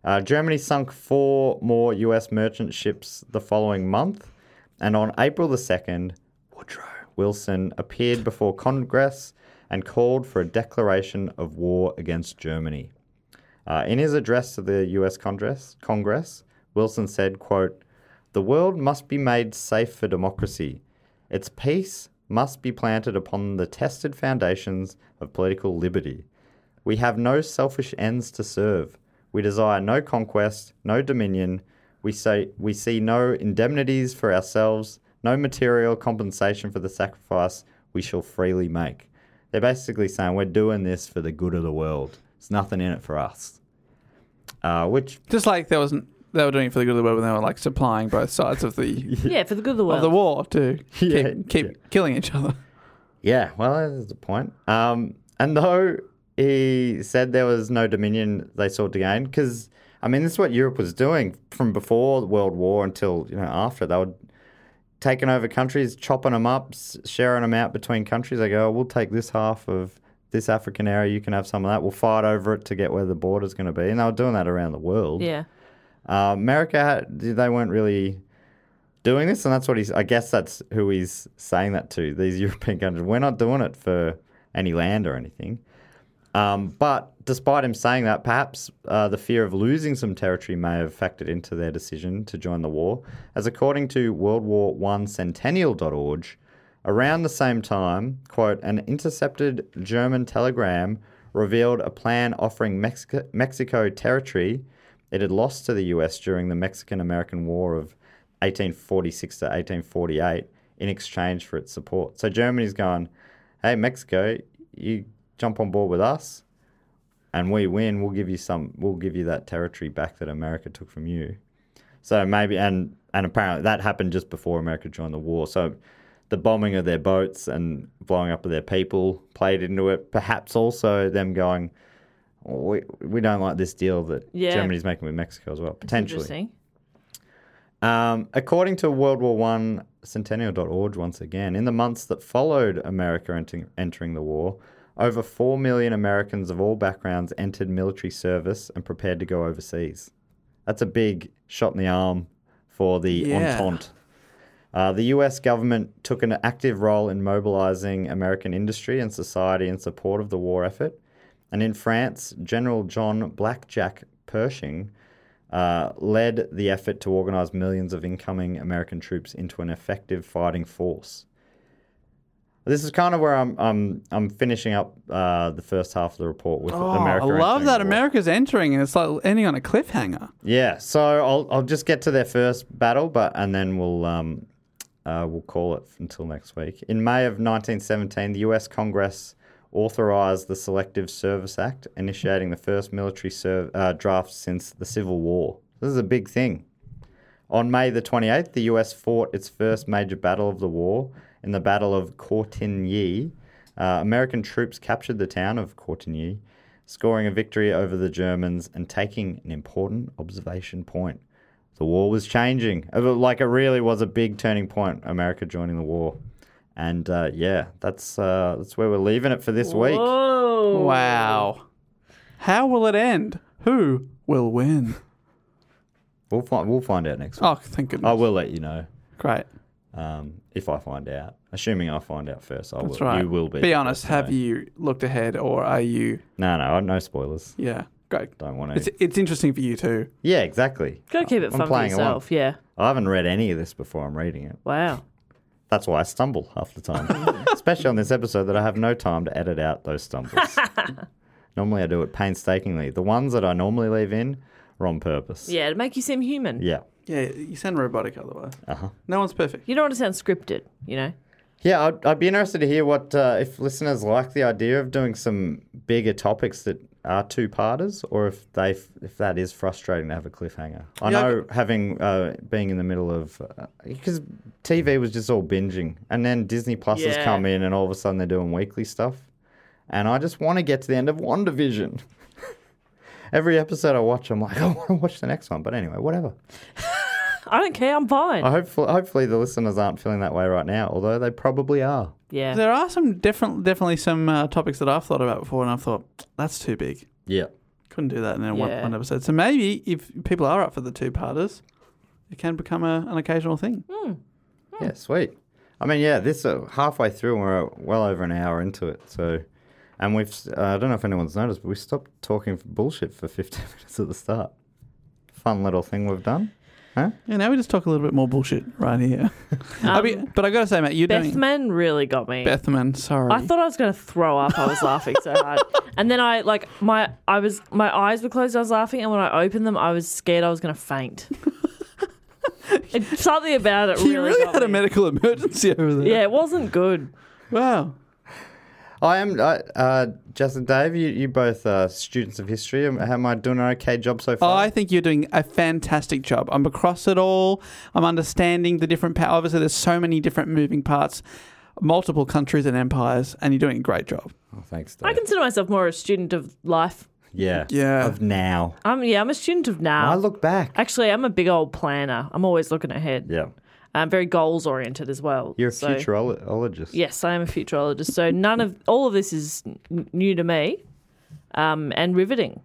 C: Uh, Germany sunk four more U.S. merchant ships the following month, and on April the second, Woodrow Wilson appeared before Congress and called for a declaration of war against Germany. Uh, in his address to the U.S. Congress, Congress, Wilson said, "quote The world must be made safe for democracy. Its peace must be planted upon the tested foundations of political liberty. We have no selfish ends to serve. We desire no conquest, no dominion. We say we see no indemnities for ourselves, no material compensation for the sacrifice we shall freely make. They're basically saying we're doing this for the good of the world. There's nothing in it for us. Uh, which
B: Just like there wasn't. They were doing it for the good of the world when they were like supplying both sides of the
A: Yeah, for the good of the world.
B: of the war to keep,
C: Yeah,
B: keep killing each other.
C: Yeah, well, there's the point. Um, and though he said there was no dominion they sought to gain, because I mean, this is what Europe was doing from before World War until you know after they were taking over countries, chopping them up, s- sharing them out between countries. They go, oh, we'll take this half of this African area, you can have some of that. We'll fight over it to get where the border's going to be, and they were doing that around the world.
A: yeah.
C: Uh, America, had, they weren't really doing this, and that's what he's. I guess that's who he's saying that to. These European countries, we're not doing it for any land or anything. Um, but despite him saying that, perhaps uh, the fear of losing some territory may have factored into their decision to join the war, as according to World War One Centennial.org, around the same time, quote, an intercepted German telegram revealed a plan offering Mexico, Mexico territory it had lost to the US during the Mexican American War of 1846 to 1848 in exchange for its support. So Germany's going, hey, Mexico, you jump on board with us and we win, we'll give you some, we'll give you that territory back that America took from you. So maybe, and, and apparently that happened just before America joined the war. So the bombing of their boats and blowing up of their people played into it. Perhaps also them going, "Oh, we, we don't like this deal that
A: Yeah.
C: Germany's making with Mexico as well, potentially.
A: Interesting.
C: Um, according to World War One Centennial.org, once again, in the months that followed America entering, entering the war, over 4 million Americans of all backgrounds entered military service and prepared to go overseas. That's a big shot in the arm for the
B: Yeah.
C: Entente. Uh, the US government took an active role in mobilizing American industry and society in support of the war effort. And in France, General John Blackjack Pershing uh, led the effort to organize millions of incoming American troops into an effective fighting force. This is kind of where I'm I'm, I'm finishing up uh, the first half of the report with
B: Oh,
C: America.
B: I love
C: entering
B: that
C: the war.
B: America's entering and it's like ending on a cliffhanger.
C: Yeah, so I'll I'll just get to their first battle, but and then we'll um uh, we'll call it until next week. In May of 1917, the U.S. Congress authorized the Selective Service Act, initiating the first military serv- uh, draft since the Civil War. This is a big thing. On May the 28th, the US fought its first major battle of the war in the Battle of Cortigny Uh, American troops captured the town of Courtigny, scoring a victory over the Germans and taking an important observation point. The war was changing. It was- Like, it really was a big turning point, America joining the war. And uh, yeah, that's uh, that's where we're leaving it for this week.
A: Whoa.
B: Wow. How will it end? Who will win?
C: We'll find we'll find out next week.
B: Oh, thank goodness.
C: I will let you know
B: Great.
C: um, if I find out. Assuming I find out first, I
B: That's
C: will.
B: right.
C: You will be.
B: Be honest. Have you looked ahead, or are you?
C: No, no, no spoilers.
B: Yeah. Great.
C: Don't want
B: It's
C: to.
B: it's interesting for you too.
C: Yeah, exactly.
A: Gotta keep it
C: I'm
A: fun for
C: playing along.
A: yourself. Yeah.
C: I haven't read any of this before I'm reading it.
A: Wow.
C: That's why I stumble half the time, especially on this episode that I have no time to edit out those stumbles. normally I do it painstakingly. The ones that I normally leave in are on purpose.
A: Yeah, to make you seem human.
C: Yeah.
B: Yeah. You sound robotic otherwise. Uh
C: Uh-huh.
B: huh. No one's perfect.
A: You don't want to sound scripted, you know?
C: Yeah, I'd, I'd be interested to hear what uh, if listeners like the idea of doing some bigger topics that are two parters, or if they f- if that is frustrating to have a cliffhanger. I
B: Yeah, I
C: know having uh, being in the middle of uh, because TV was just all binging, and then Disney Plus has
A: Yeah.
C: come in, and all of a sudden they're doing weekly stuff, and I just want to get to the end of WandaVision. Every episode I watch, I'm like, I want to watch the next one. But anyway, whatever.
A: I don't care. I'm fine.
C: I hopefully, hopefully the listeners aren't feeling that way right now, although they probably are.
A: yeah.
B: There are some different, definitely some uh, topics that I've thought about before, and I've thought that's too big.
C: Yeah.
B: Couldn't do that in a one,
A: Yeah.
B: one episode. So maybe if people are up for the two parters, it can become a, an occasional thing.
C: Yeah, sweet. I mean, yeah, this uh, halfway through, and we're well over an hour into it. So, and we've, s- uh, I don't know if anyone's noticed, but we stopped talking f- bullshit for 15 minutes at the start. Fun little thing we've done.
B: Yeah. Now we just talk a little bit more bullshit right here. I mean,
A: Um,
B: but I gotta say, Matt, you're doing
A: Bethman really got me.
B: Bethman. Sorry.
A: I thought I was going to throw up. I was laughing so hard. And then I like my I was my eyes were closed. I was laughing, and when I opened them, I was scared I was going to faint. it, something about it really.
B: you really
A: got
B: had a
A: me.
B: medical emergency over there.
A: Yeah, it wasn't good.
B: Wow.
C: I am, I, uh, Jess and Dave, you, you both are students of history. Am, am I doing an okay job so far?
B: I think you're doing a fantastic job. I'm across it all. I'm understanding the different power. Obviously, there's so many different moving parts, multiple countries and empires, and you're doing a great job.
C: Oh, thanks, Dave.
A: I consider myself more a student of life.
C: yeah.
B: Yeah.
C: Of now.
A: I'm yeah, I'm a student of now.
C: I look back.
A: Actually, I'm a big old planner. I'm always looking ahead.
C: yeah.
A: I'm very goals oriented as well.
C: You're a
A: So-
C: futurologist.
A: Yes, I am a futurologist. So none of all of this is n- new to me, um, and riveting,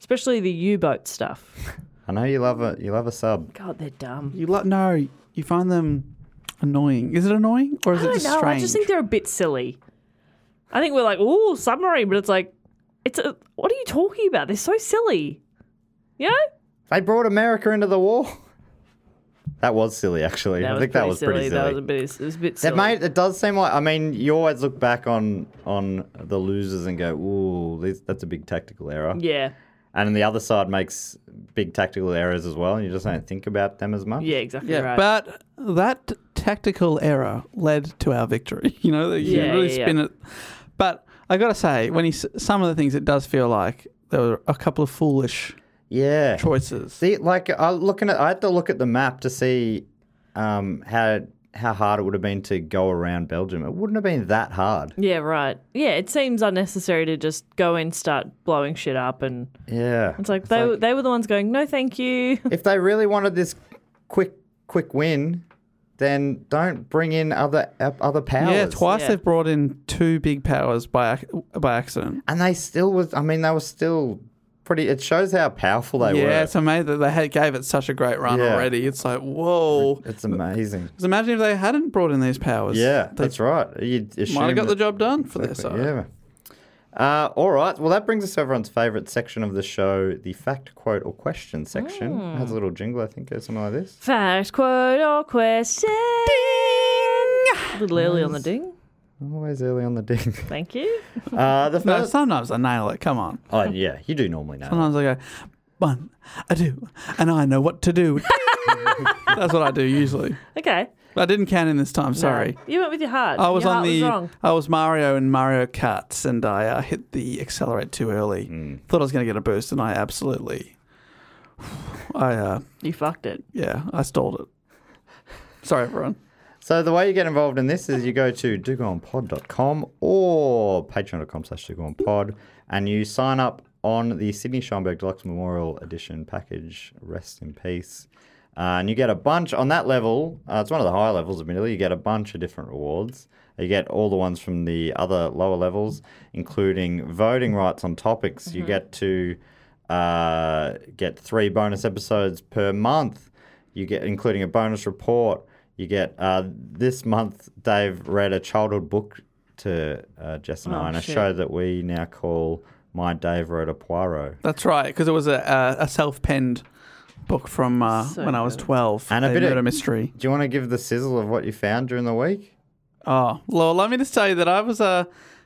A: especially the U-boat stuff.
C: I know you love a, you love a sub.
A: God, they're dumb.
B: You lo- no, you find them annoying. Is it annoying or is
A: I
B: it
A: don't
B: just
A: know.
B: strange?
A: I just think they're a bit silly. I think we're like, ooh, submarine, but it's like, it's a, what are you talking about? They're so silly. You know?
C: They brought America into the war. That was silly, actually. I think that was pretty silly.
A: That was a bit. It was a bit silly.
C: That mate, it does seem like. I mean, you always look back on on the losers and go, "Ooh, these- that's a big tactical error."
A: yeah.
C: And then the other side makes big tactical errors as well, and you just don't think about them as much.
A: Yeah. Exactly
B: yeah,
A: right.
B: but that tactical error led to our victory. You know, you
A: Yeah,
B: really
A: yeah, yeah.
B: spin it. But I gotta say, when he s- some of the things, it does feel like there were a couple of foolish
C: Yeah.
B: choices.
C: See, like I looking at, I had to look at the map to see um, how how hard it would have been to go around Belgium. It wouldn't have been that hard.
A: yeah. Right. Yeah. It seems unnecessary to just go and start blowing shit up, and
C: Yeah.
A: it's like they were they were the ones going, no, thank you.
C: if they really wanted this quick quick win, then don't bring in other ep- other powers.
B: Yeah, twice
A: Yeah.
B: they've brought in two big powers by ac- by accident.
C: And they still was. I mean, they were still pretty. It shows how powerful they
B: yeah,
C: were.
B: it's amazing that they had, gave it such a great run
C: Yeah.
B: already. It's like whoa.
C: it's amazing.
B: 'Cause imagine if they hadn't brought in these powers.
C: Yeah,
B: they
C: that's right. You'd assume
B: might have got the
C: that-
B: job done for their
C: Exactly,
B: side.
C: Yeah. Uh, all right. Well, that brings us to everyone's favourite section of the show, the fact, quote, or question section.
B: Hmm.
C: It has a little jingle, I think, or something like this.
A: Fact, quote, or question. A little early on the ding.
C: Always early on the ding.
A: Thank you.
C: Uh, the
B: No,
C: first.
B: sometimes I nail it. Come on.
C: Oh, yeah. You do normally know.
B: Sometimes I go one, I do, and I know what to do. that's what I do usually.
A: Okay. Uh,
B: I didn't count in this time. Sorry.
A: You went with your heart.
B: I was
A: your
B: on
A: heart
B: the.
A: Was wrong.
B: I was Mario in Mario Karts, and I uh, hit the accelerate too early.
C: Hmm.
B: Thought I was going to get a boost, and I absolutely, uh, I uh,
A: You fucked it.
B: yeah, I stalled it. Sorry, everyone.
C: So the way you get involved in this is you go to dugonpod.com or patreon.com slash dugonpod and you sign up on the Sydney Scheinberg Deluxe Memorial Edition package. Rest in peace. Uh, and you get a bunch on that level. Uh, it's one of the higher levels, admittedly. You get a bunch of different rewards. You get all the ones from the other lower levels, including voting rights on topics. You get to uh, get three bonus episodes per month. You get, including a bonus report. You get uh, this month. Dave read a childhood book to uh, Jess
A: Oh,
C: and I, and a show that we now call "My Dave Wrote a Poirot."
B: That's right, because it was a, a, a self-penned book from uh, when I was 12.
C: And a bit of-
B: murder mystery.
C: Do you want to give the sizzle of what you found during the week?
B: Oh, Lord, let me just tell you that I was uh,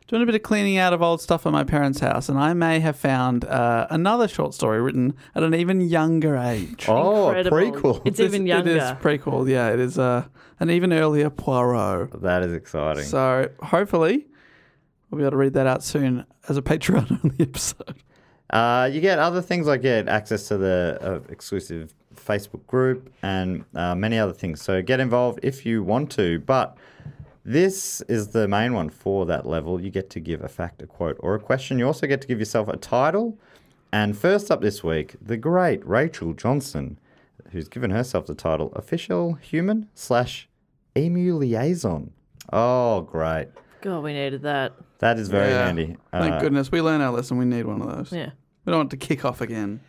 B: doing a bit of cleaning out of old stuff at my parents' house, and I may have found uh, another short story written at an even younger age.
C: Oh, a
A: Incredible.
C: prequel.
A: It's even younger.
B: It is prequel, yeah. It is uh, an even earlier Poirot.
C: that is exciting.
B: So hopefully we'll be able to read that out soon as a Patreon only episode.
C: Uh, you get other things like get access to the uh, exclusive Facebook group and uh, many other things. So get involved if you want to. But this is the main one for that level. You get to give a fact, a quote, or a question. You also get to give yourself a title. And first up this week, the great Rachel Johnson, who's given herself the title official human slash emu liaison. Oh, great!
A: God, we needed that.
C: That is very
B: Yeah.
C: handy.
B: Thank
C: Uh,
B: goodness. We learned our lesson. We need one of those.
A: Yeah.
B: We don't want it to kick off again.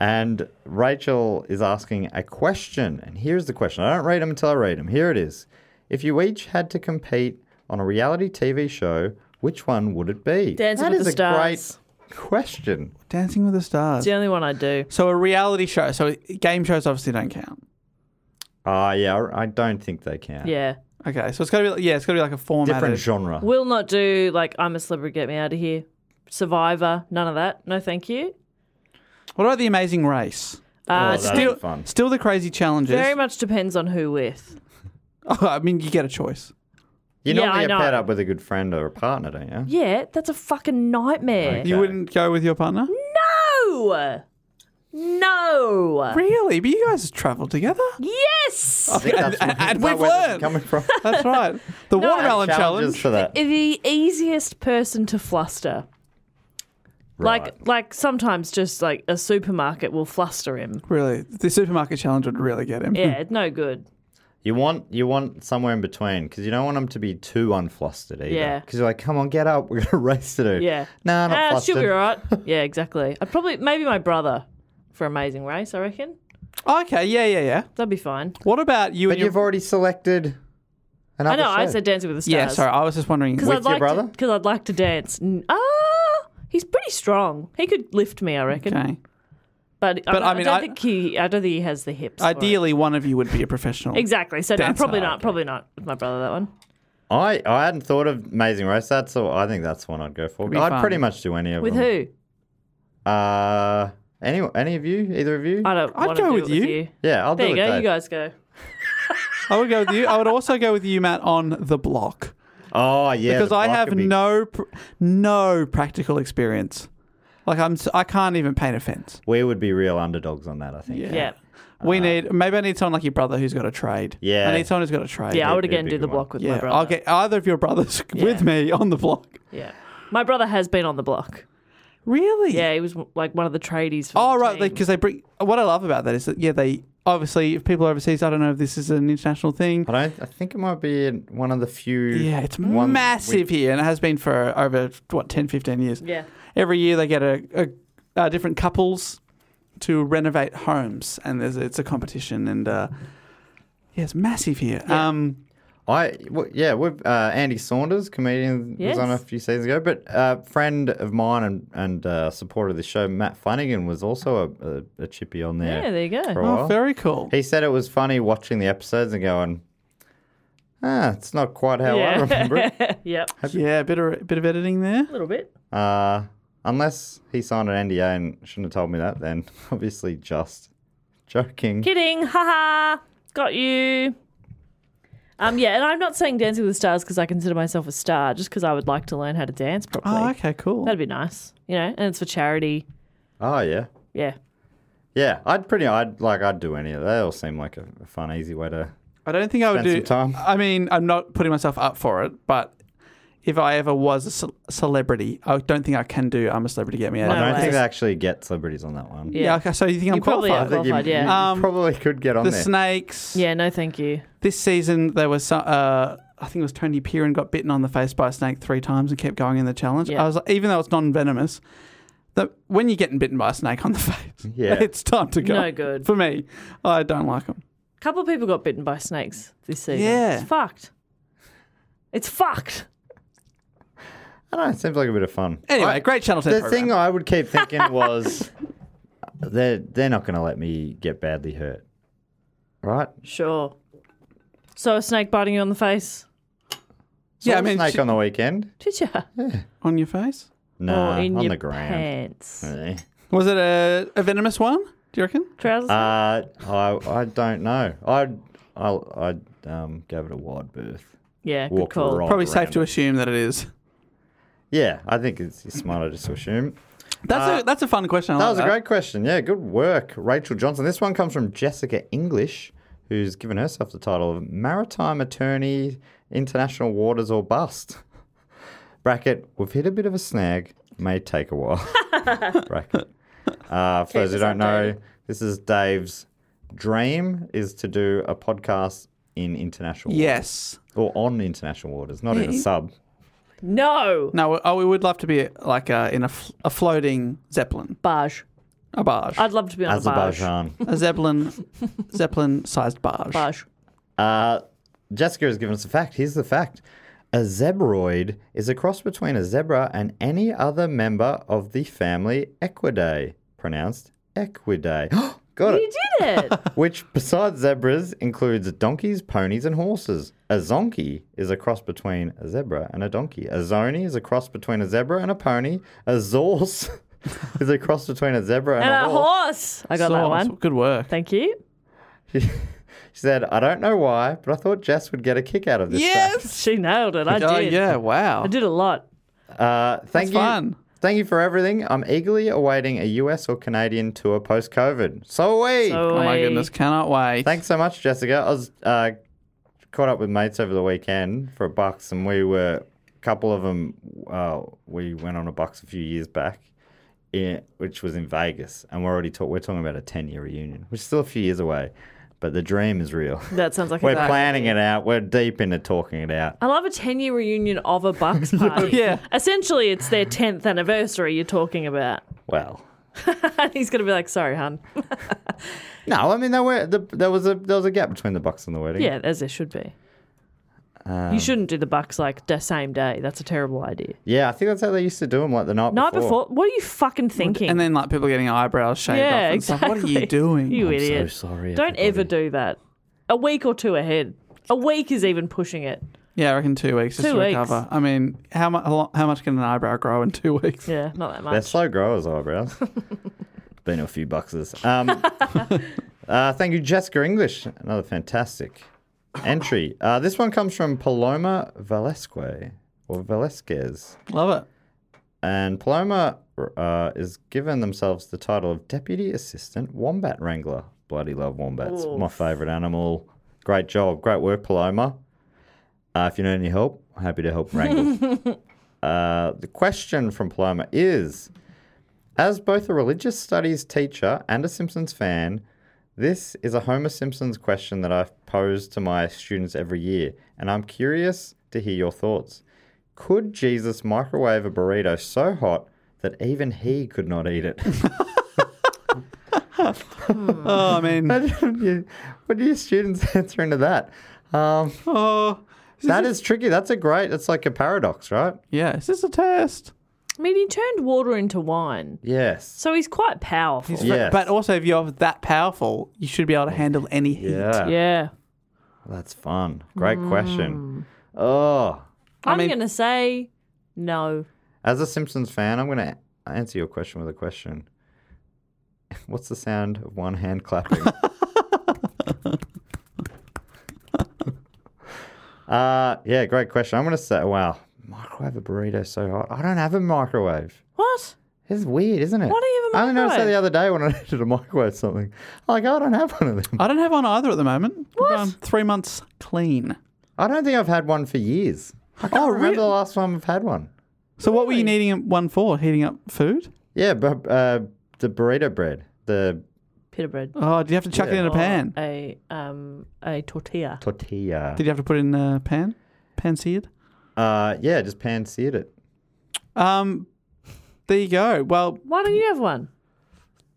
C: And Rachel is asking a question. And here's the question. I don't read them until I read them. Here it is. If you each had to compete on a reality TV show, which one would it be?
A: Dancing
C: That
A: with
C: is
A: the
C: a
A: Stars.
C: great question.
B: Dancing with the Stars.
A: It's the only one I do.
B: So a reality show. So game shows obviously don't count.
C: Ah, yeah, I I don't think they can.
A: Yeah.
B: Okay, so it's gotta be like- yeah, it's gotta be like a format.
C: Different genre.
A: Will not do like I'm a celebrity, get me out of here. Survivor, none of that. No, thank you.
B: What about the Amazing Race?
A: Uh,
C: Oh, that'd be
B: Still,
C: fun.
B: still the crazy challenges.
A: very much depends on who with.
B: Oh, I mean, you get a choice.
C: You
A: Yeah,
C: normally
A: I
C: are paired
A: know.
C: up with a good friend or a partner, don't you?
A: Yeah, that's a fucking nightmare.
C: Okay.
B: You wouldn't go with your partner?
A: No, no.
B: Really? But you guys travel together?
A: Yes.
C: I think that's
B: And- and
C: is that
B: we've
C: where this is
B: learned.
C: coming from.
B: That's right. The watermelon
C: Challenges
B: challenge.
C: for that.
A: The easiest person to fluster. Like,
C: Right.
A: like sometimes just like a supermarket will fluster
C: Hmm.
A: him.
B: Really, the supermarket challenge would really get him.
A: Yeah, no good.
C: You want you want somewhere in between because you don't want them to be too unflustered either.
A: Yeah.
C: Because you're like, come on, get up, we're gonna race to do.
A: Yeah.
C: No, nah, not
A: Ah,
C: flustered.
A: she'll be all right. Yeah, exactly. I'd probably maybe my brother for Amazing Race. I reckon
B: Okay. Yeah. Yeah. Yeah.
A: that'd be fine.
B: What about you
C: But
B: and your
C: you've already selected. Another
A: I know. I
C: show.
A: said Dancing with the Stars.
B: Yeah. Sorry, I was just wondering.
A: Because I'd
C: your
A: like
C: brother?
A: Because I'd like to dance. N- Ah, he's pretty strong. He could lift me, I reckon.
B: Okay.
A: But, I,
B: But, I
A: I
B: mean,
A: don't
B: I-
A: think he. I don't think he has the hips. for it.
B: Ideally, one of you would be a professional.
A: Exactly. So no,
B: Dancer,
A: probably not.
B: okay.
A: Probably not with my brother. That one.
C: I I hadn't thought of Amazing Race. That's all. I think that's the one I'd go for.
B: It'd be
C: I'd
B: fun.
C: pretty much do any of
A: With
C: them.
A: who?
C: who? Uh, any any of you? Either of you?
A: I don't.
B: I'd
A: wanna
B: go
A: do
B: with
A: it
B: you.
A: with you.
C: yeah, I'll
A: There
C: do
A: you
C: it.
A: go.
C: Dave.
A: You guys go.
B: I would go with you. I would also go with you, Matt, on the block
C: Oh yeah,
B: because
C: the
B: I
C: block
B: have
C: would be-
B: no pr- no practical experience. Like I'm, s- I can't even paint a fence.
C: We would be real underdogs on that. I think.
A: Yeah.
B: Yeah.
A: Yeah.
B: We need maybe I need someone like your brother who's got a trade.
C: Yeah.
B: I need someone who's got a trade.
A: I would
C: it'd
A: again
C: be
A: do
C: a
A: the
C: good one.
A: block with my
B: Yeah.
A: brother.
B: I'll get either of your brothers with me on the block.
A: Yeah. My brother has been on the block.
B: Really?
A: Yeah, he was like one of the tradies. For
B: Oh
A: the
B: right,
A: team.
B: because they bring. What I love about that is that yeah, they obviously if people are overseas, I don't know if this is an international thing.
C: But I, I think it might be in one of the few.
B: Yeah, it's
C: ones we-
B: massive here, and it has been for over what 10, 15 years.
A: Yeah.
B: every year they get a, a, uh different couples to renovate homes, and there's it's a competition, and uh, yeah, it's massive here. Um,
C: I w- yeah, we've uh, Andy Saunders, comedian,
A: Yes.
C: was on a few seasons ago. But a friend of mine and and uh, supporter of the show, Matt Funnigan, was also a, a, a chippy on there.
A: Yeah, there you go.
C: for a
B: oh,
C: while.
B: very cool.
C: He said it was funny watching the episodes and going, ah, it's not quite how I
A: Yeah.
C: remember it.
A: Yep. A
B: Yeah, a bit of bit of editing there.
A: little bit.
C: Uh, unless he signed an NDA and shouldn't have told me that, then obviously just joking.
A: Kidding. Haha. Got you. Um, yeah, and I'm not saying Dancing with the Stars because I consider myself a star, just because I would like to learn how to dance properly.
B: Oh, okay, cool.
A: That'd be nice, you know. And it's for charity.
C: Oh yeah.
A: Yeah.
C: Yeah, I'd pretty, I'd like, I'd do any of that. They all seem like a, a fun, easy way to
B: I don't think I would do.
C: Spend some time.
B: I mean, I'm not putting myself up for it, but if I ever was a ce- celebrity, I don't think I can do. I'm a celebrity. Get me out.
C: I
B: of
A: No
B: here."
C: don't
A: way.
C: think they actually get celebrities on that one.
A: Yeah.
B: Yeah. Okay, so you think I'm
A: You probably
B: qualified?
A: are
C: I think you,
A: Qualified, yeah.
C: you
B: Um,
C: probably could get on
B: the
C: there.
B: snakes.
A: Yeah, no, thank you.
B: This season there was some. Uh, I think it was Tony Piran got bitten on the face by a snake three times and kept going in the challenge.
A: Yeah.
B: I was like, even though it's non-venomous, that when you're getting bitten by a snake on the face,
C: Yeah.
B: it's time to go.
A: No good.
B: for me. I don't like them.
A: A couple of people got bitten by snakes this season.
B: Yeah.
A: It's fucked. It's fucked.
C: I don't know. It seems like a bit of fun.
B: Anyway,
C: I-
B: great Channel Ten.
C: The
B: program.
C: thing I would keep thinking was they're, they're not going to let me get badly hurt. Right?
A: Sure. So a snake biting you on the face.
B: yeah,
C: Saw
B: I
C: a
B: mean,
C: snake
B: sh-
C: on the weekend.
A: Did ya?
B: on your face.
C: No,
A: or in
C: on
A: your
C: the ground.
A: pants.
C: Eh.
B: Was it a, a venomous one? Do you reckon?
A: Trousers?
C: Uh, I I don't know. I I I um gave it a wide berth.
A: yeah, good
C: walk
A: call.
C: right.
B: Probably
C: around
B: safe to
C: it.
B: assume that it is.
C: Yeah, I think it's, it's smarter just to assume.
B: That's a that's a fun question.
C: Uh,
B: I
C: That
B: like
C: was a great question. Yeah, good work, Rachel Johnson. This one comes from Jessica English, who's given herself the title of Maritime Attorney, International Waters or Bust. Bracket, we've hit a bit of a snag, may take a while. Bracket. Uh, for those who
A: us
C: don't know, this is Dave's dream is to do a podcast in international waters.
B: Yes.
C: Or on international waters, not in a sub.
A: No.
B: No. we- Oh, we would love to be like uh, in a, fl- a floating zeppelin,
A: Barge.
B: a barge,
A: I'd love to be on a barge.
C: Azerbaijan.
B: a zeppelin, zeppelin-sized barge.
A: Barge.
C: Uh, Jessica has given us a fact. Here's the fact. A zebroid is a cross between a zebra and any other member of the family Equidae, pronounced Equidae. Got
A: You
C: it.
A: did it.
C: Which, besides zebras, includes donkeys, ponies, and horses. A zonkey is a cross between a zebra and a donkey. A zony is a cross between a zebra and a pony. A zorse is a cross between a zebra and,
A: and a
C: horse.
A: horse. I got that
B: Sauce.
A: one.
B: Good work.
A: Thank you.
C: She said, I don't know why, but I thought Jess would get a kick out of this. fact."
B: Yes.
A: She nailed it. I did.
B: Oh yeah. Wow.
A: I did a lot.
C: Uh, thank
B: That's
C: you.
B: fun.
C: Thank you for everything. I'm eagerly awaiting a US or Canadian tour post COVID. So are we.
A: So
B: Oh my
A: we-
B: goodness! Cannot wait.
C: Thanks so much, Jessica. I was uh, caught up with mates over the weekend for a bucks, and we were a couple of them. Uh, we went on a bucks a few years back, in, which was in Vegas, and we're already talk, we're talking about a ten year reunion, which is still a few years away, but the dream is real.
A: That sounds like a
C: we're
A: good
C: planning
A: idea.
C: it out. We're deep into talking it out.
A: I love a 10 year reunion of a Bucks party.
B: Yeah.
A: Essentially, it's their 10th anniversary you're talking about.
C: Well.
A: And he's going to be like, sorry, hun.
C: No, I mean there were the, there was a there was a gap between the bucks and the wedding.
A: Yeah, as there should be. you
B: Um,
A: shouldn't do the Bucks like the same day. That's a terrible idea.
C: Yeah, I think that's how they used to do them, like the night
A: Night
C: before.
A: before, what are you fucking thinking?
B: And then like people getting eyebrows shaved off.
A: yeah,
B: And
A: exactly.
B: stuff. What are you doing?
A: You idiot.
C: sorry,
A: Don't ever do that. A week or two ahead. A week is even pushing it.
B: Yeah, I reckon two weeks just
A: Two
B: to
A: weeks.
B: recover. I mean, how much how, lo- how much can an eyebrow grow in two weeks?
A: Yeah, not that
C: They're
A: much.
C: slow growers, eyebrows. Been a few boxes. Um, uh, thank you, Jessica English. Another fantastic entry. Uh, this one comes from Paloma Velasquez or Velasquez,
B: Love it.
C: and Paloma uh, is given themselves the title of Deputy Assistant Wombat Wrangler. Bloody love wombats. My favourite animal. Great job. Great work, Paloma. Uh, if you need any help, I'm happy to help wrangle. uh, the question from Paloma is As both a religious studies teacher and a Simpsons fan, this is a Homer Simpson's question that I've posed to my students every year, and I'm curious to hear your thoughts. Could Jesus microwave a burrito so hot that even he could not eat it?
B: Oh, I mean,
C: You- what do your students answer into that? Um,
B: oh,
C: that is tricky. That's a great, it's like a paradox, right?
B: yeah. Is this a test?
A: I mean, he turned water into wine.
C: Yes.
A: So he's quite powerful.
C: Yes.
B: But also, if you're that powerful, you should be able to handle any heat.
C: yeah.
A: yeah.
C: That's fun. Great question. Oh,
A: I'm
B: mean-
A: going to say no.
C: As a Simpsons fan, I'm going to answer your question with a question. What's the sound of one hand clapping? uh, yeah, great question. I'm going to say, wow, microwave a burrito so hot. I don't have a microwave.
A: What?
C: It's weird, isn't it?
A: Why don't you have a
C: I only noticed that the
A: microwave?
C: other day when I needed a microwave something. I'm like, oh, I don't have one of them.
B: I don't have one either at the moment. What? three months clean.
C: I don't think I've had one for years. I can't remember
B: really?
C: the last time I've had one.
B: So what were you needing one for? Heating up food?
C: Yeah, but uh, the burrito bread, the
A: Pita bread.
B: Oh, did you have to chuck it in a
A: Or
B: pan?
A: A um a tortilla.
C: tortilla.
B: Did you have to put it in a pan? Pan seared?
C: Uh, yeah, just pan seared it.
B: Um, there you go. Well,
A: Why don't you have one?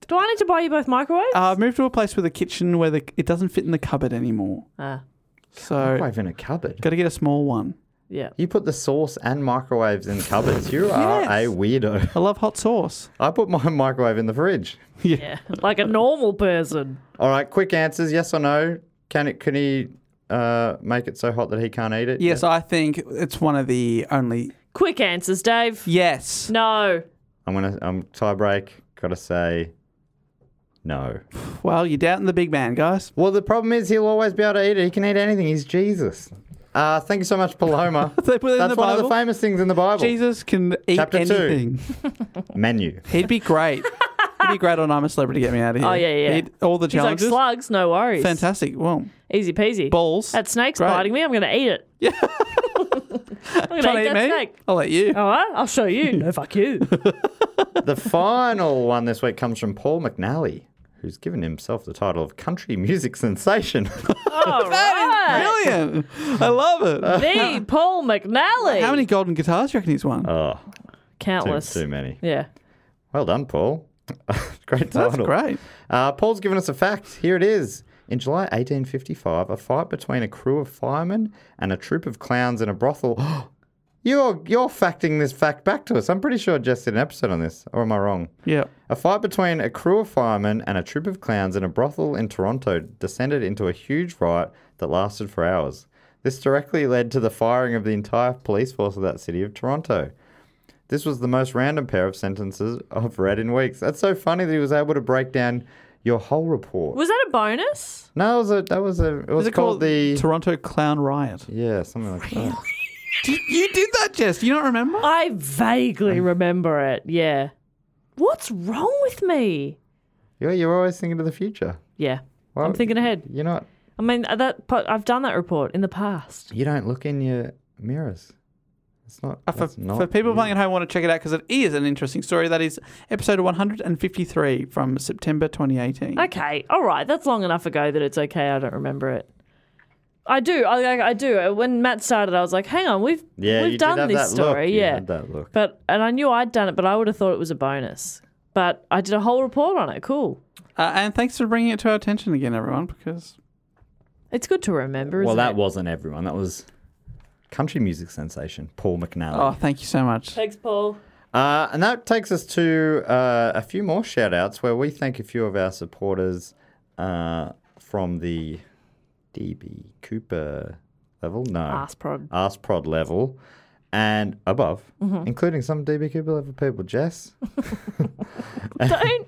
A: Do I need to buy you both microwaves?
B: uh, I've moved to a place with a kitchen where the, it doesn't fit in the cupboard anymore.
A: ah,
B: So
C: Microwave in a cupboard.
B: got to get a small one.
A: yeah.
C: You put the sauce and microwaves in cupboards. You are
B: Yes.
C: a weirdo.
B: I love hot sauce.
C: I put my microwave in the fridge.
A: Yeah. Like a normal person.
C: All right, quick answers: yes or no. Can it? Can he uh, make it so hot that he can't eat it?
B: Yes, I think it's one of the only.
A: Quick answers, Dave.
B: Yes.
A: No.
C: I'm gonna. I'm tie break. Gotta say, no.
B: Well, you're doubting the big man, guys.
C: Well, the problem is he'll always be able to eat it. He can eat anything. He's Jesus. Uh, thank you so much, Paloma.
B: They put it in
C: That's
B: the
C: one of the
B: Bible.
C: famous things in the Bible.
B: Jesus can eat
C: Oh. Chapter two.
B: anything.
C: Menu.
B: He'd be great. He'd be great on I'm a Celebrity. Get me out of here.
A: Oh, yeah, yeah.
B: He'd, all the
A: He's like
B: challenges.
A: slugs, no worries.
B: Fantastic. Well,
A: Easy peasy.
B: balls.
A: That snake's
B: Great.
A: biting me. I'm going to eat it. Yeah. I'm going to
B: Trying to
A: eat that
B: eat me?
A: snake.
B: I'll let you.
A: All right, I'll show you. No, fuck you.
C: The final one this week comes from Paul McNally, who's given himself the title of country music sensation.
A: All right.
B: Brilliant. I love it.
A: The Paul McNally.
B: How many golden guitars do you reckon he's won?
C: oh, too,
A: Countless.
C: too many.
A: Yeah.
C: Well done, Paul. great title.
B: That's great.
C: Uh, Paul's given us a fact. Here it is. In July 1855, a fight between a crew of firemen and a troop of clowns in a brothel. you're you're facting this fact back to us. I'm pretty sure Jess did an episode on this, or am I wrong?
B: Yeah.
C: A fight between a crew of firemen and a troop of clowns in a brothel in Toronto descended into a huge riot that lasted for hours. This directly led to the firing of the entire police force of that city of Toronto. This was the most random pair of sentences I've read in weeks. That's so funny that he was able to break down your whole report.
A: Was that a bonus?
C: no, it was a, that was a. It was
B: Is it
C: called the.
B: Toronto Clown Riot?
C: yeah, something like that.
B: Did, you did that, Jess. Do you not remember?
A: I vaguely
B: Um,
A: remember it. Yeah. What's wrong with me?
C: Yeah, you're always thinking of the future.
A: Yeah.
C: Well,
A: I'm thinking ahead.
C: You're not.
A: I mean, uh, that po- I've done that report in the past.
C: You don't look in your mirrors. It's not.
B: Uh, for,
C: that's not
B: for people
C: you.
B: playing at home, want to check it out because it is an interesting story. That is episode 153 from September 2018.
A: Okay, all right, that's long enough ago that it's okay. I don't remember it. I do, I, I, I do. Uh, When Matt started, I was like, "Hang on, we've
C: Yeah,
A: we've
C: you did
A: done
C: have
A: this
C: that look.
A: story,
C: You
A: yeah."
C: had that look.
A: But and I knew I'd done it, but I would have thought it was a bonus. But I did a whole report on it. Cool.
B: Uh, and thanks for bringing it to our attention again, everyone, because
A: It's good to remember.
C: well,
A: isn't
C: that
A: it?
C: wasn't everyone. That was country music sensation Paul
B: oh,
C: McNally.
B: thank you so much.
A: Thanks, Paul.
C: Uh, and that takes us to uh, a few more shout outs where we thank a few of our supporters uh, from the DB Cooper level. No.
A: Ass prod. Mm-hmm.
C: Ask prod level and above, including some DB Cooper level people, Jess.
A: don't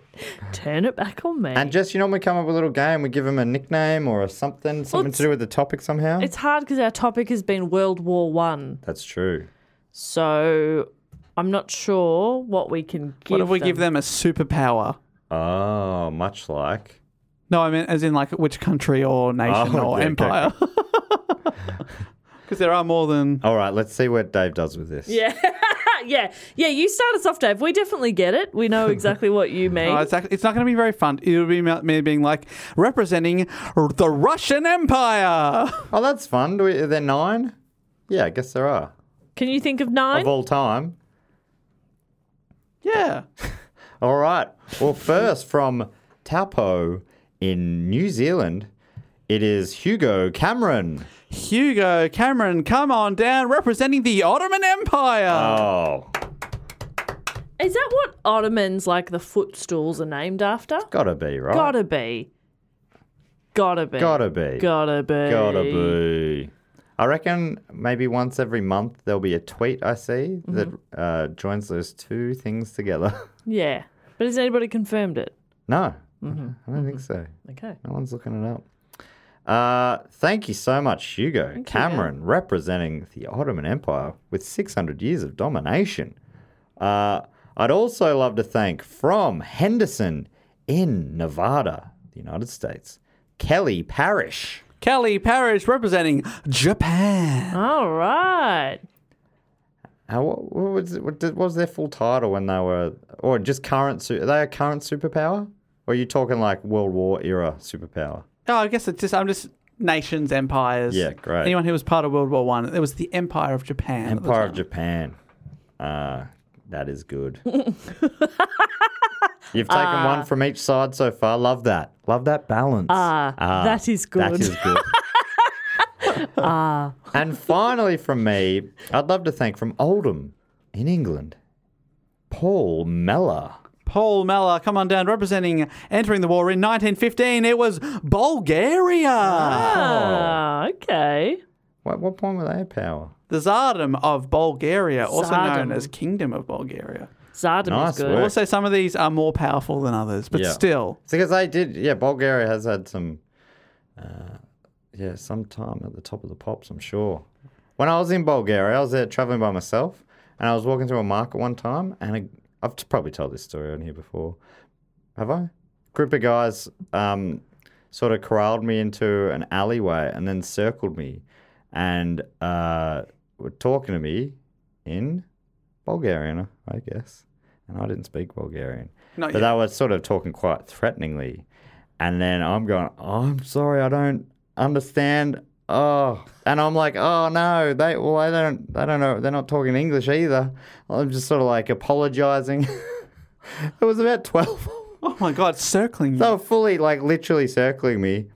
A: turn it back on me.
C: And Jess, you know, when we come up with a little game, we give them a nickname or a something, something
A: it's-
C: to do with the topic somehow.
A: it's hard because our topic has been World War One,
C: That's true.
A: so I'm not sure what we can give.
B: What if we
A: them.
B: give them a superpower?
C: Oh, much like.
B: No, I mean as in like which country or nation
C: Oh,
B: or
C: yeah, okay.
B: empire. Because there are more than
C: All right, let's see what Dave does with this.
A: Yeah. yeah. Yeah, you start us off, Dave. We definitely get it. We know exactly what you mean.
B: Oh, it's, act- it's not going to be very fun. It'll be me- me being like representing r- the Russian Empire.
C: Oh, that's fun. Do we, are there nine? Yeah, I guess there are.
A: Can you think of nine?
C: Of all time.
B: yeah.
C: All right. Well, first from Taupo in New Zealand, it is Hugo Cameron.
B: Hugo Cameron, come on down, representing the Ottoman Empire.
C: Oh,
A: Is that what Ottomans, like the footstools, are named after?
C: gotta be, right?
A: Gotta be. Gotta be.
C: Gotta be.
A: Gotta be.
C: Gotta be. I reckon maybe once every month there'll be a tweet I see that
A: Mm-hmm.
C: uh, joins those two things together.
A: Yeah. But has anybody confirmed it?
C: no,
A: Mm-hmm.
C: I don't think so.
A: Okay.
C: No one's looking it up. Uh, thank you so much, Hugo Cameron, representing the Ottoman Empire with 600 years of domination. Uh, I'd also love to thank from Henderson in Nevada, the United States, Kelly Parrish.
B: Kelly Parrish representing Japan.
A: All right.
C: Uh, what, what, was, what did- what was their full title when they were, or just current? Su- are they a current superpower, or are you talking like World War era superpower?
B: Oh, I guess it's just I'm just nations, empires.
C: Yeah, great.
B: Anyone who was part of World War One, it was the Empire of Japan. at the
C: Empire of
B: time.
C: Japan. Uh, that is good. You've taken
A: Uh,
C: one from each side so far. Love that. Love that balance.
A: Ah, that is good. Uh.
C: That is good. And finally, from me, I'd love to thank from Oldham in England, Paul Meller.
B: Paul Meller, come on down, representing entering the war in 1915. It was Bulgaria,
A: Ah, okay.
C: What, what point were they in power?
B: the Tsardom of Bulgaria, also known
A: Tsardom.
B: as Kingdom of Bulgaria.
A: Zardom
C: Nice
A: is good.
C: work.
B: Also, some of these are more powerful than others, but
C: Yeah.
B: still,
C: It's because they did. Yeah, Bulgaria has had some. Uh, yeah, some time at the top of the pops, I'm sure. When I was in Bulgaria, I was there traveling by myself, and I was walking through a market one time, and a, I've t- probably told this story on here before. Have I? Group of guys um, sort of corralled me into an alleyway and then circled me, and uh, were talking to me in Bulgarian, I guess. And I didn't speak Bulgarian.
B: Not
C: but
B: yet.
C: they were sort of talking quite threateningly. And then I'm going, "Oh, I'm sorry, I don't understand. Oh, and I'm like, oh no, they well, they don't, they don't know, they're not talking English either. I'm just sort of like apologizing. it was about twelve.
B: oh my God, circling.
C: They
B: you.
C: were fully, like, literally circling me,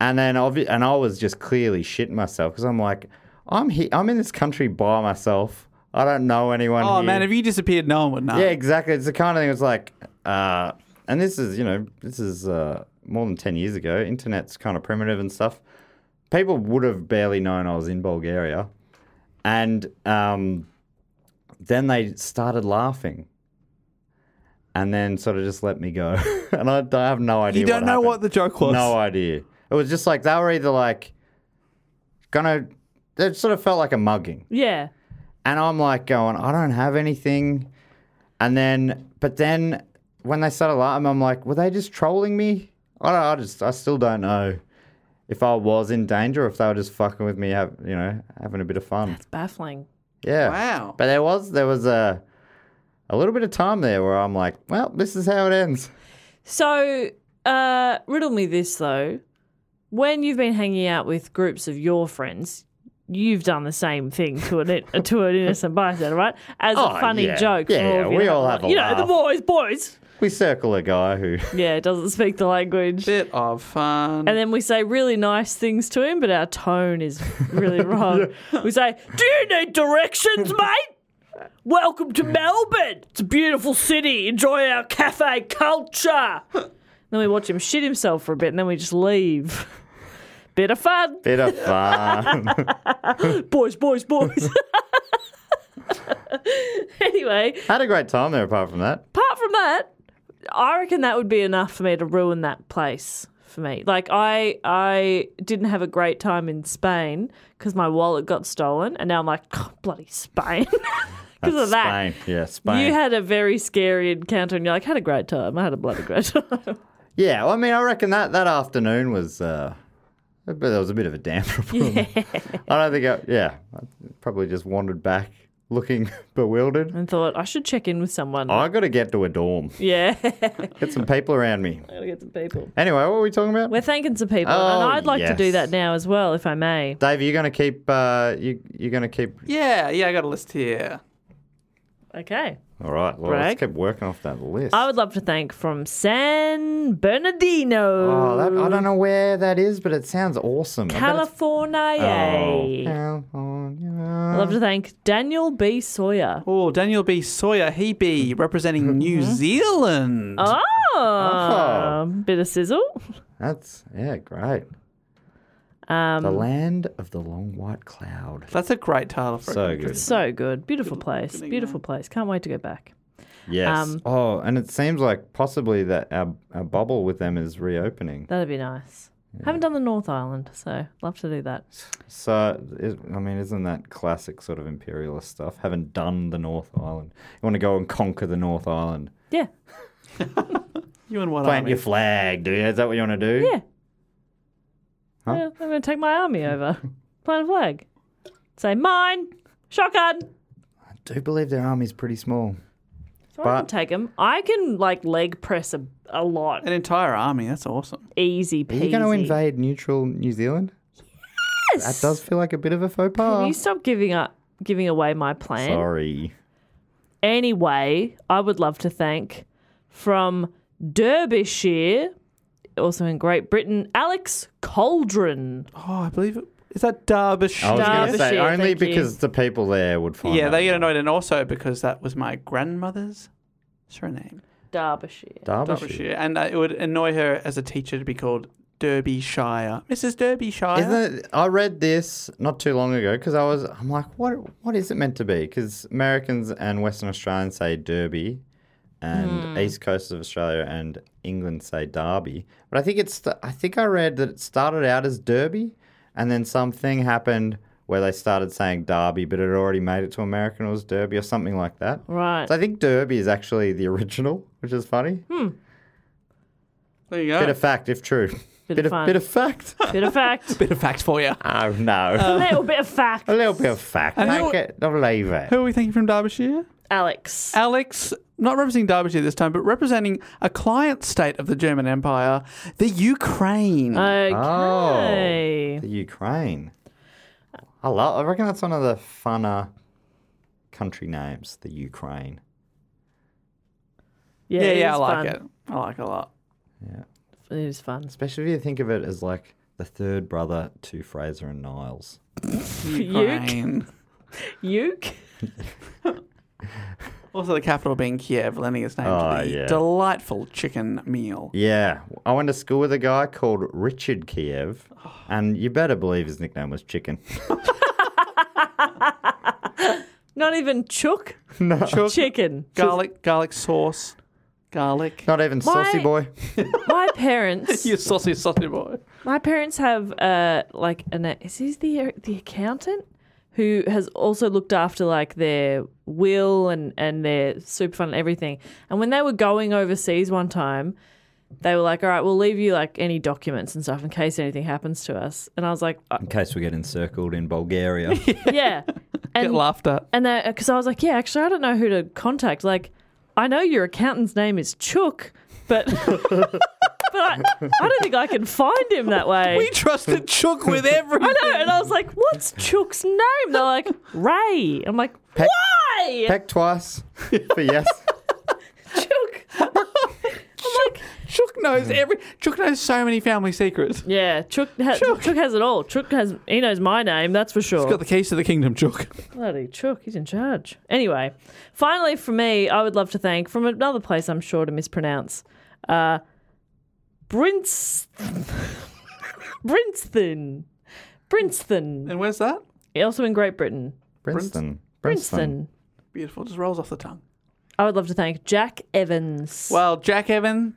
C: and then obvi- and I was just clearly shitting myself because I'm like, I'm he- I'm in this country by myself. I don't know anyone.
B: Oh
C: here.
B: man, if you disappeared, no one would know.
C: Yeah, exactly. It's the kind of thing. It's like, uh, and this is you know this is uh, more than ten years ago. Internet's kind of primitive and stuff. People would have barely known I was in Bulgaria, and um, then they started laughing, and then sort of just let me go, and I, I have no idea.
B: You don't know
C: happened.
B: what the joke was.
C: No uh, idea. It was just like they were either like gonna. It sort of felt like a mugging.
A: Yeah.
C: And I'm like going, I don't have anything. And then, but then when they started laughing, I'm like, were they just trolling me? I don't, I just, I still don't know if I was in danger or if they were just fucking with me, have, you know, having a bit of fun.
A: It's baffling.
C: Yeah.
B: Wow.
C: But there was, there was a, a little bit of time there where I'm like, well, this is how it ends.
A: So, uh, riddle me this though. When you've been hanging out with groups of your friends, you've done the same thing to an to an innocent bystander, right? As
C: Oh,
A: a funny
C: yeah.
A: joke.
C: Yeah,
A: for all of you.
C: we all have a
A: You know, the
C: laugh.
A: boys, boys.
C: We circle a guy who,
A: Yeah, doesn't speak the language.
B: Bit of fun.
A: And then we say really nice things to him, but our tone is really wrong. We say, Do you need directions, mate? Welcome to Melbourne. It's a beautiful city. Enjoy our cafe culture. then we watch him shit himself for a bit and then we just leave. Bit of fun.
C: bit of fun.
A: Boys, boys, boys. anyway,
C: Had a great time there apart from that.
A: apart from that, I reckon that would be enough for me to ruin that place for me. Like I I didn't have a great time in Spain because my wallet got stolen, and now I'm like "Oh, bloody Spain because of that.
C: Spain. Yeah, Spain.
A: You had a very scary encounter, and you're like, had a great time. I had a bloody great time.
C: Yeah, well, I mean, I reckon that that afternoon was, uh, but there was a bit of a damper. Yeah. I don't think, I, yeah, I probably just wandered back looking bewildered.
A: and thought I should check in with someone.
C: I got to get to a dorm,
A: yeah,
C: get some people around me.
A: gotta get some people.
C: Anyway, what were we talking about?
A: We're thanking some people,
C: Oh,
A: and I'd like to do
C: yes.
A: that now as well, if I may.
C: Dave, you're gonna keep, uh, you you're gonna keep.
B: yeah, yeah, I got a list here.
A: Okay.
C: All right, well,
A: Right.
C: let's keep working off that list.
A: I would love to thank from San Bernardino.
C: oh, that, I don't know where that is, but it sounds awesome. I bet it's-
A: California.
C: Oh.
A: I'd love to thank Daniel B. Sawyer.
B: Oh, Daniel B. Sawyer, he be representing
C: Mm-hmm.
B: New Zealand.
A: Oh,
C: Oh.
A: Ah, bit of sizzle.
C: That's yeah, great. the
A: Um,
C: land of the long white cloud.
B: That's a great title for
C: So
B: a
C: good.
A: so good. Beautiful place. Beautiful place. Can't wait to go back.
C: Yes.
A: Um,
C: oh, and it seems like possibly that our, our bubble with them is reopening.
A: That'd be nice. Haven't done the North Island, so love to do that.
C: So, is, I mean, isn't that classic sort of imperialist stuff? Haven't done the North Island. You want to go and conquer the North Island.
A: Yeah,
B: You and what
C: Plant
B: army?
C: your flag, do you? Is that what you want to do?
A: yeah.
C: Huh?
A: Yeah, I'm going to take my army over. Plant a flag. Say mine. Shotgun.
C: I do believe their army's pretty small.
A: So I can
C: But-
A: take him. I can like leg press a, a lot.
B: An entire army. That's awesome.
A: Easy
C: Are
A: peasy.
C: you going to invade neutral New Zealand? Yes! That does feel like a bit of a faux
A: Can you
C: pas.
A: stop giving up giving away my plan?
C: Sorry.
A: Anyway, I would love to thank from Derbyshire, also in Great Britain, Alex Cauldron.
B: Oh, I believe it. Is that Derbyshire?
C: I was going
A: Derbyshire,
C: to say, only
A: thank you.
C: because the people there would find
B: yeah,
C: out
B: they get
C: more.
B: annoyed, and also because that was my grandmother's surname,
A: Derbyshire.
C: Derbyshire.
B: Derbyshire, and uh, it would annoy her as a teacher to be called Derbyshire, Mrs. Derbyshire.
C: Isn't it? I read this not too long ago because I was. I'm like, what? What is it meant to be? Because Americans and Western Australians say Derby, and
B: Hmm.
C: East Coast of Australia and England say Derby. But I think it's. th- I think I read that it started out as Derby, and then something happened where they started saying Derby, but it already made it to America and it was Derby or something like that.
A: Right.
C: So I think Derby is actually the original, which is funny.
B: There you go.
C: Bit of fact, if true.
A: Bit of
C: bit, of,
A: fun.
C: bit of fact.
A: bit of fact.
B: Bit of facts for you.
C: oh no.
A: a little bit of fact.
C: A little bit of fact.
B: And
C: I
B: who-
C: get not leave it.
B: Who are we thanking from Derbyshire?
A: Alex.
B: Alex, not representing Derbyshire this time, but representing a client state of the German Empire, the Ukraine.
C: Uh,
A: Okay.
C: Oh. The Ukraine. I love. I reckon that's one of the funner country names. The Ukraine.
A: Yeah,
B: yeah,
A: it
B: yeah, I
A: is
B: like
A: fun.
B: it. I like it a lot.
A: It is fun.
C: Especially if you think of it as like the third brother to Fraser and Niles.
B: Ukraine.
A: Uke.
B: also, the capital being Kiev, lending its name
C: Oh,
B: to the
C: yeah.
B: delightful chicken meal.
C: Yeah, I went to school with a guy called Richard Kiev,
A: Oh.
C: and you better believe his nickname was Chicken.
A: Not even chook.
B: Chook,
A: Chicken.
B: garlic, garlic sauce, garlic.
C: Not even Saucy
A: My-
C: Boy.
A: My parents.
B: You saucy, saucy boy.
A: My parents have uh like an is this the the accountant who has also looked after like their will and and their super fund and everything. And when they were going overseas one time, they were like, "All right, we'll leave you like any documents and stuff in case anything happens to us." And I was like, uh,
C: In case we get encircled in Bulgaria.
A: "Yeah."
B: Get
A: And
B: laughed at.
A: and because I was like, "Yeah, actually, I don't know who to contact. Like, I know your accountant's name is Chook, but." But I, I don't think I can find him that way.
B: We trusted Chook with everything.
A: I know. And I was like, what's Chook's name? They're like, Ray. I'm like,
C: Peck-
A: why?
C: Peck twice for yes.
A: Chook. I'm like,
B: Chook knows every. Chook knows so many family secrets.
A: yeah, Chook, ha- Chook. has it all. Chook has, he knows my name, that's for sure.
B: He's got the keys to the kingdom, Chook.
A: Bloody Chook, he's in charge. Anyway, finally for me, I would love to thank, from another place I'm sure to mispronounce, uh, Brinst- Brinston. Brinston.
B: And where's that?
A: Also in Great Britain.
C: Princeton.
A: Brinston.
B: Beautiful. Just rolls off the tongue.
A: I would love to thank Jack Evans.
B: Well, Jack Evans,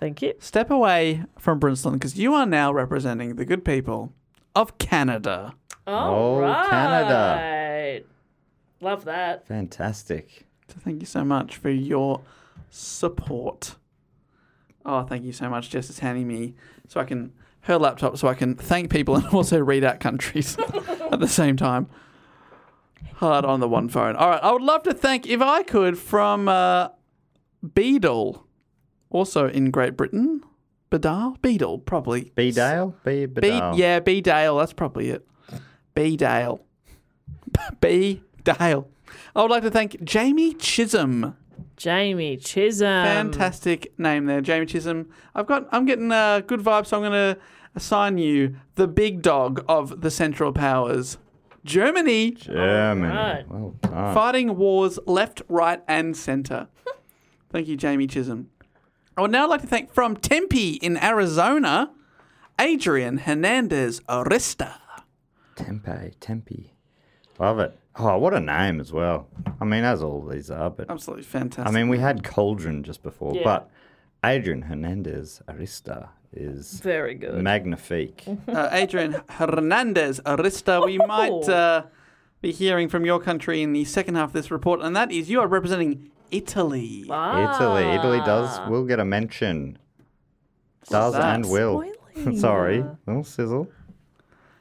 A: Thank you.
B: step away from Brinston because you are now representing the good people of Canada.
A: All
C: Oh,
A: right,
C: Canada.
A: Love that.
C: Fantastic.
B: So thank you so much for your support. Oh, thank you so much. Jess is handing me so I can her laptop so I can thank people and also read out countries at the same time. Hard on the one phone. All right, I would love to thank if I could from uh, Beadle, also in Great Britain. Bedale, Beadle, probably.
C: B Dale? B
B: B,
C: Bedale.
B: yeah, B Dale. That's probably it. B Dale. B Dale. I would like to thank Jamie Chisholm.
A: Jamie Chisholm.
B: Fantastic name there, Jamie Chisholm. I've got. I'm getting uh, good vibes, so I'm going to assign you the big dog of the Central Powers, Germany,
C: Germany.
A: Alright.
C: Oh, Well done.
B: fighting wars left, right, and centre. thank you, Jamie Chisholm. I would now like to thank from Tempe in Arizona, Adrian Hernandez Arista.
C: Tempe. Tempe. Love it. Oh, what a name as well. I mean, as all these are, but
B: Absolutely fantastic.
C: I mean, we had Cauldron just before,
A: Yeah.
C: but Adrian Hernandez Arista is
A: Very good.
C: magnifique.
B: Uh, Adrian Hernandez Arista, we might uh, be hearing from your country in the second half of this report, and that is you are representing Italy.
A: Ah.
C: Italy, Italy does will get a mention. Does
B: that?
C: and will. Sorry, little sizzle,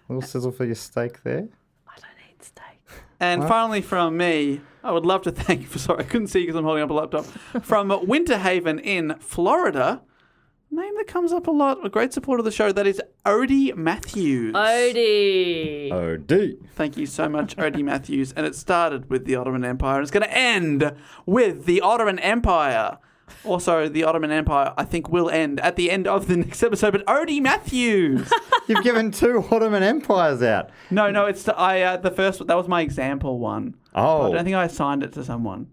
C: little sizzle for your steak there.
B: And finally, from me, I would love to thank you for. Sorry, I couldn't see because I'm holding up a laptop. From Winter Haven in Florida, name that comes up a lot, a great supporter of the show, that is Odie Matthews.
A: Odie.
C: Oh, D.
B: Thank you so much, Odie Matthews. And it started with the Ottoman Empire. and It's going to end with the Ottoman Empire. Also, the Ottoman Empire, I think, will end at the end of the next episode. But Odie Matthews.
C: You've given two Ottoman empires out.
B: no, no, it's the, I. Uh, the first. That was my example one.
C: Oh,
B: I don't think I assigned it to someone.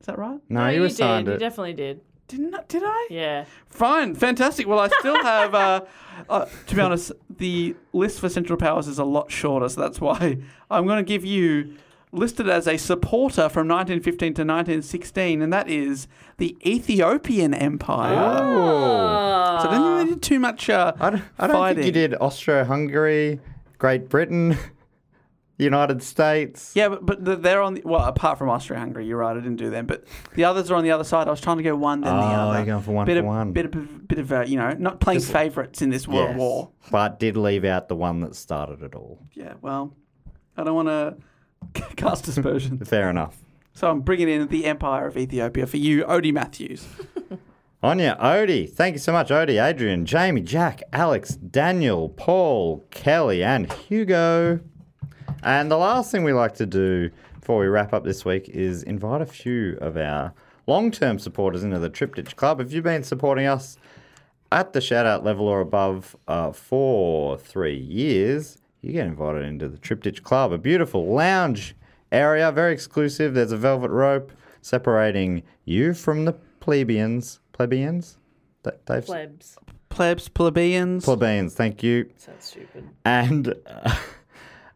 B: Is that right?
C: no,
A: No,
C: you, assigned
A: did. You
C: it.
A: definitely did.
B: Didn't I, did I?
A: Yeah.
B: Fine, fantastic. Well, I still have. Uh, uh, to be honest, the list for Central Powers is a lot shorter, so that's why I'm going to give you listed as a supporter from 1915 to 1916, and that is the Ethiopian Empire.
C: Oh.
B: So I didn't really do too much. Uh,
C: I don't, I don't
B: fighting.
C: think you did Austro-Hungary, Great Britain, United States.
B: Yeah, but, but the- they're on. The, well, apart from Austria-Hungary, you're right. I didn't do them, but the others are on the other side. I was trying to go one, then the
C: Oh,
B: other.
C: you're going for one
B: bit
C: for
B: of,
C: one.
B: Bit of, bit of uh, you know, not playing favourites in this world
C: Yes.
B: war.
C: But did leave out the one that started it all.
B: Yeah, well, I don't want to cast dispersion.
C: Fair enough.
B: so I'm bringing in the Empire of Ethiopia for you, Odie Matthews.
C: Anya, Odie, thank you so much, Odie, Adrian, Jamie, Jack, Alex, Daniel, Paul, Kelly, and Hugo. And the last thing we like to do before we wrap up this week is invite a few of our long term supporters into the Triptych Club. If you've been supporting us at the shout out level or above uh, for three years, you get invited into the Triptych Club, a beautiful lounge area, very exclusive. There's a velvet rope separating you from the plebeians. Plebeians? Da- Dave's-
A: Plebs.
B: Plebs, plebeians.
C: Plebeians, thank you.
A: Sounds stupid.
C: And uh,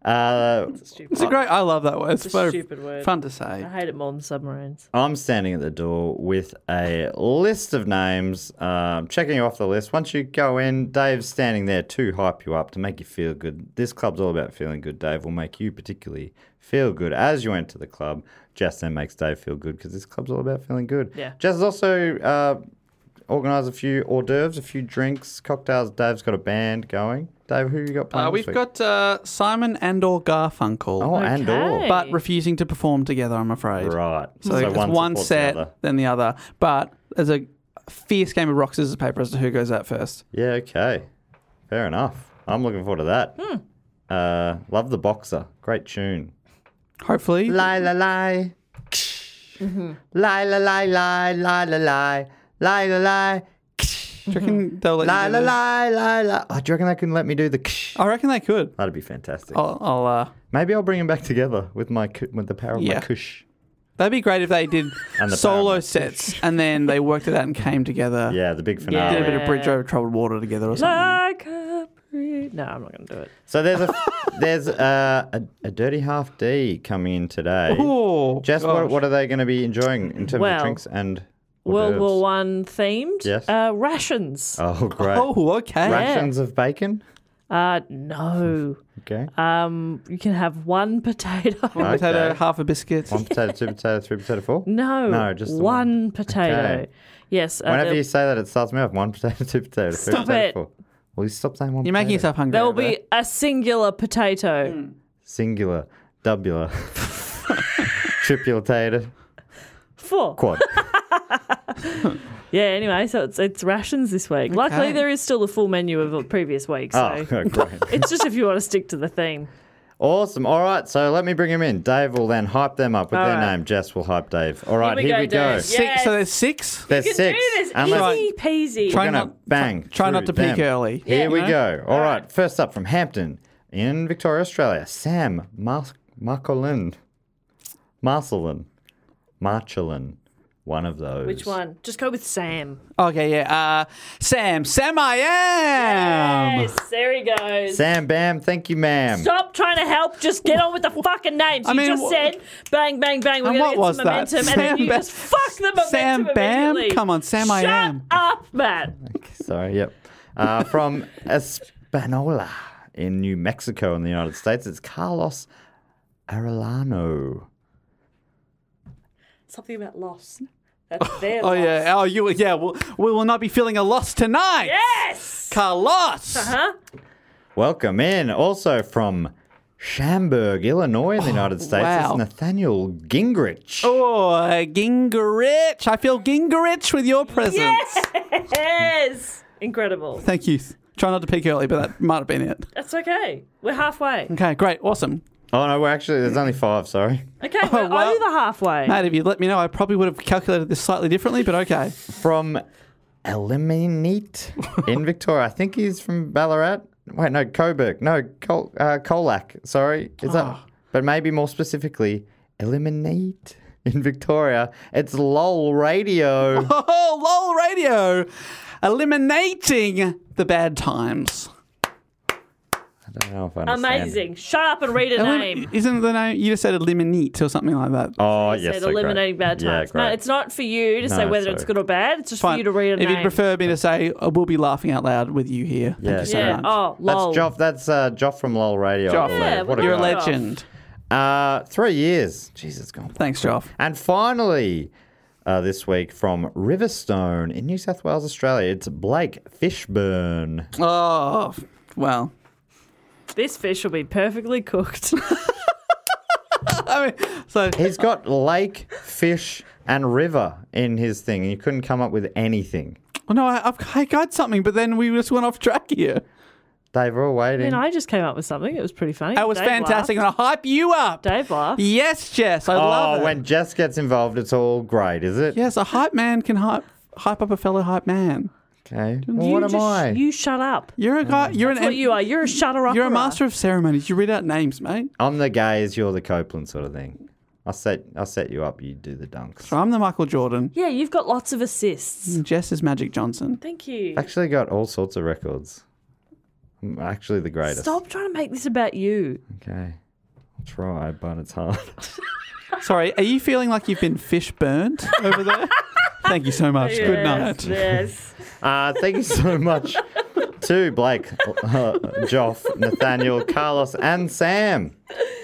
C: uh,
A: Stupid.
B: it's a great. I love that word. It's,
A: It's a
B: very
A: stupid word. Uh-huh.
B: fun to say.
A: I hate it more than submarines.
C: I'm standing at the door with a list of names, um, checking off the list. Once you go in, Dave's standing there to hype you up, to make you feel good. This club's all about feeling good. Dave will make you particularly feel good as you enter the club. Jess then makes Dave feel good because this club's all about feeling good.
A: Yeah.
C: Jess has also uh, organised a few hors d'oeuvres, a few drinks, cocktails. Dave's got a band going. Dave, who you got playing?
B: Uh,
C: this
B: we've
C: week?
B: got uh, Simon and or Garfunkel,
C: oh, and all
A: Okay.
B: but refusing to perform together. I'm afraid.
C: right.
B: So, it's one,
C: supports the
B: set,
C: other.
B: then the other. But there's a fierce game of rock scissors paper as to who goes out first.
C: Yeah, okay. Fair enough. I'm looking forward to that. Uh, love the boxer. Great tune.
B: Hopefully,
C: Lie, la, lie. Mm-hmm. Lie, la, lie, lie, lie, la, lie. Lie, la, lie.
B: do you reckon they'll let
C: Lie,
B: you
C: la,
B: do the-
C: lie, lie, la. Oh, do you reckon they couldn't let me do the ksh? Oh.
B: I reckon they could.
C: That'd be fantastic.
B: I'll, I'll uh,
C: Maybe I'll bring them back together with my cu- with the power of
B: Yeah.
C: my kush.
B: That'd be great if they did
C: And the
B: solo
C: Paramount.
B: sets and then they worked it out and came together.
C: Yeah, the big
B: Did
C: finale.
B: a bit of bridge over troubled water together or something.
A: Like a breeze. No, I'm not going to do it.
C: So there's a there's uh, a, a dirty half D coming in today.
B: Oh,
C: Jess, what,
B: gosh.
C: what are they going to be enjoying in terms
A: Well,
C: of drinks and
A: World
C: hors
A: War
C: d'oeuvres?
A: One themed.
C: Yes.
A: Uh, rations.
C: Oh, great.
B: Oh, okay.
C: Rations of bacon.
A: Uh, no.
C: Okay.
A: Um, you can have one potato.
B: One potato,
C: Okay.
B: half a biscuit.
C: one potato, two potato, three potato, four.
A: No.
C: No, just the
A: one,
C: one.
A: potato.
C: Okay.
A: Yes. Uh,
C: Whenever
A: there,
C: you say that, it starts me off. One potato, two potato, three
A: Stop
C: potato,
A: it.
C: four. Well, you stop saying one.
B: You're making
C: potato.
B: yourself hungry.
A: there will
B: over
A: be a singular potato.
B: Hmm.
C: singular, doubler, tripulator,
A: Four.
C: quad.
A: Yeah. Anyway, so it's it's rations this week. Luckily, there is still the full menu of the previous week.
C: oh,
A: So
C: great.
A: it's just if you want to stick to the theme.
C: Awesome. All right, so let me bring them in. Dave will then hype them up with
A: All
C: their
A: right.
C: name. Jess will hype Dave. All right,
A: we
C: here we,
A: go,
C: go.
A: Dave.
B: Six.
A: Yes.
B: So there's six.
C: There's
A: You can
C: six.
A: do this.
C: Unless-
A: Easy peasy.
B: Try
C: We're gonna
B: not-
C: bang.
B: try not
C: through
B: to peek
C: them.
B: early.
C: Here we
B: you know?
C: go. All right. First up from Hampton in Victoria, Australia, Sam Mar- Marcolin. Marcelin. Marcelin.
G: One of those.
A: Which one? Just go with Sam.
B: Okay, yeah. Uh, Sam, Sam, I am.
A: Yes, there he goes.
C: Sam Bam, thank you, ma'am.
A: Stop trying to help. Just get on with the fucking names.
B: I
A: You
B: mean,
A: just
B: wha-
A: said bang, bang, bang. We're
B: And
A: gonna
B: what
A: get
B: was
A: some
B: that?
A: momentum, and
B: Sam
A: then you
B: Ba-
A: just fuck the momentum.
B: Sam Bam?
A: immediately.
B: Come on, Sam, I
A: Shut
B: am.
A: up, Matt.
C: Sorry, yep. Uh, from Espanola in New Mexico in the United States, it's Carlos Arellano.
A: Something about loss. That's their
B: Oh
A: loss.
B: yeah. Oh, you. Yeah. We'll, we will not be feeling a loss tonight.
A: Yes. Uh-huh.
B: Carlos.
A: Huh?
C: Welcome in. Also from Schaumburg, Illinois in
A: Oh,
C: the United States,
B: wow.
C: it's Nathaniel Gingrich.
B: Oh, Gingrich. I feel Gingrich with your presence.
A: Yes. Incredible.
B: Thank you. Try not to peek early, but that might have been it.
A: That's okay. We're halfway.
B: Okay, great. Awesome.
C: Oh, no, we're actually, there's only five, sorry.
A: Okay, we're
B: Oh, well.
A: over halfway.
B: Mate, if you'd let me know, I probably would have calculated this slightly differently, but okay.
C: From Eliminate in Victoria. I think he's from Ballarat. Wait, no, Coburg. No, Col- uh, Colac. Sorry. Is that? But maybe more specifically, Eliminate in Victoria. It's LOL Radio.
B: Oh, LOL Radio, eliminating the bad times.
C: I don't know if I understand it.
A: Amazing. Shut up and read a
B: Elim-
A: name.
B: Isn't the name? Oh, You just said eliminate or something like that.
C: Oh,
A: It
C: yes.
A: said
C: so great.
A: eliminating bad
C: Yeah,
A: times.
C: great.
A: no, it's not for you to say
C: No,
A: whether
C: sorry.
A: it's good or bad. It's just for
B: Fine.
A: you to read a
B: if
A: name.
B: you'd prefer me to say, I will be laughing out loud with you here. Thank
C: Yeah.
B: you so
A: yeah.
B: much.
A: Oh,
C: That's
A: lol.
C: Joff. That's uh, Joff from LOL Radio. I
B: Joff.
C: believe.
A: Yeah,
C: what a
B: You're a
A: Joff.
C: guy.
B: legend.
C: Uh, three years. Jesus, gone.
B: Thanks, Joff.
C: And finally, uh, this week from Riverstone in New South Wales, Australia, it's Blake Fishburne.
B: Oh, well.
A: This fish will be perfectly cooked.
B: I mean, so
C: He's got lake, fish, and river in his thing. You couldn't come up with anything.
B: well, Oh, no, I, I've, I got something, but then we just went off track here.
C: Dave, we're all
A: I mean,
C: waiting.
A: I just came up with something. It was pretty funny.
B: That was
A: Dave
B: fantastic.
A: laughed.
B: And I hype you up.
A: Dave laughed.
B: Yes, Jess. I love
C: Oh,
B: it.
C: when Jess gets involved, it's all great, is it?
B: yes, a hype man can hype hype up a fellow hype man.
C: Okay. Well,
A: You
C: what am
A: just-
C: I?
A: You shut up.
B: You're a guy. You're
A: Mm. That's
B: an
A: what you are. You're a shutter up.
B: You're a master of ceremonies. You read out names, mate.
C: I'm the gays, you're the Copeland sort of thing. I set I set you up, you do the dunks.
B: So I'm the Michael Jordan.
A: Yeah, you've got lots of assists.
B: And Jess is Magic Johnson.
A: Thank you.
C: I've actually got all sorts of records. I'm actually the greatest.
A: Stop trying to make this about you.
C: Okay. I'll try, but it's hard.
B: Sorry, are you feeling like you've been fish burnt over there? Thank you so much. Good night.
A: Yes.
C: Uh, thank you so much to Blake, uh, Joff, Nathaniel, Carlos, and Sam.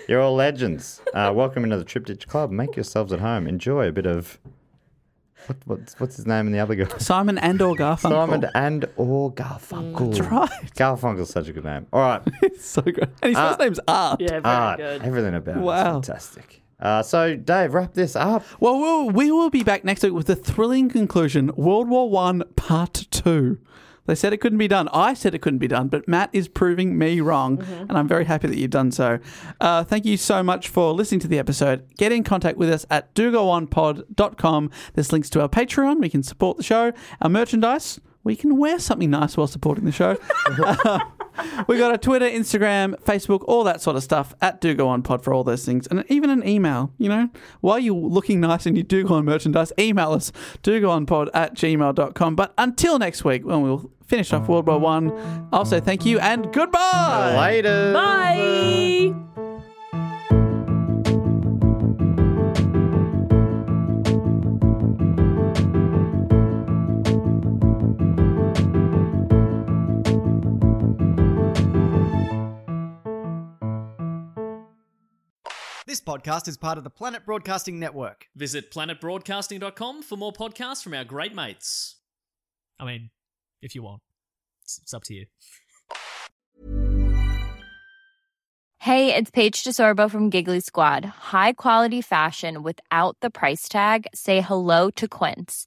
C: You're all legends. Uh, welcome into the Triptych Club. Make yourselves at home. Enjoy a bit of. What, what's, what's his name and the other guy?
B: Simon and or Garfunkel.
C: Simon and or Garfunkel. That's
B: right.
C: Garfunkel's such a good name. All right.
B: so good. And his
C: Uh,
B: first name's Art.
A: Yeah, very
C: art,
A: good.
C: everything about it is
B: Wow.
C: fantastic. Uh, so, Dave, wrap this up.
B: Well, we'll we will be back next week with the thrilling conclusion: World War One Part Two. They said it couldn't be done. I said it couldn't be done, but Matt is proving me wrong, and I'm very happy that you've done so. Uh, thank you so much for listening to the episode. Get in contact with us at dogoonpod.com. There's links to our Patreon. We can support the show, our merchandise. We can wear something nice while supporting the show. we got a Twitter, Instagram, Facebook, all that sort of stuff at Do Go On Pod for all those things, and even an email. You know, while you're looking nice in your Do Go On merchandise, email us do go on pod at gmail.com. But until next week, when we'll finish off World War One, I'll say thank you and goodbye.
C: Later.
A: Bye.
D: This podcast is part of the Planet Broadcasting Network.
E: Visit planetbroadcasting.com for more podcasts from our great mates. I mean, if you want, it's, it's up to you.
H: Hey, it's Paige DeSorbo from Giggly Squad. High quality fashion without the price tag. Say hello to Quince.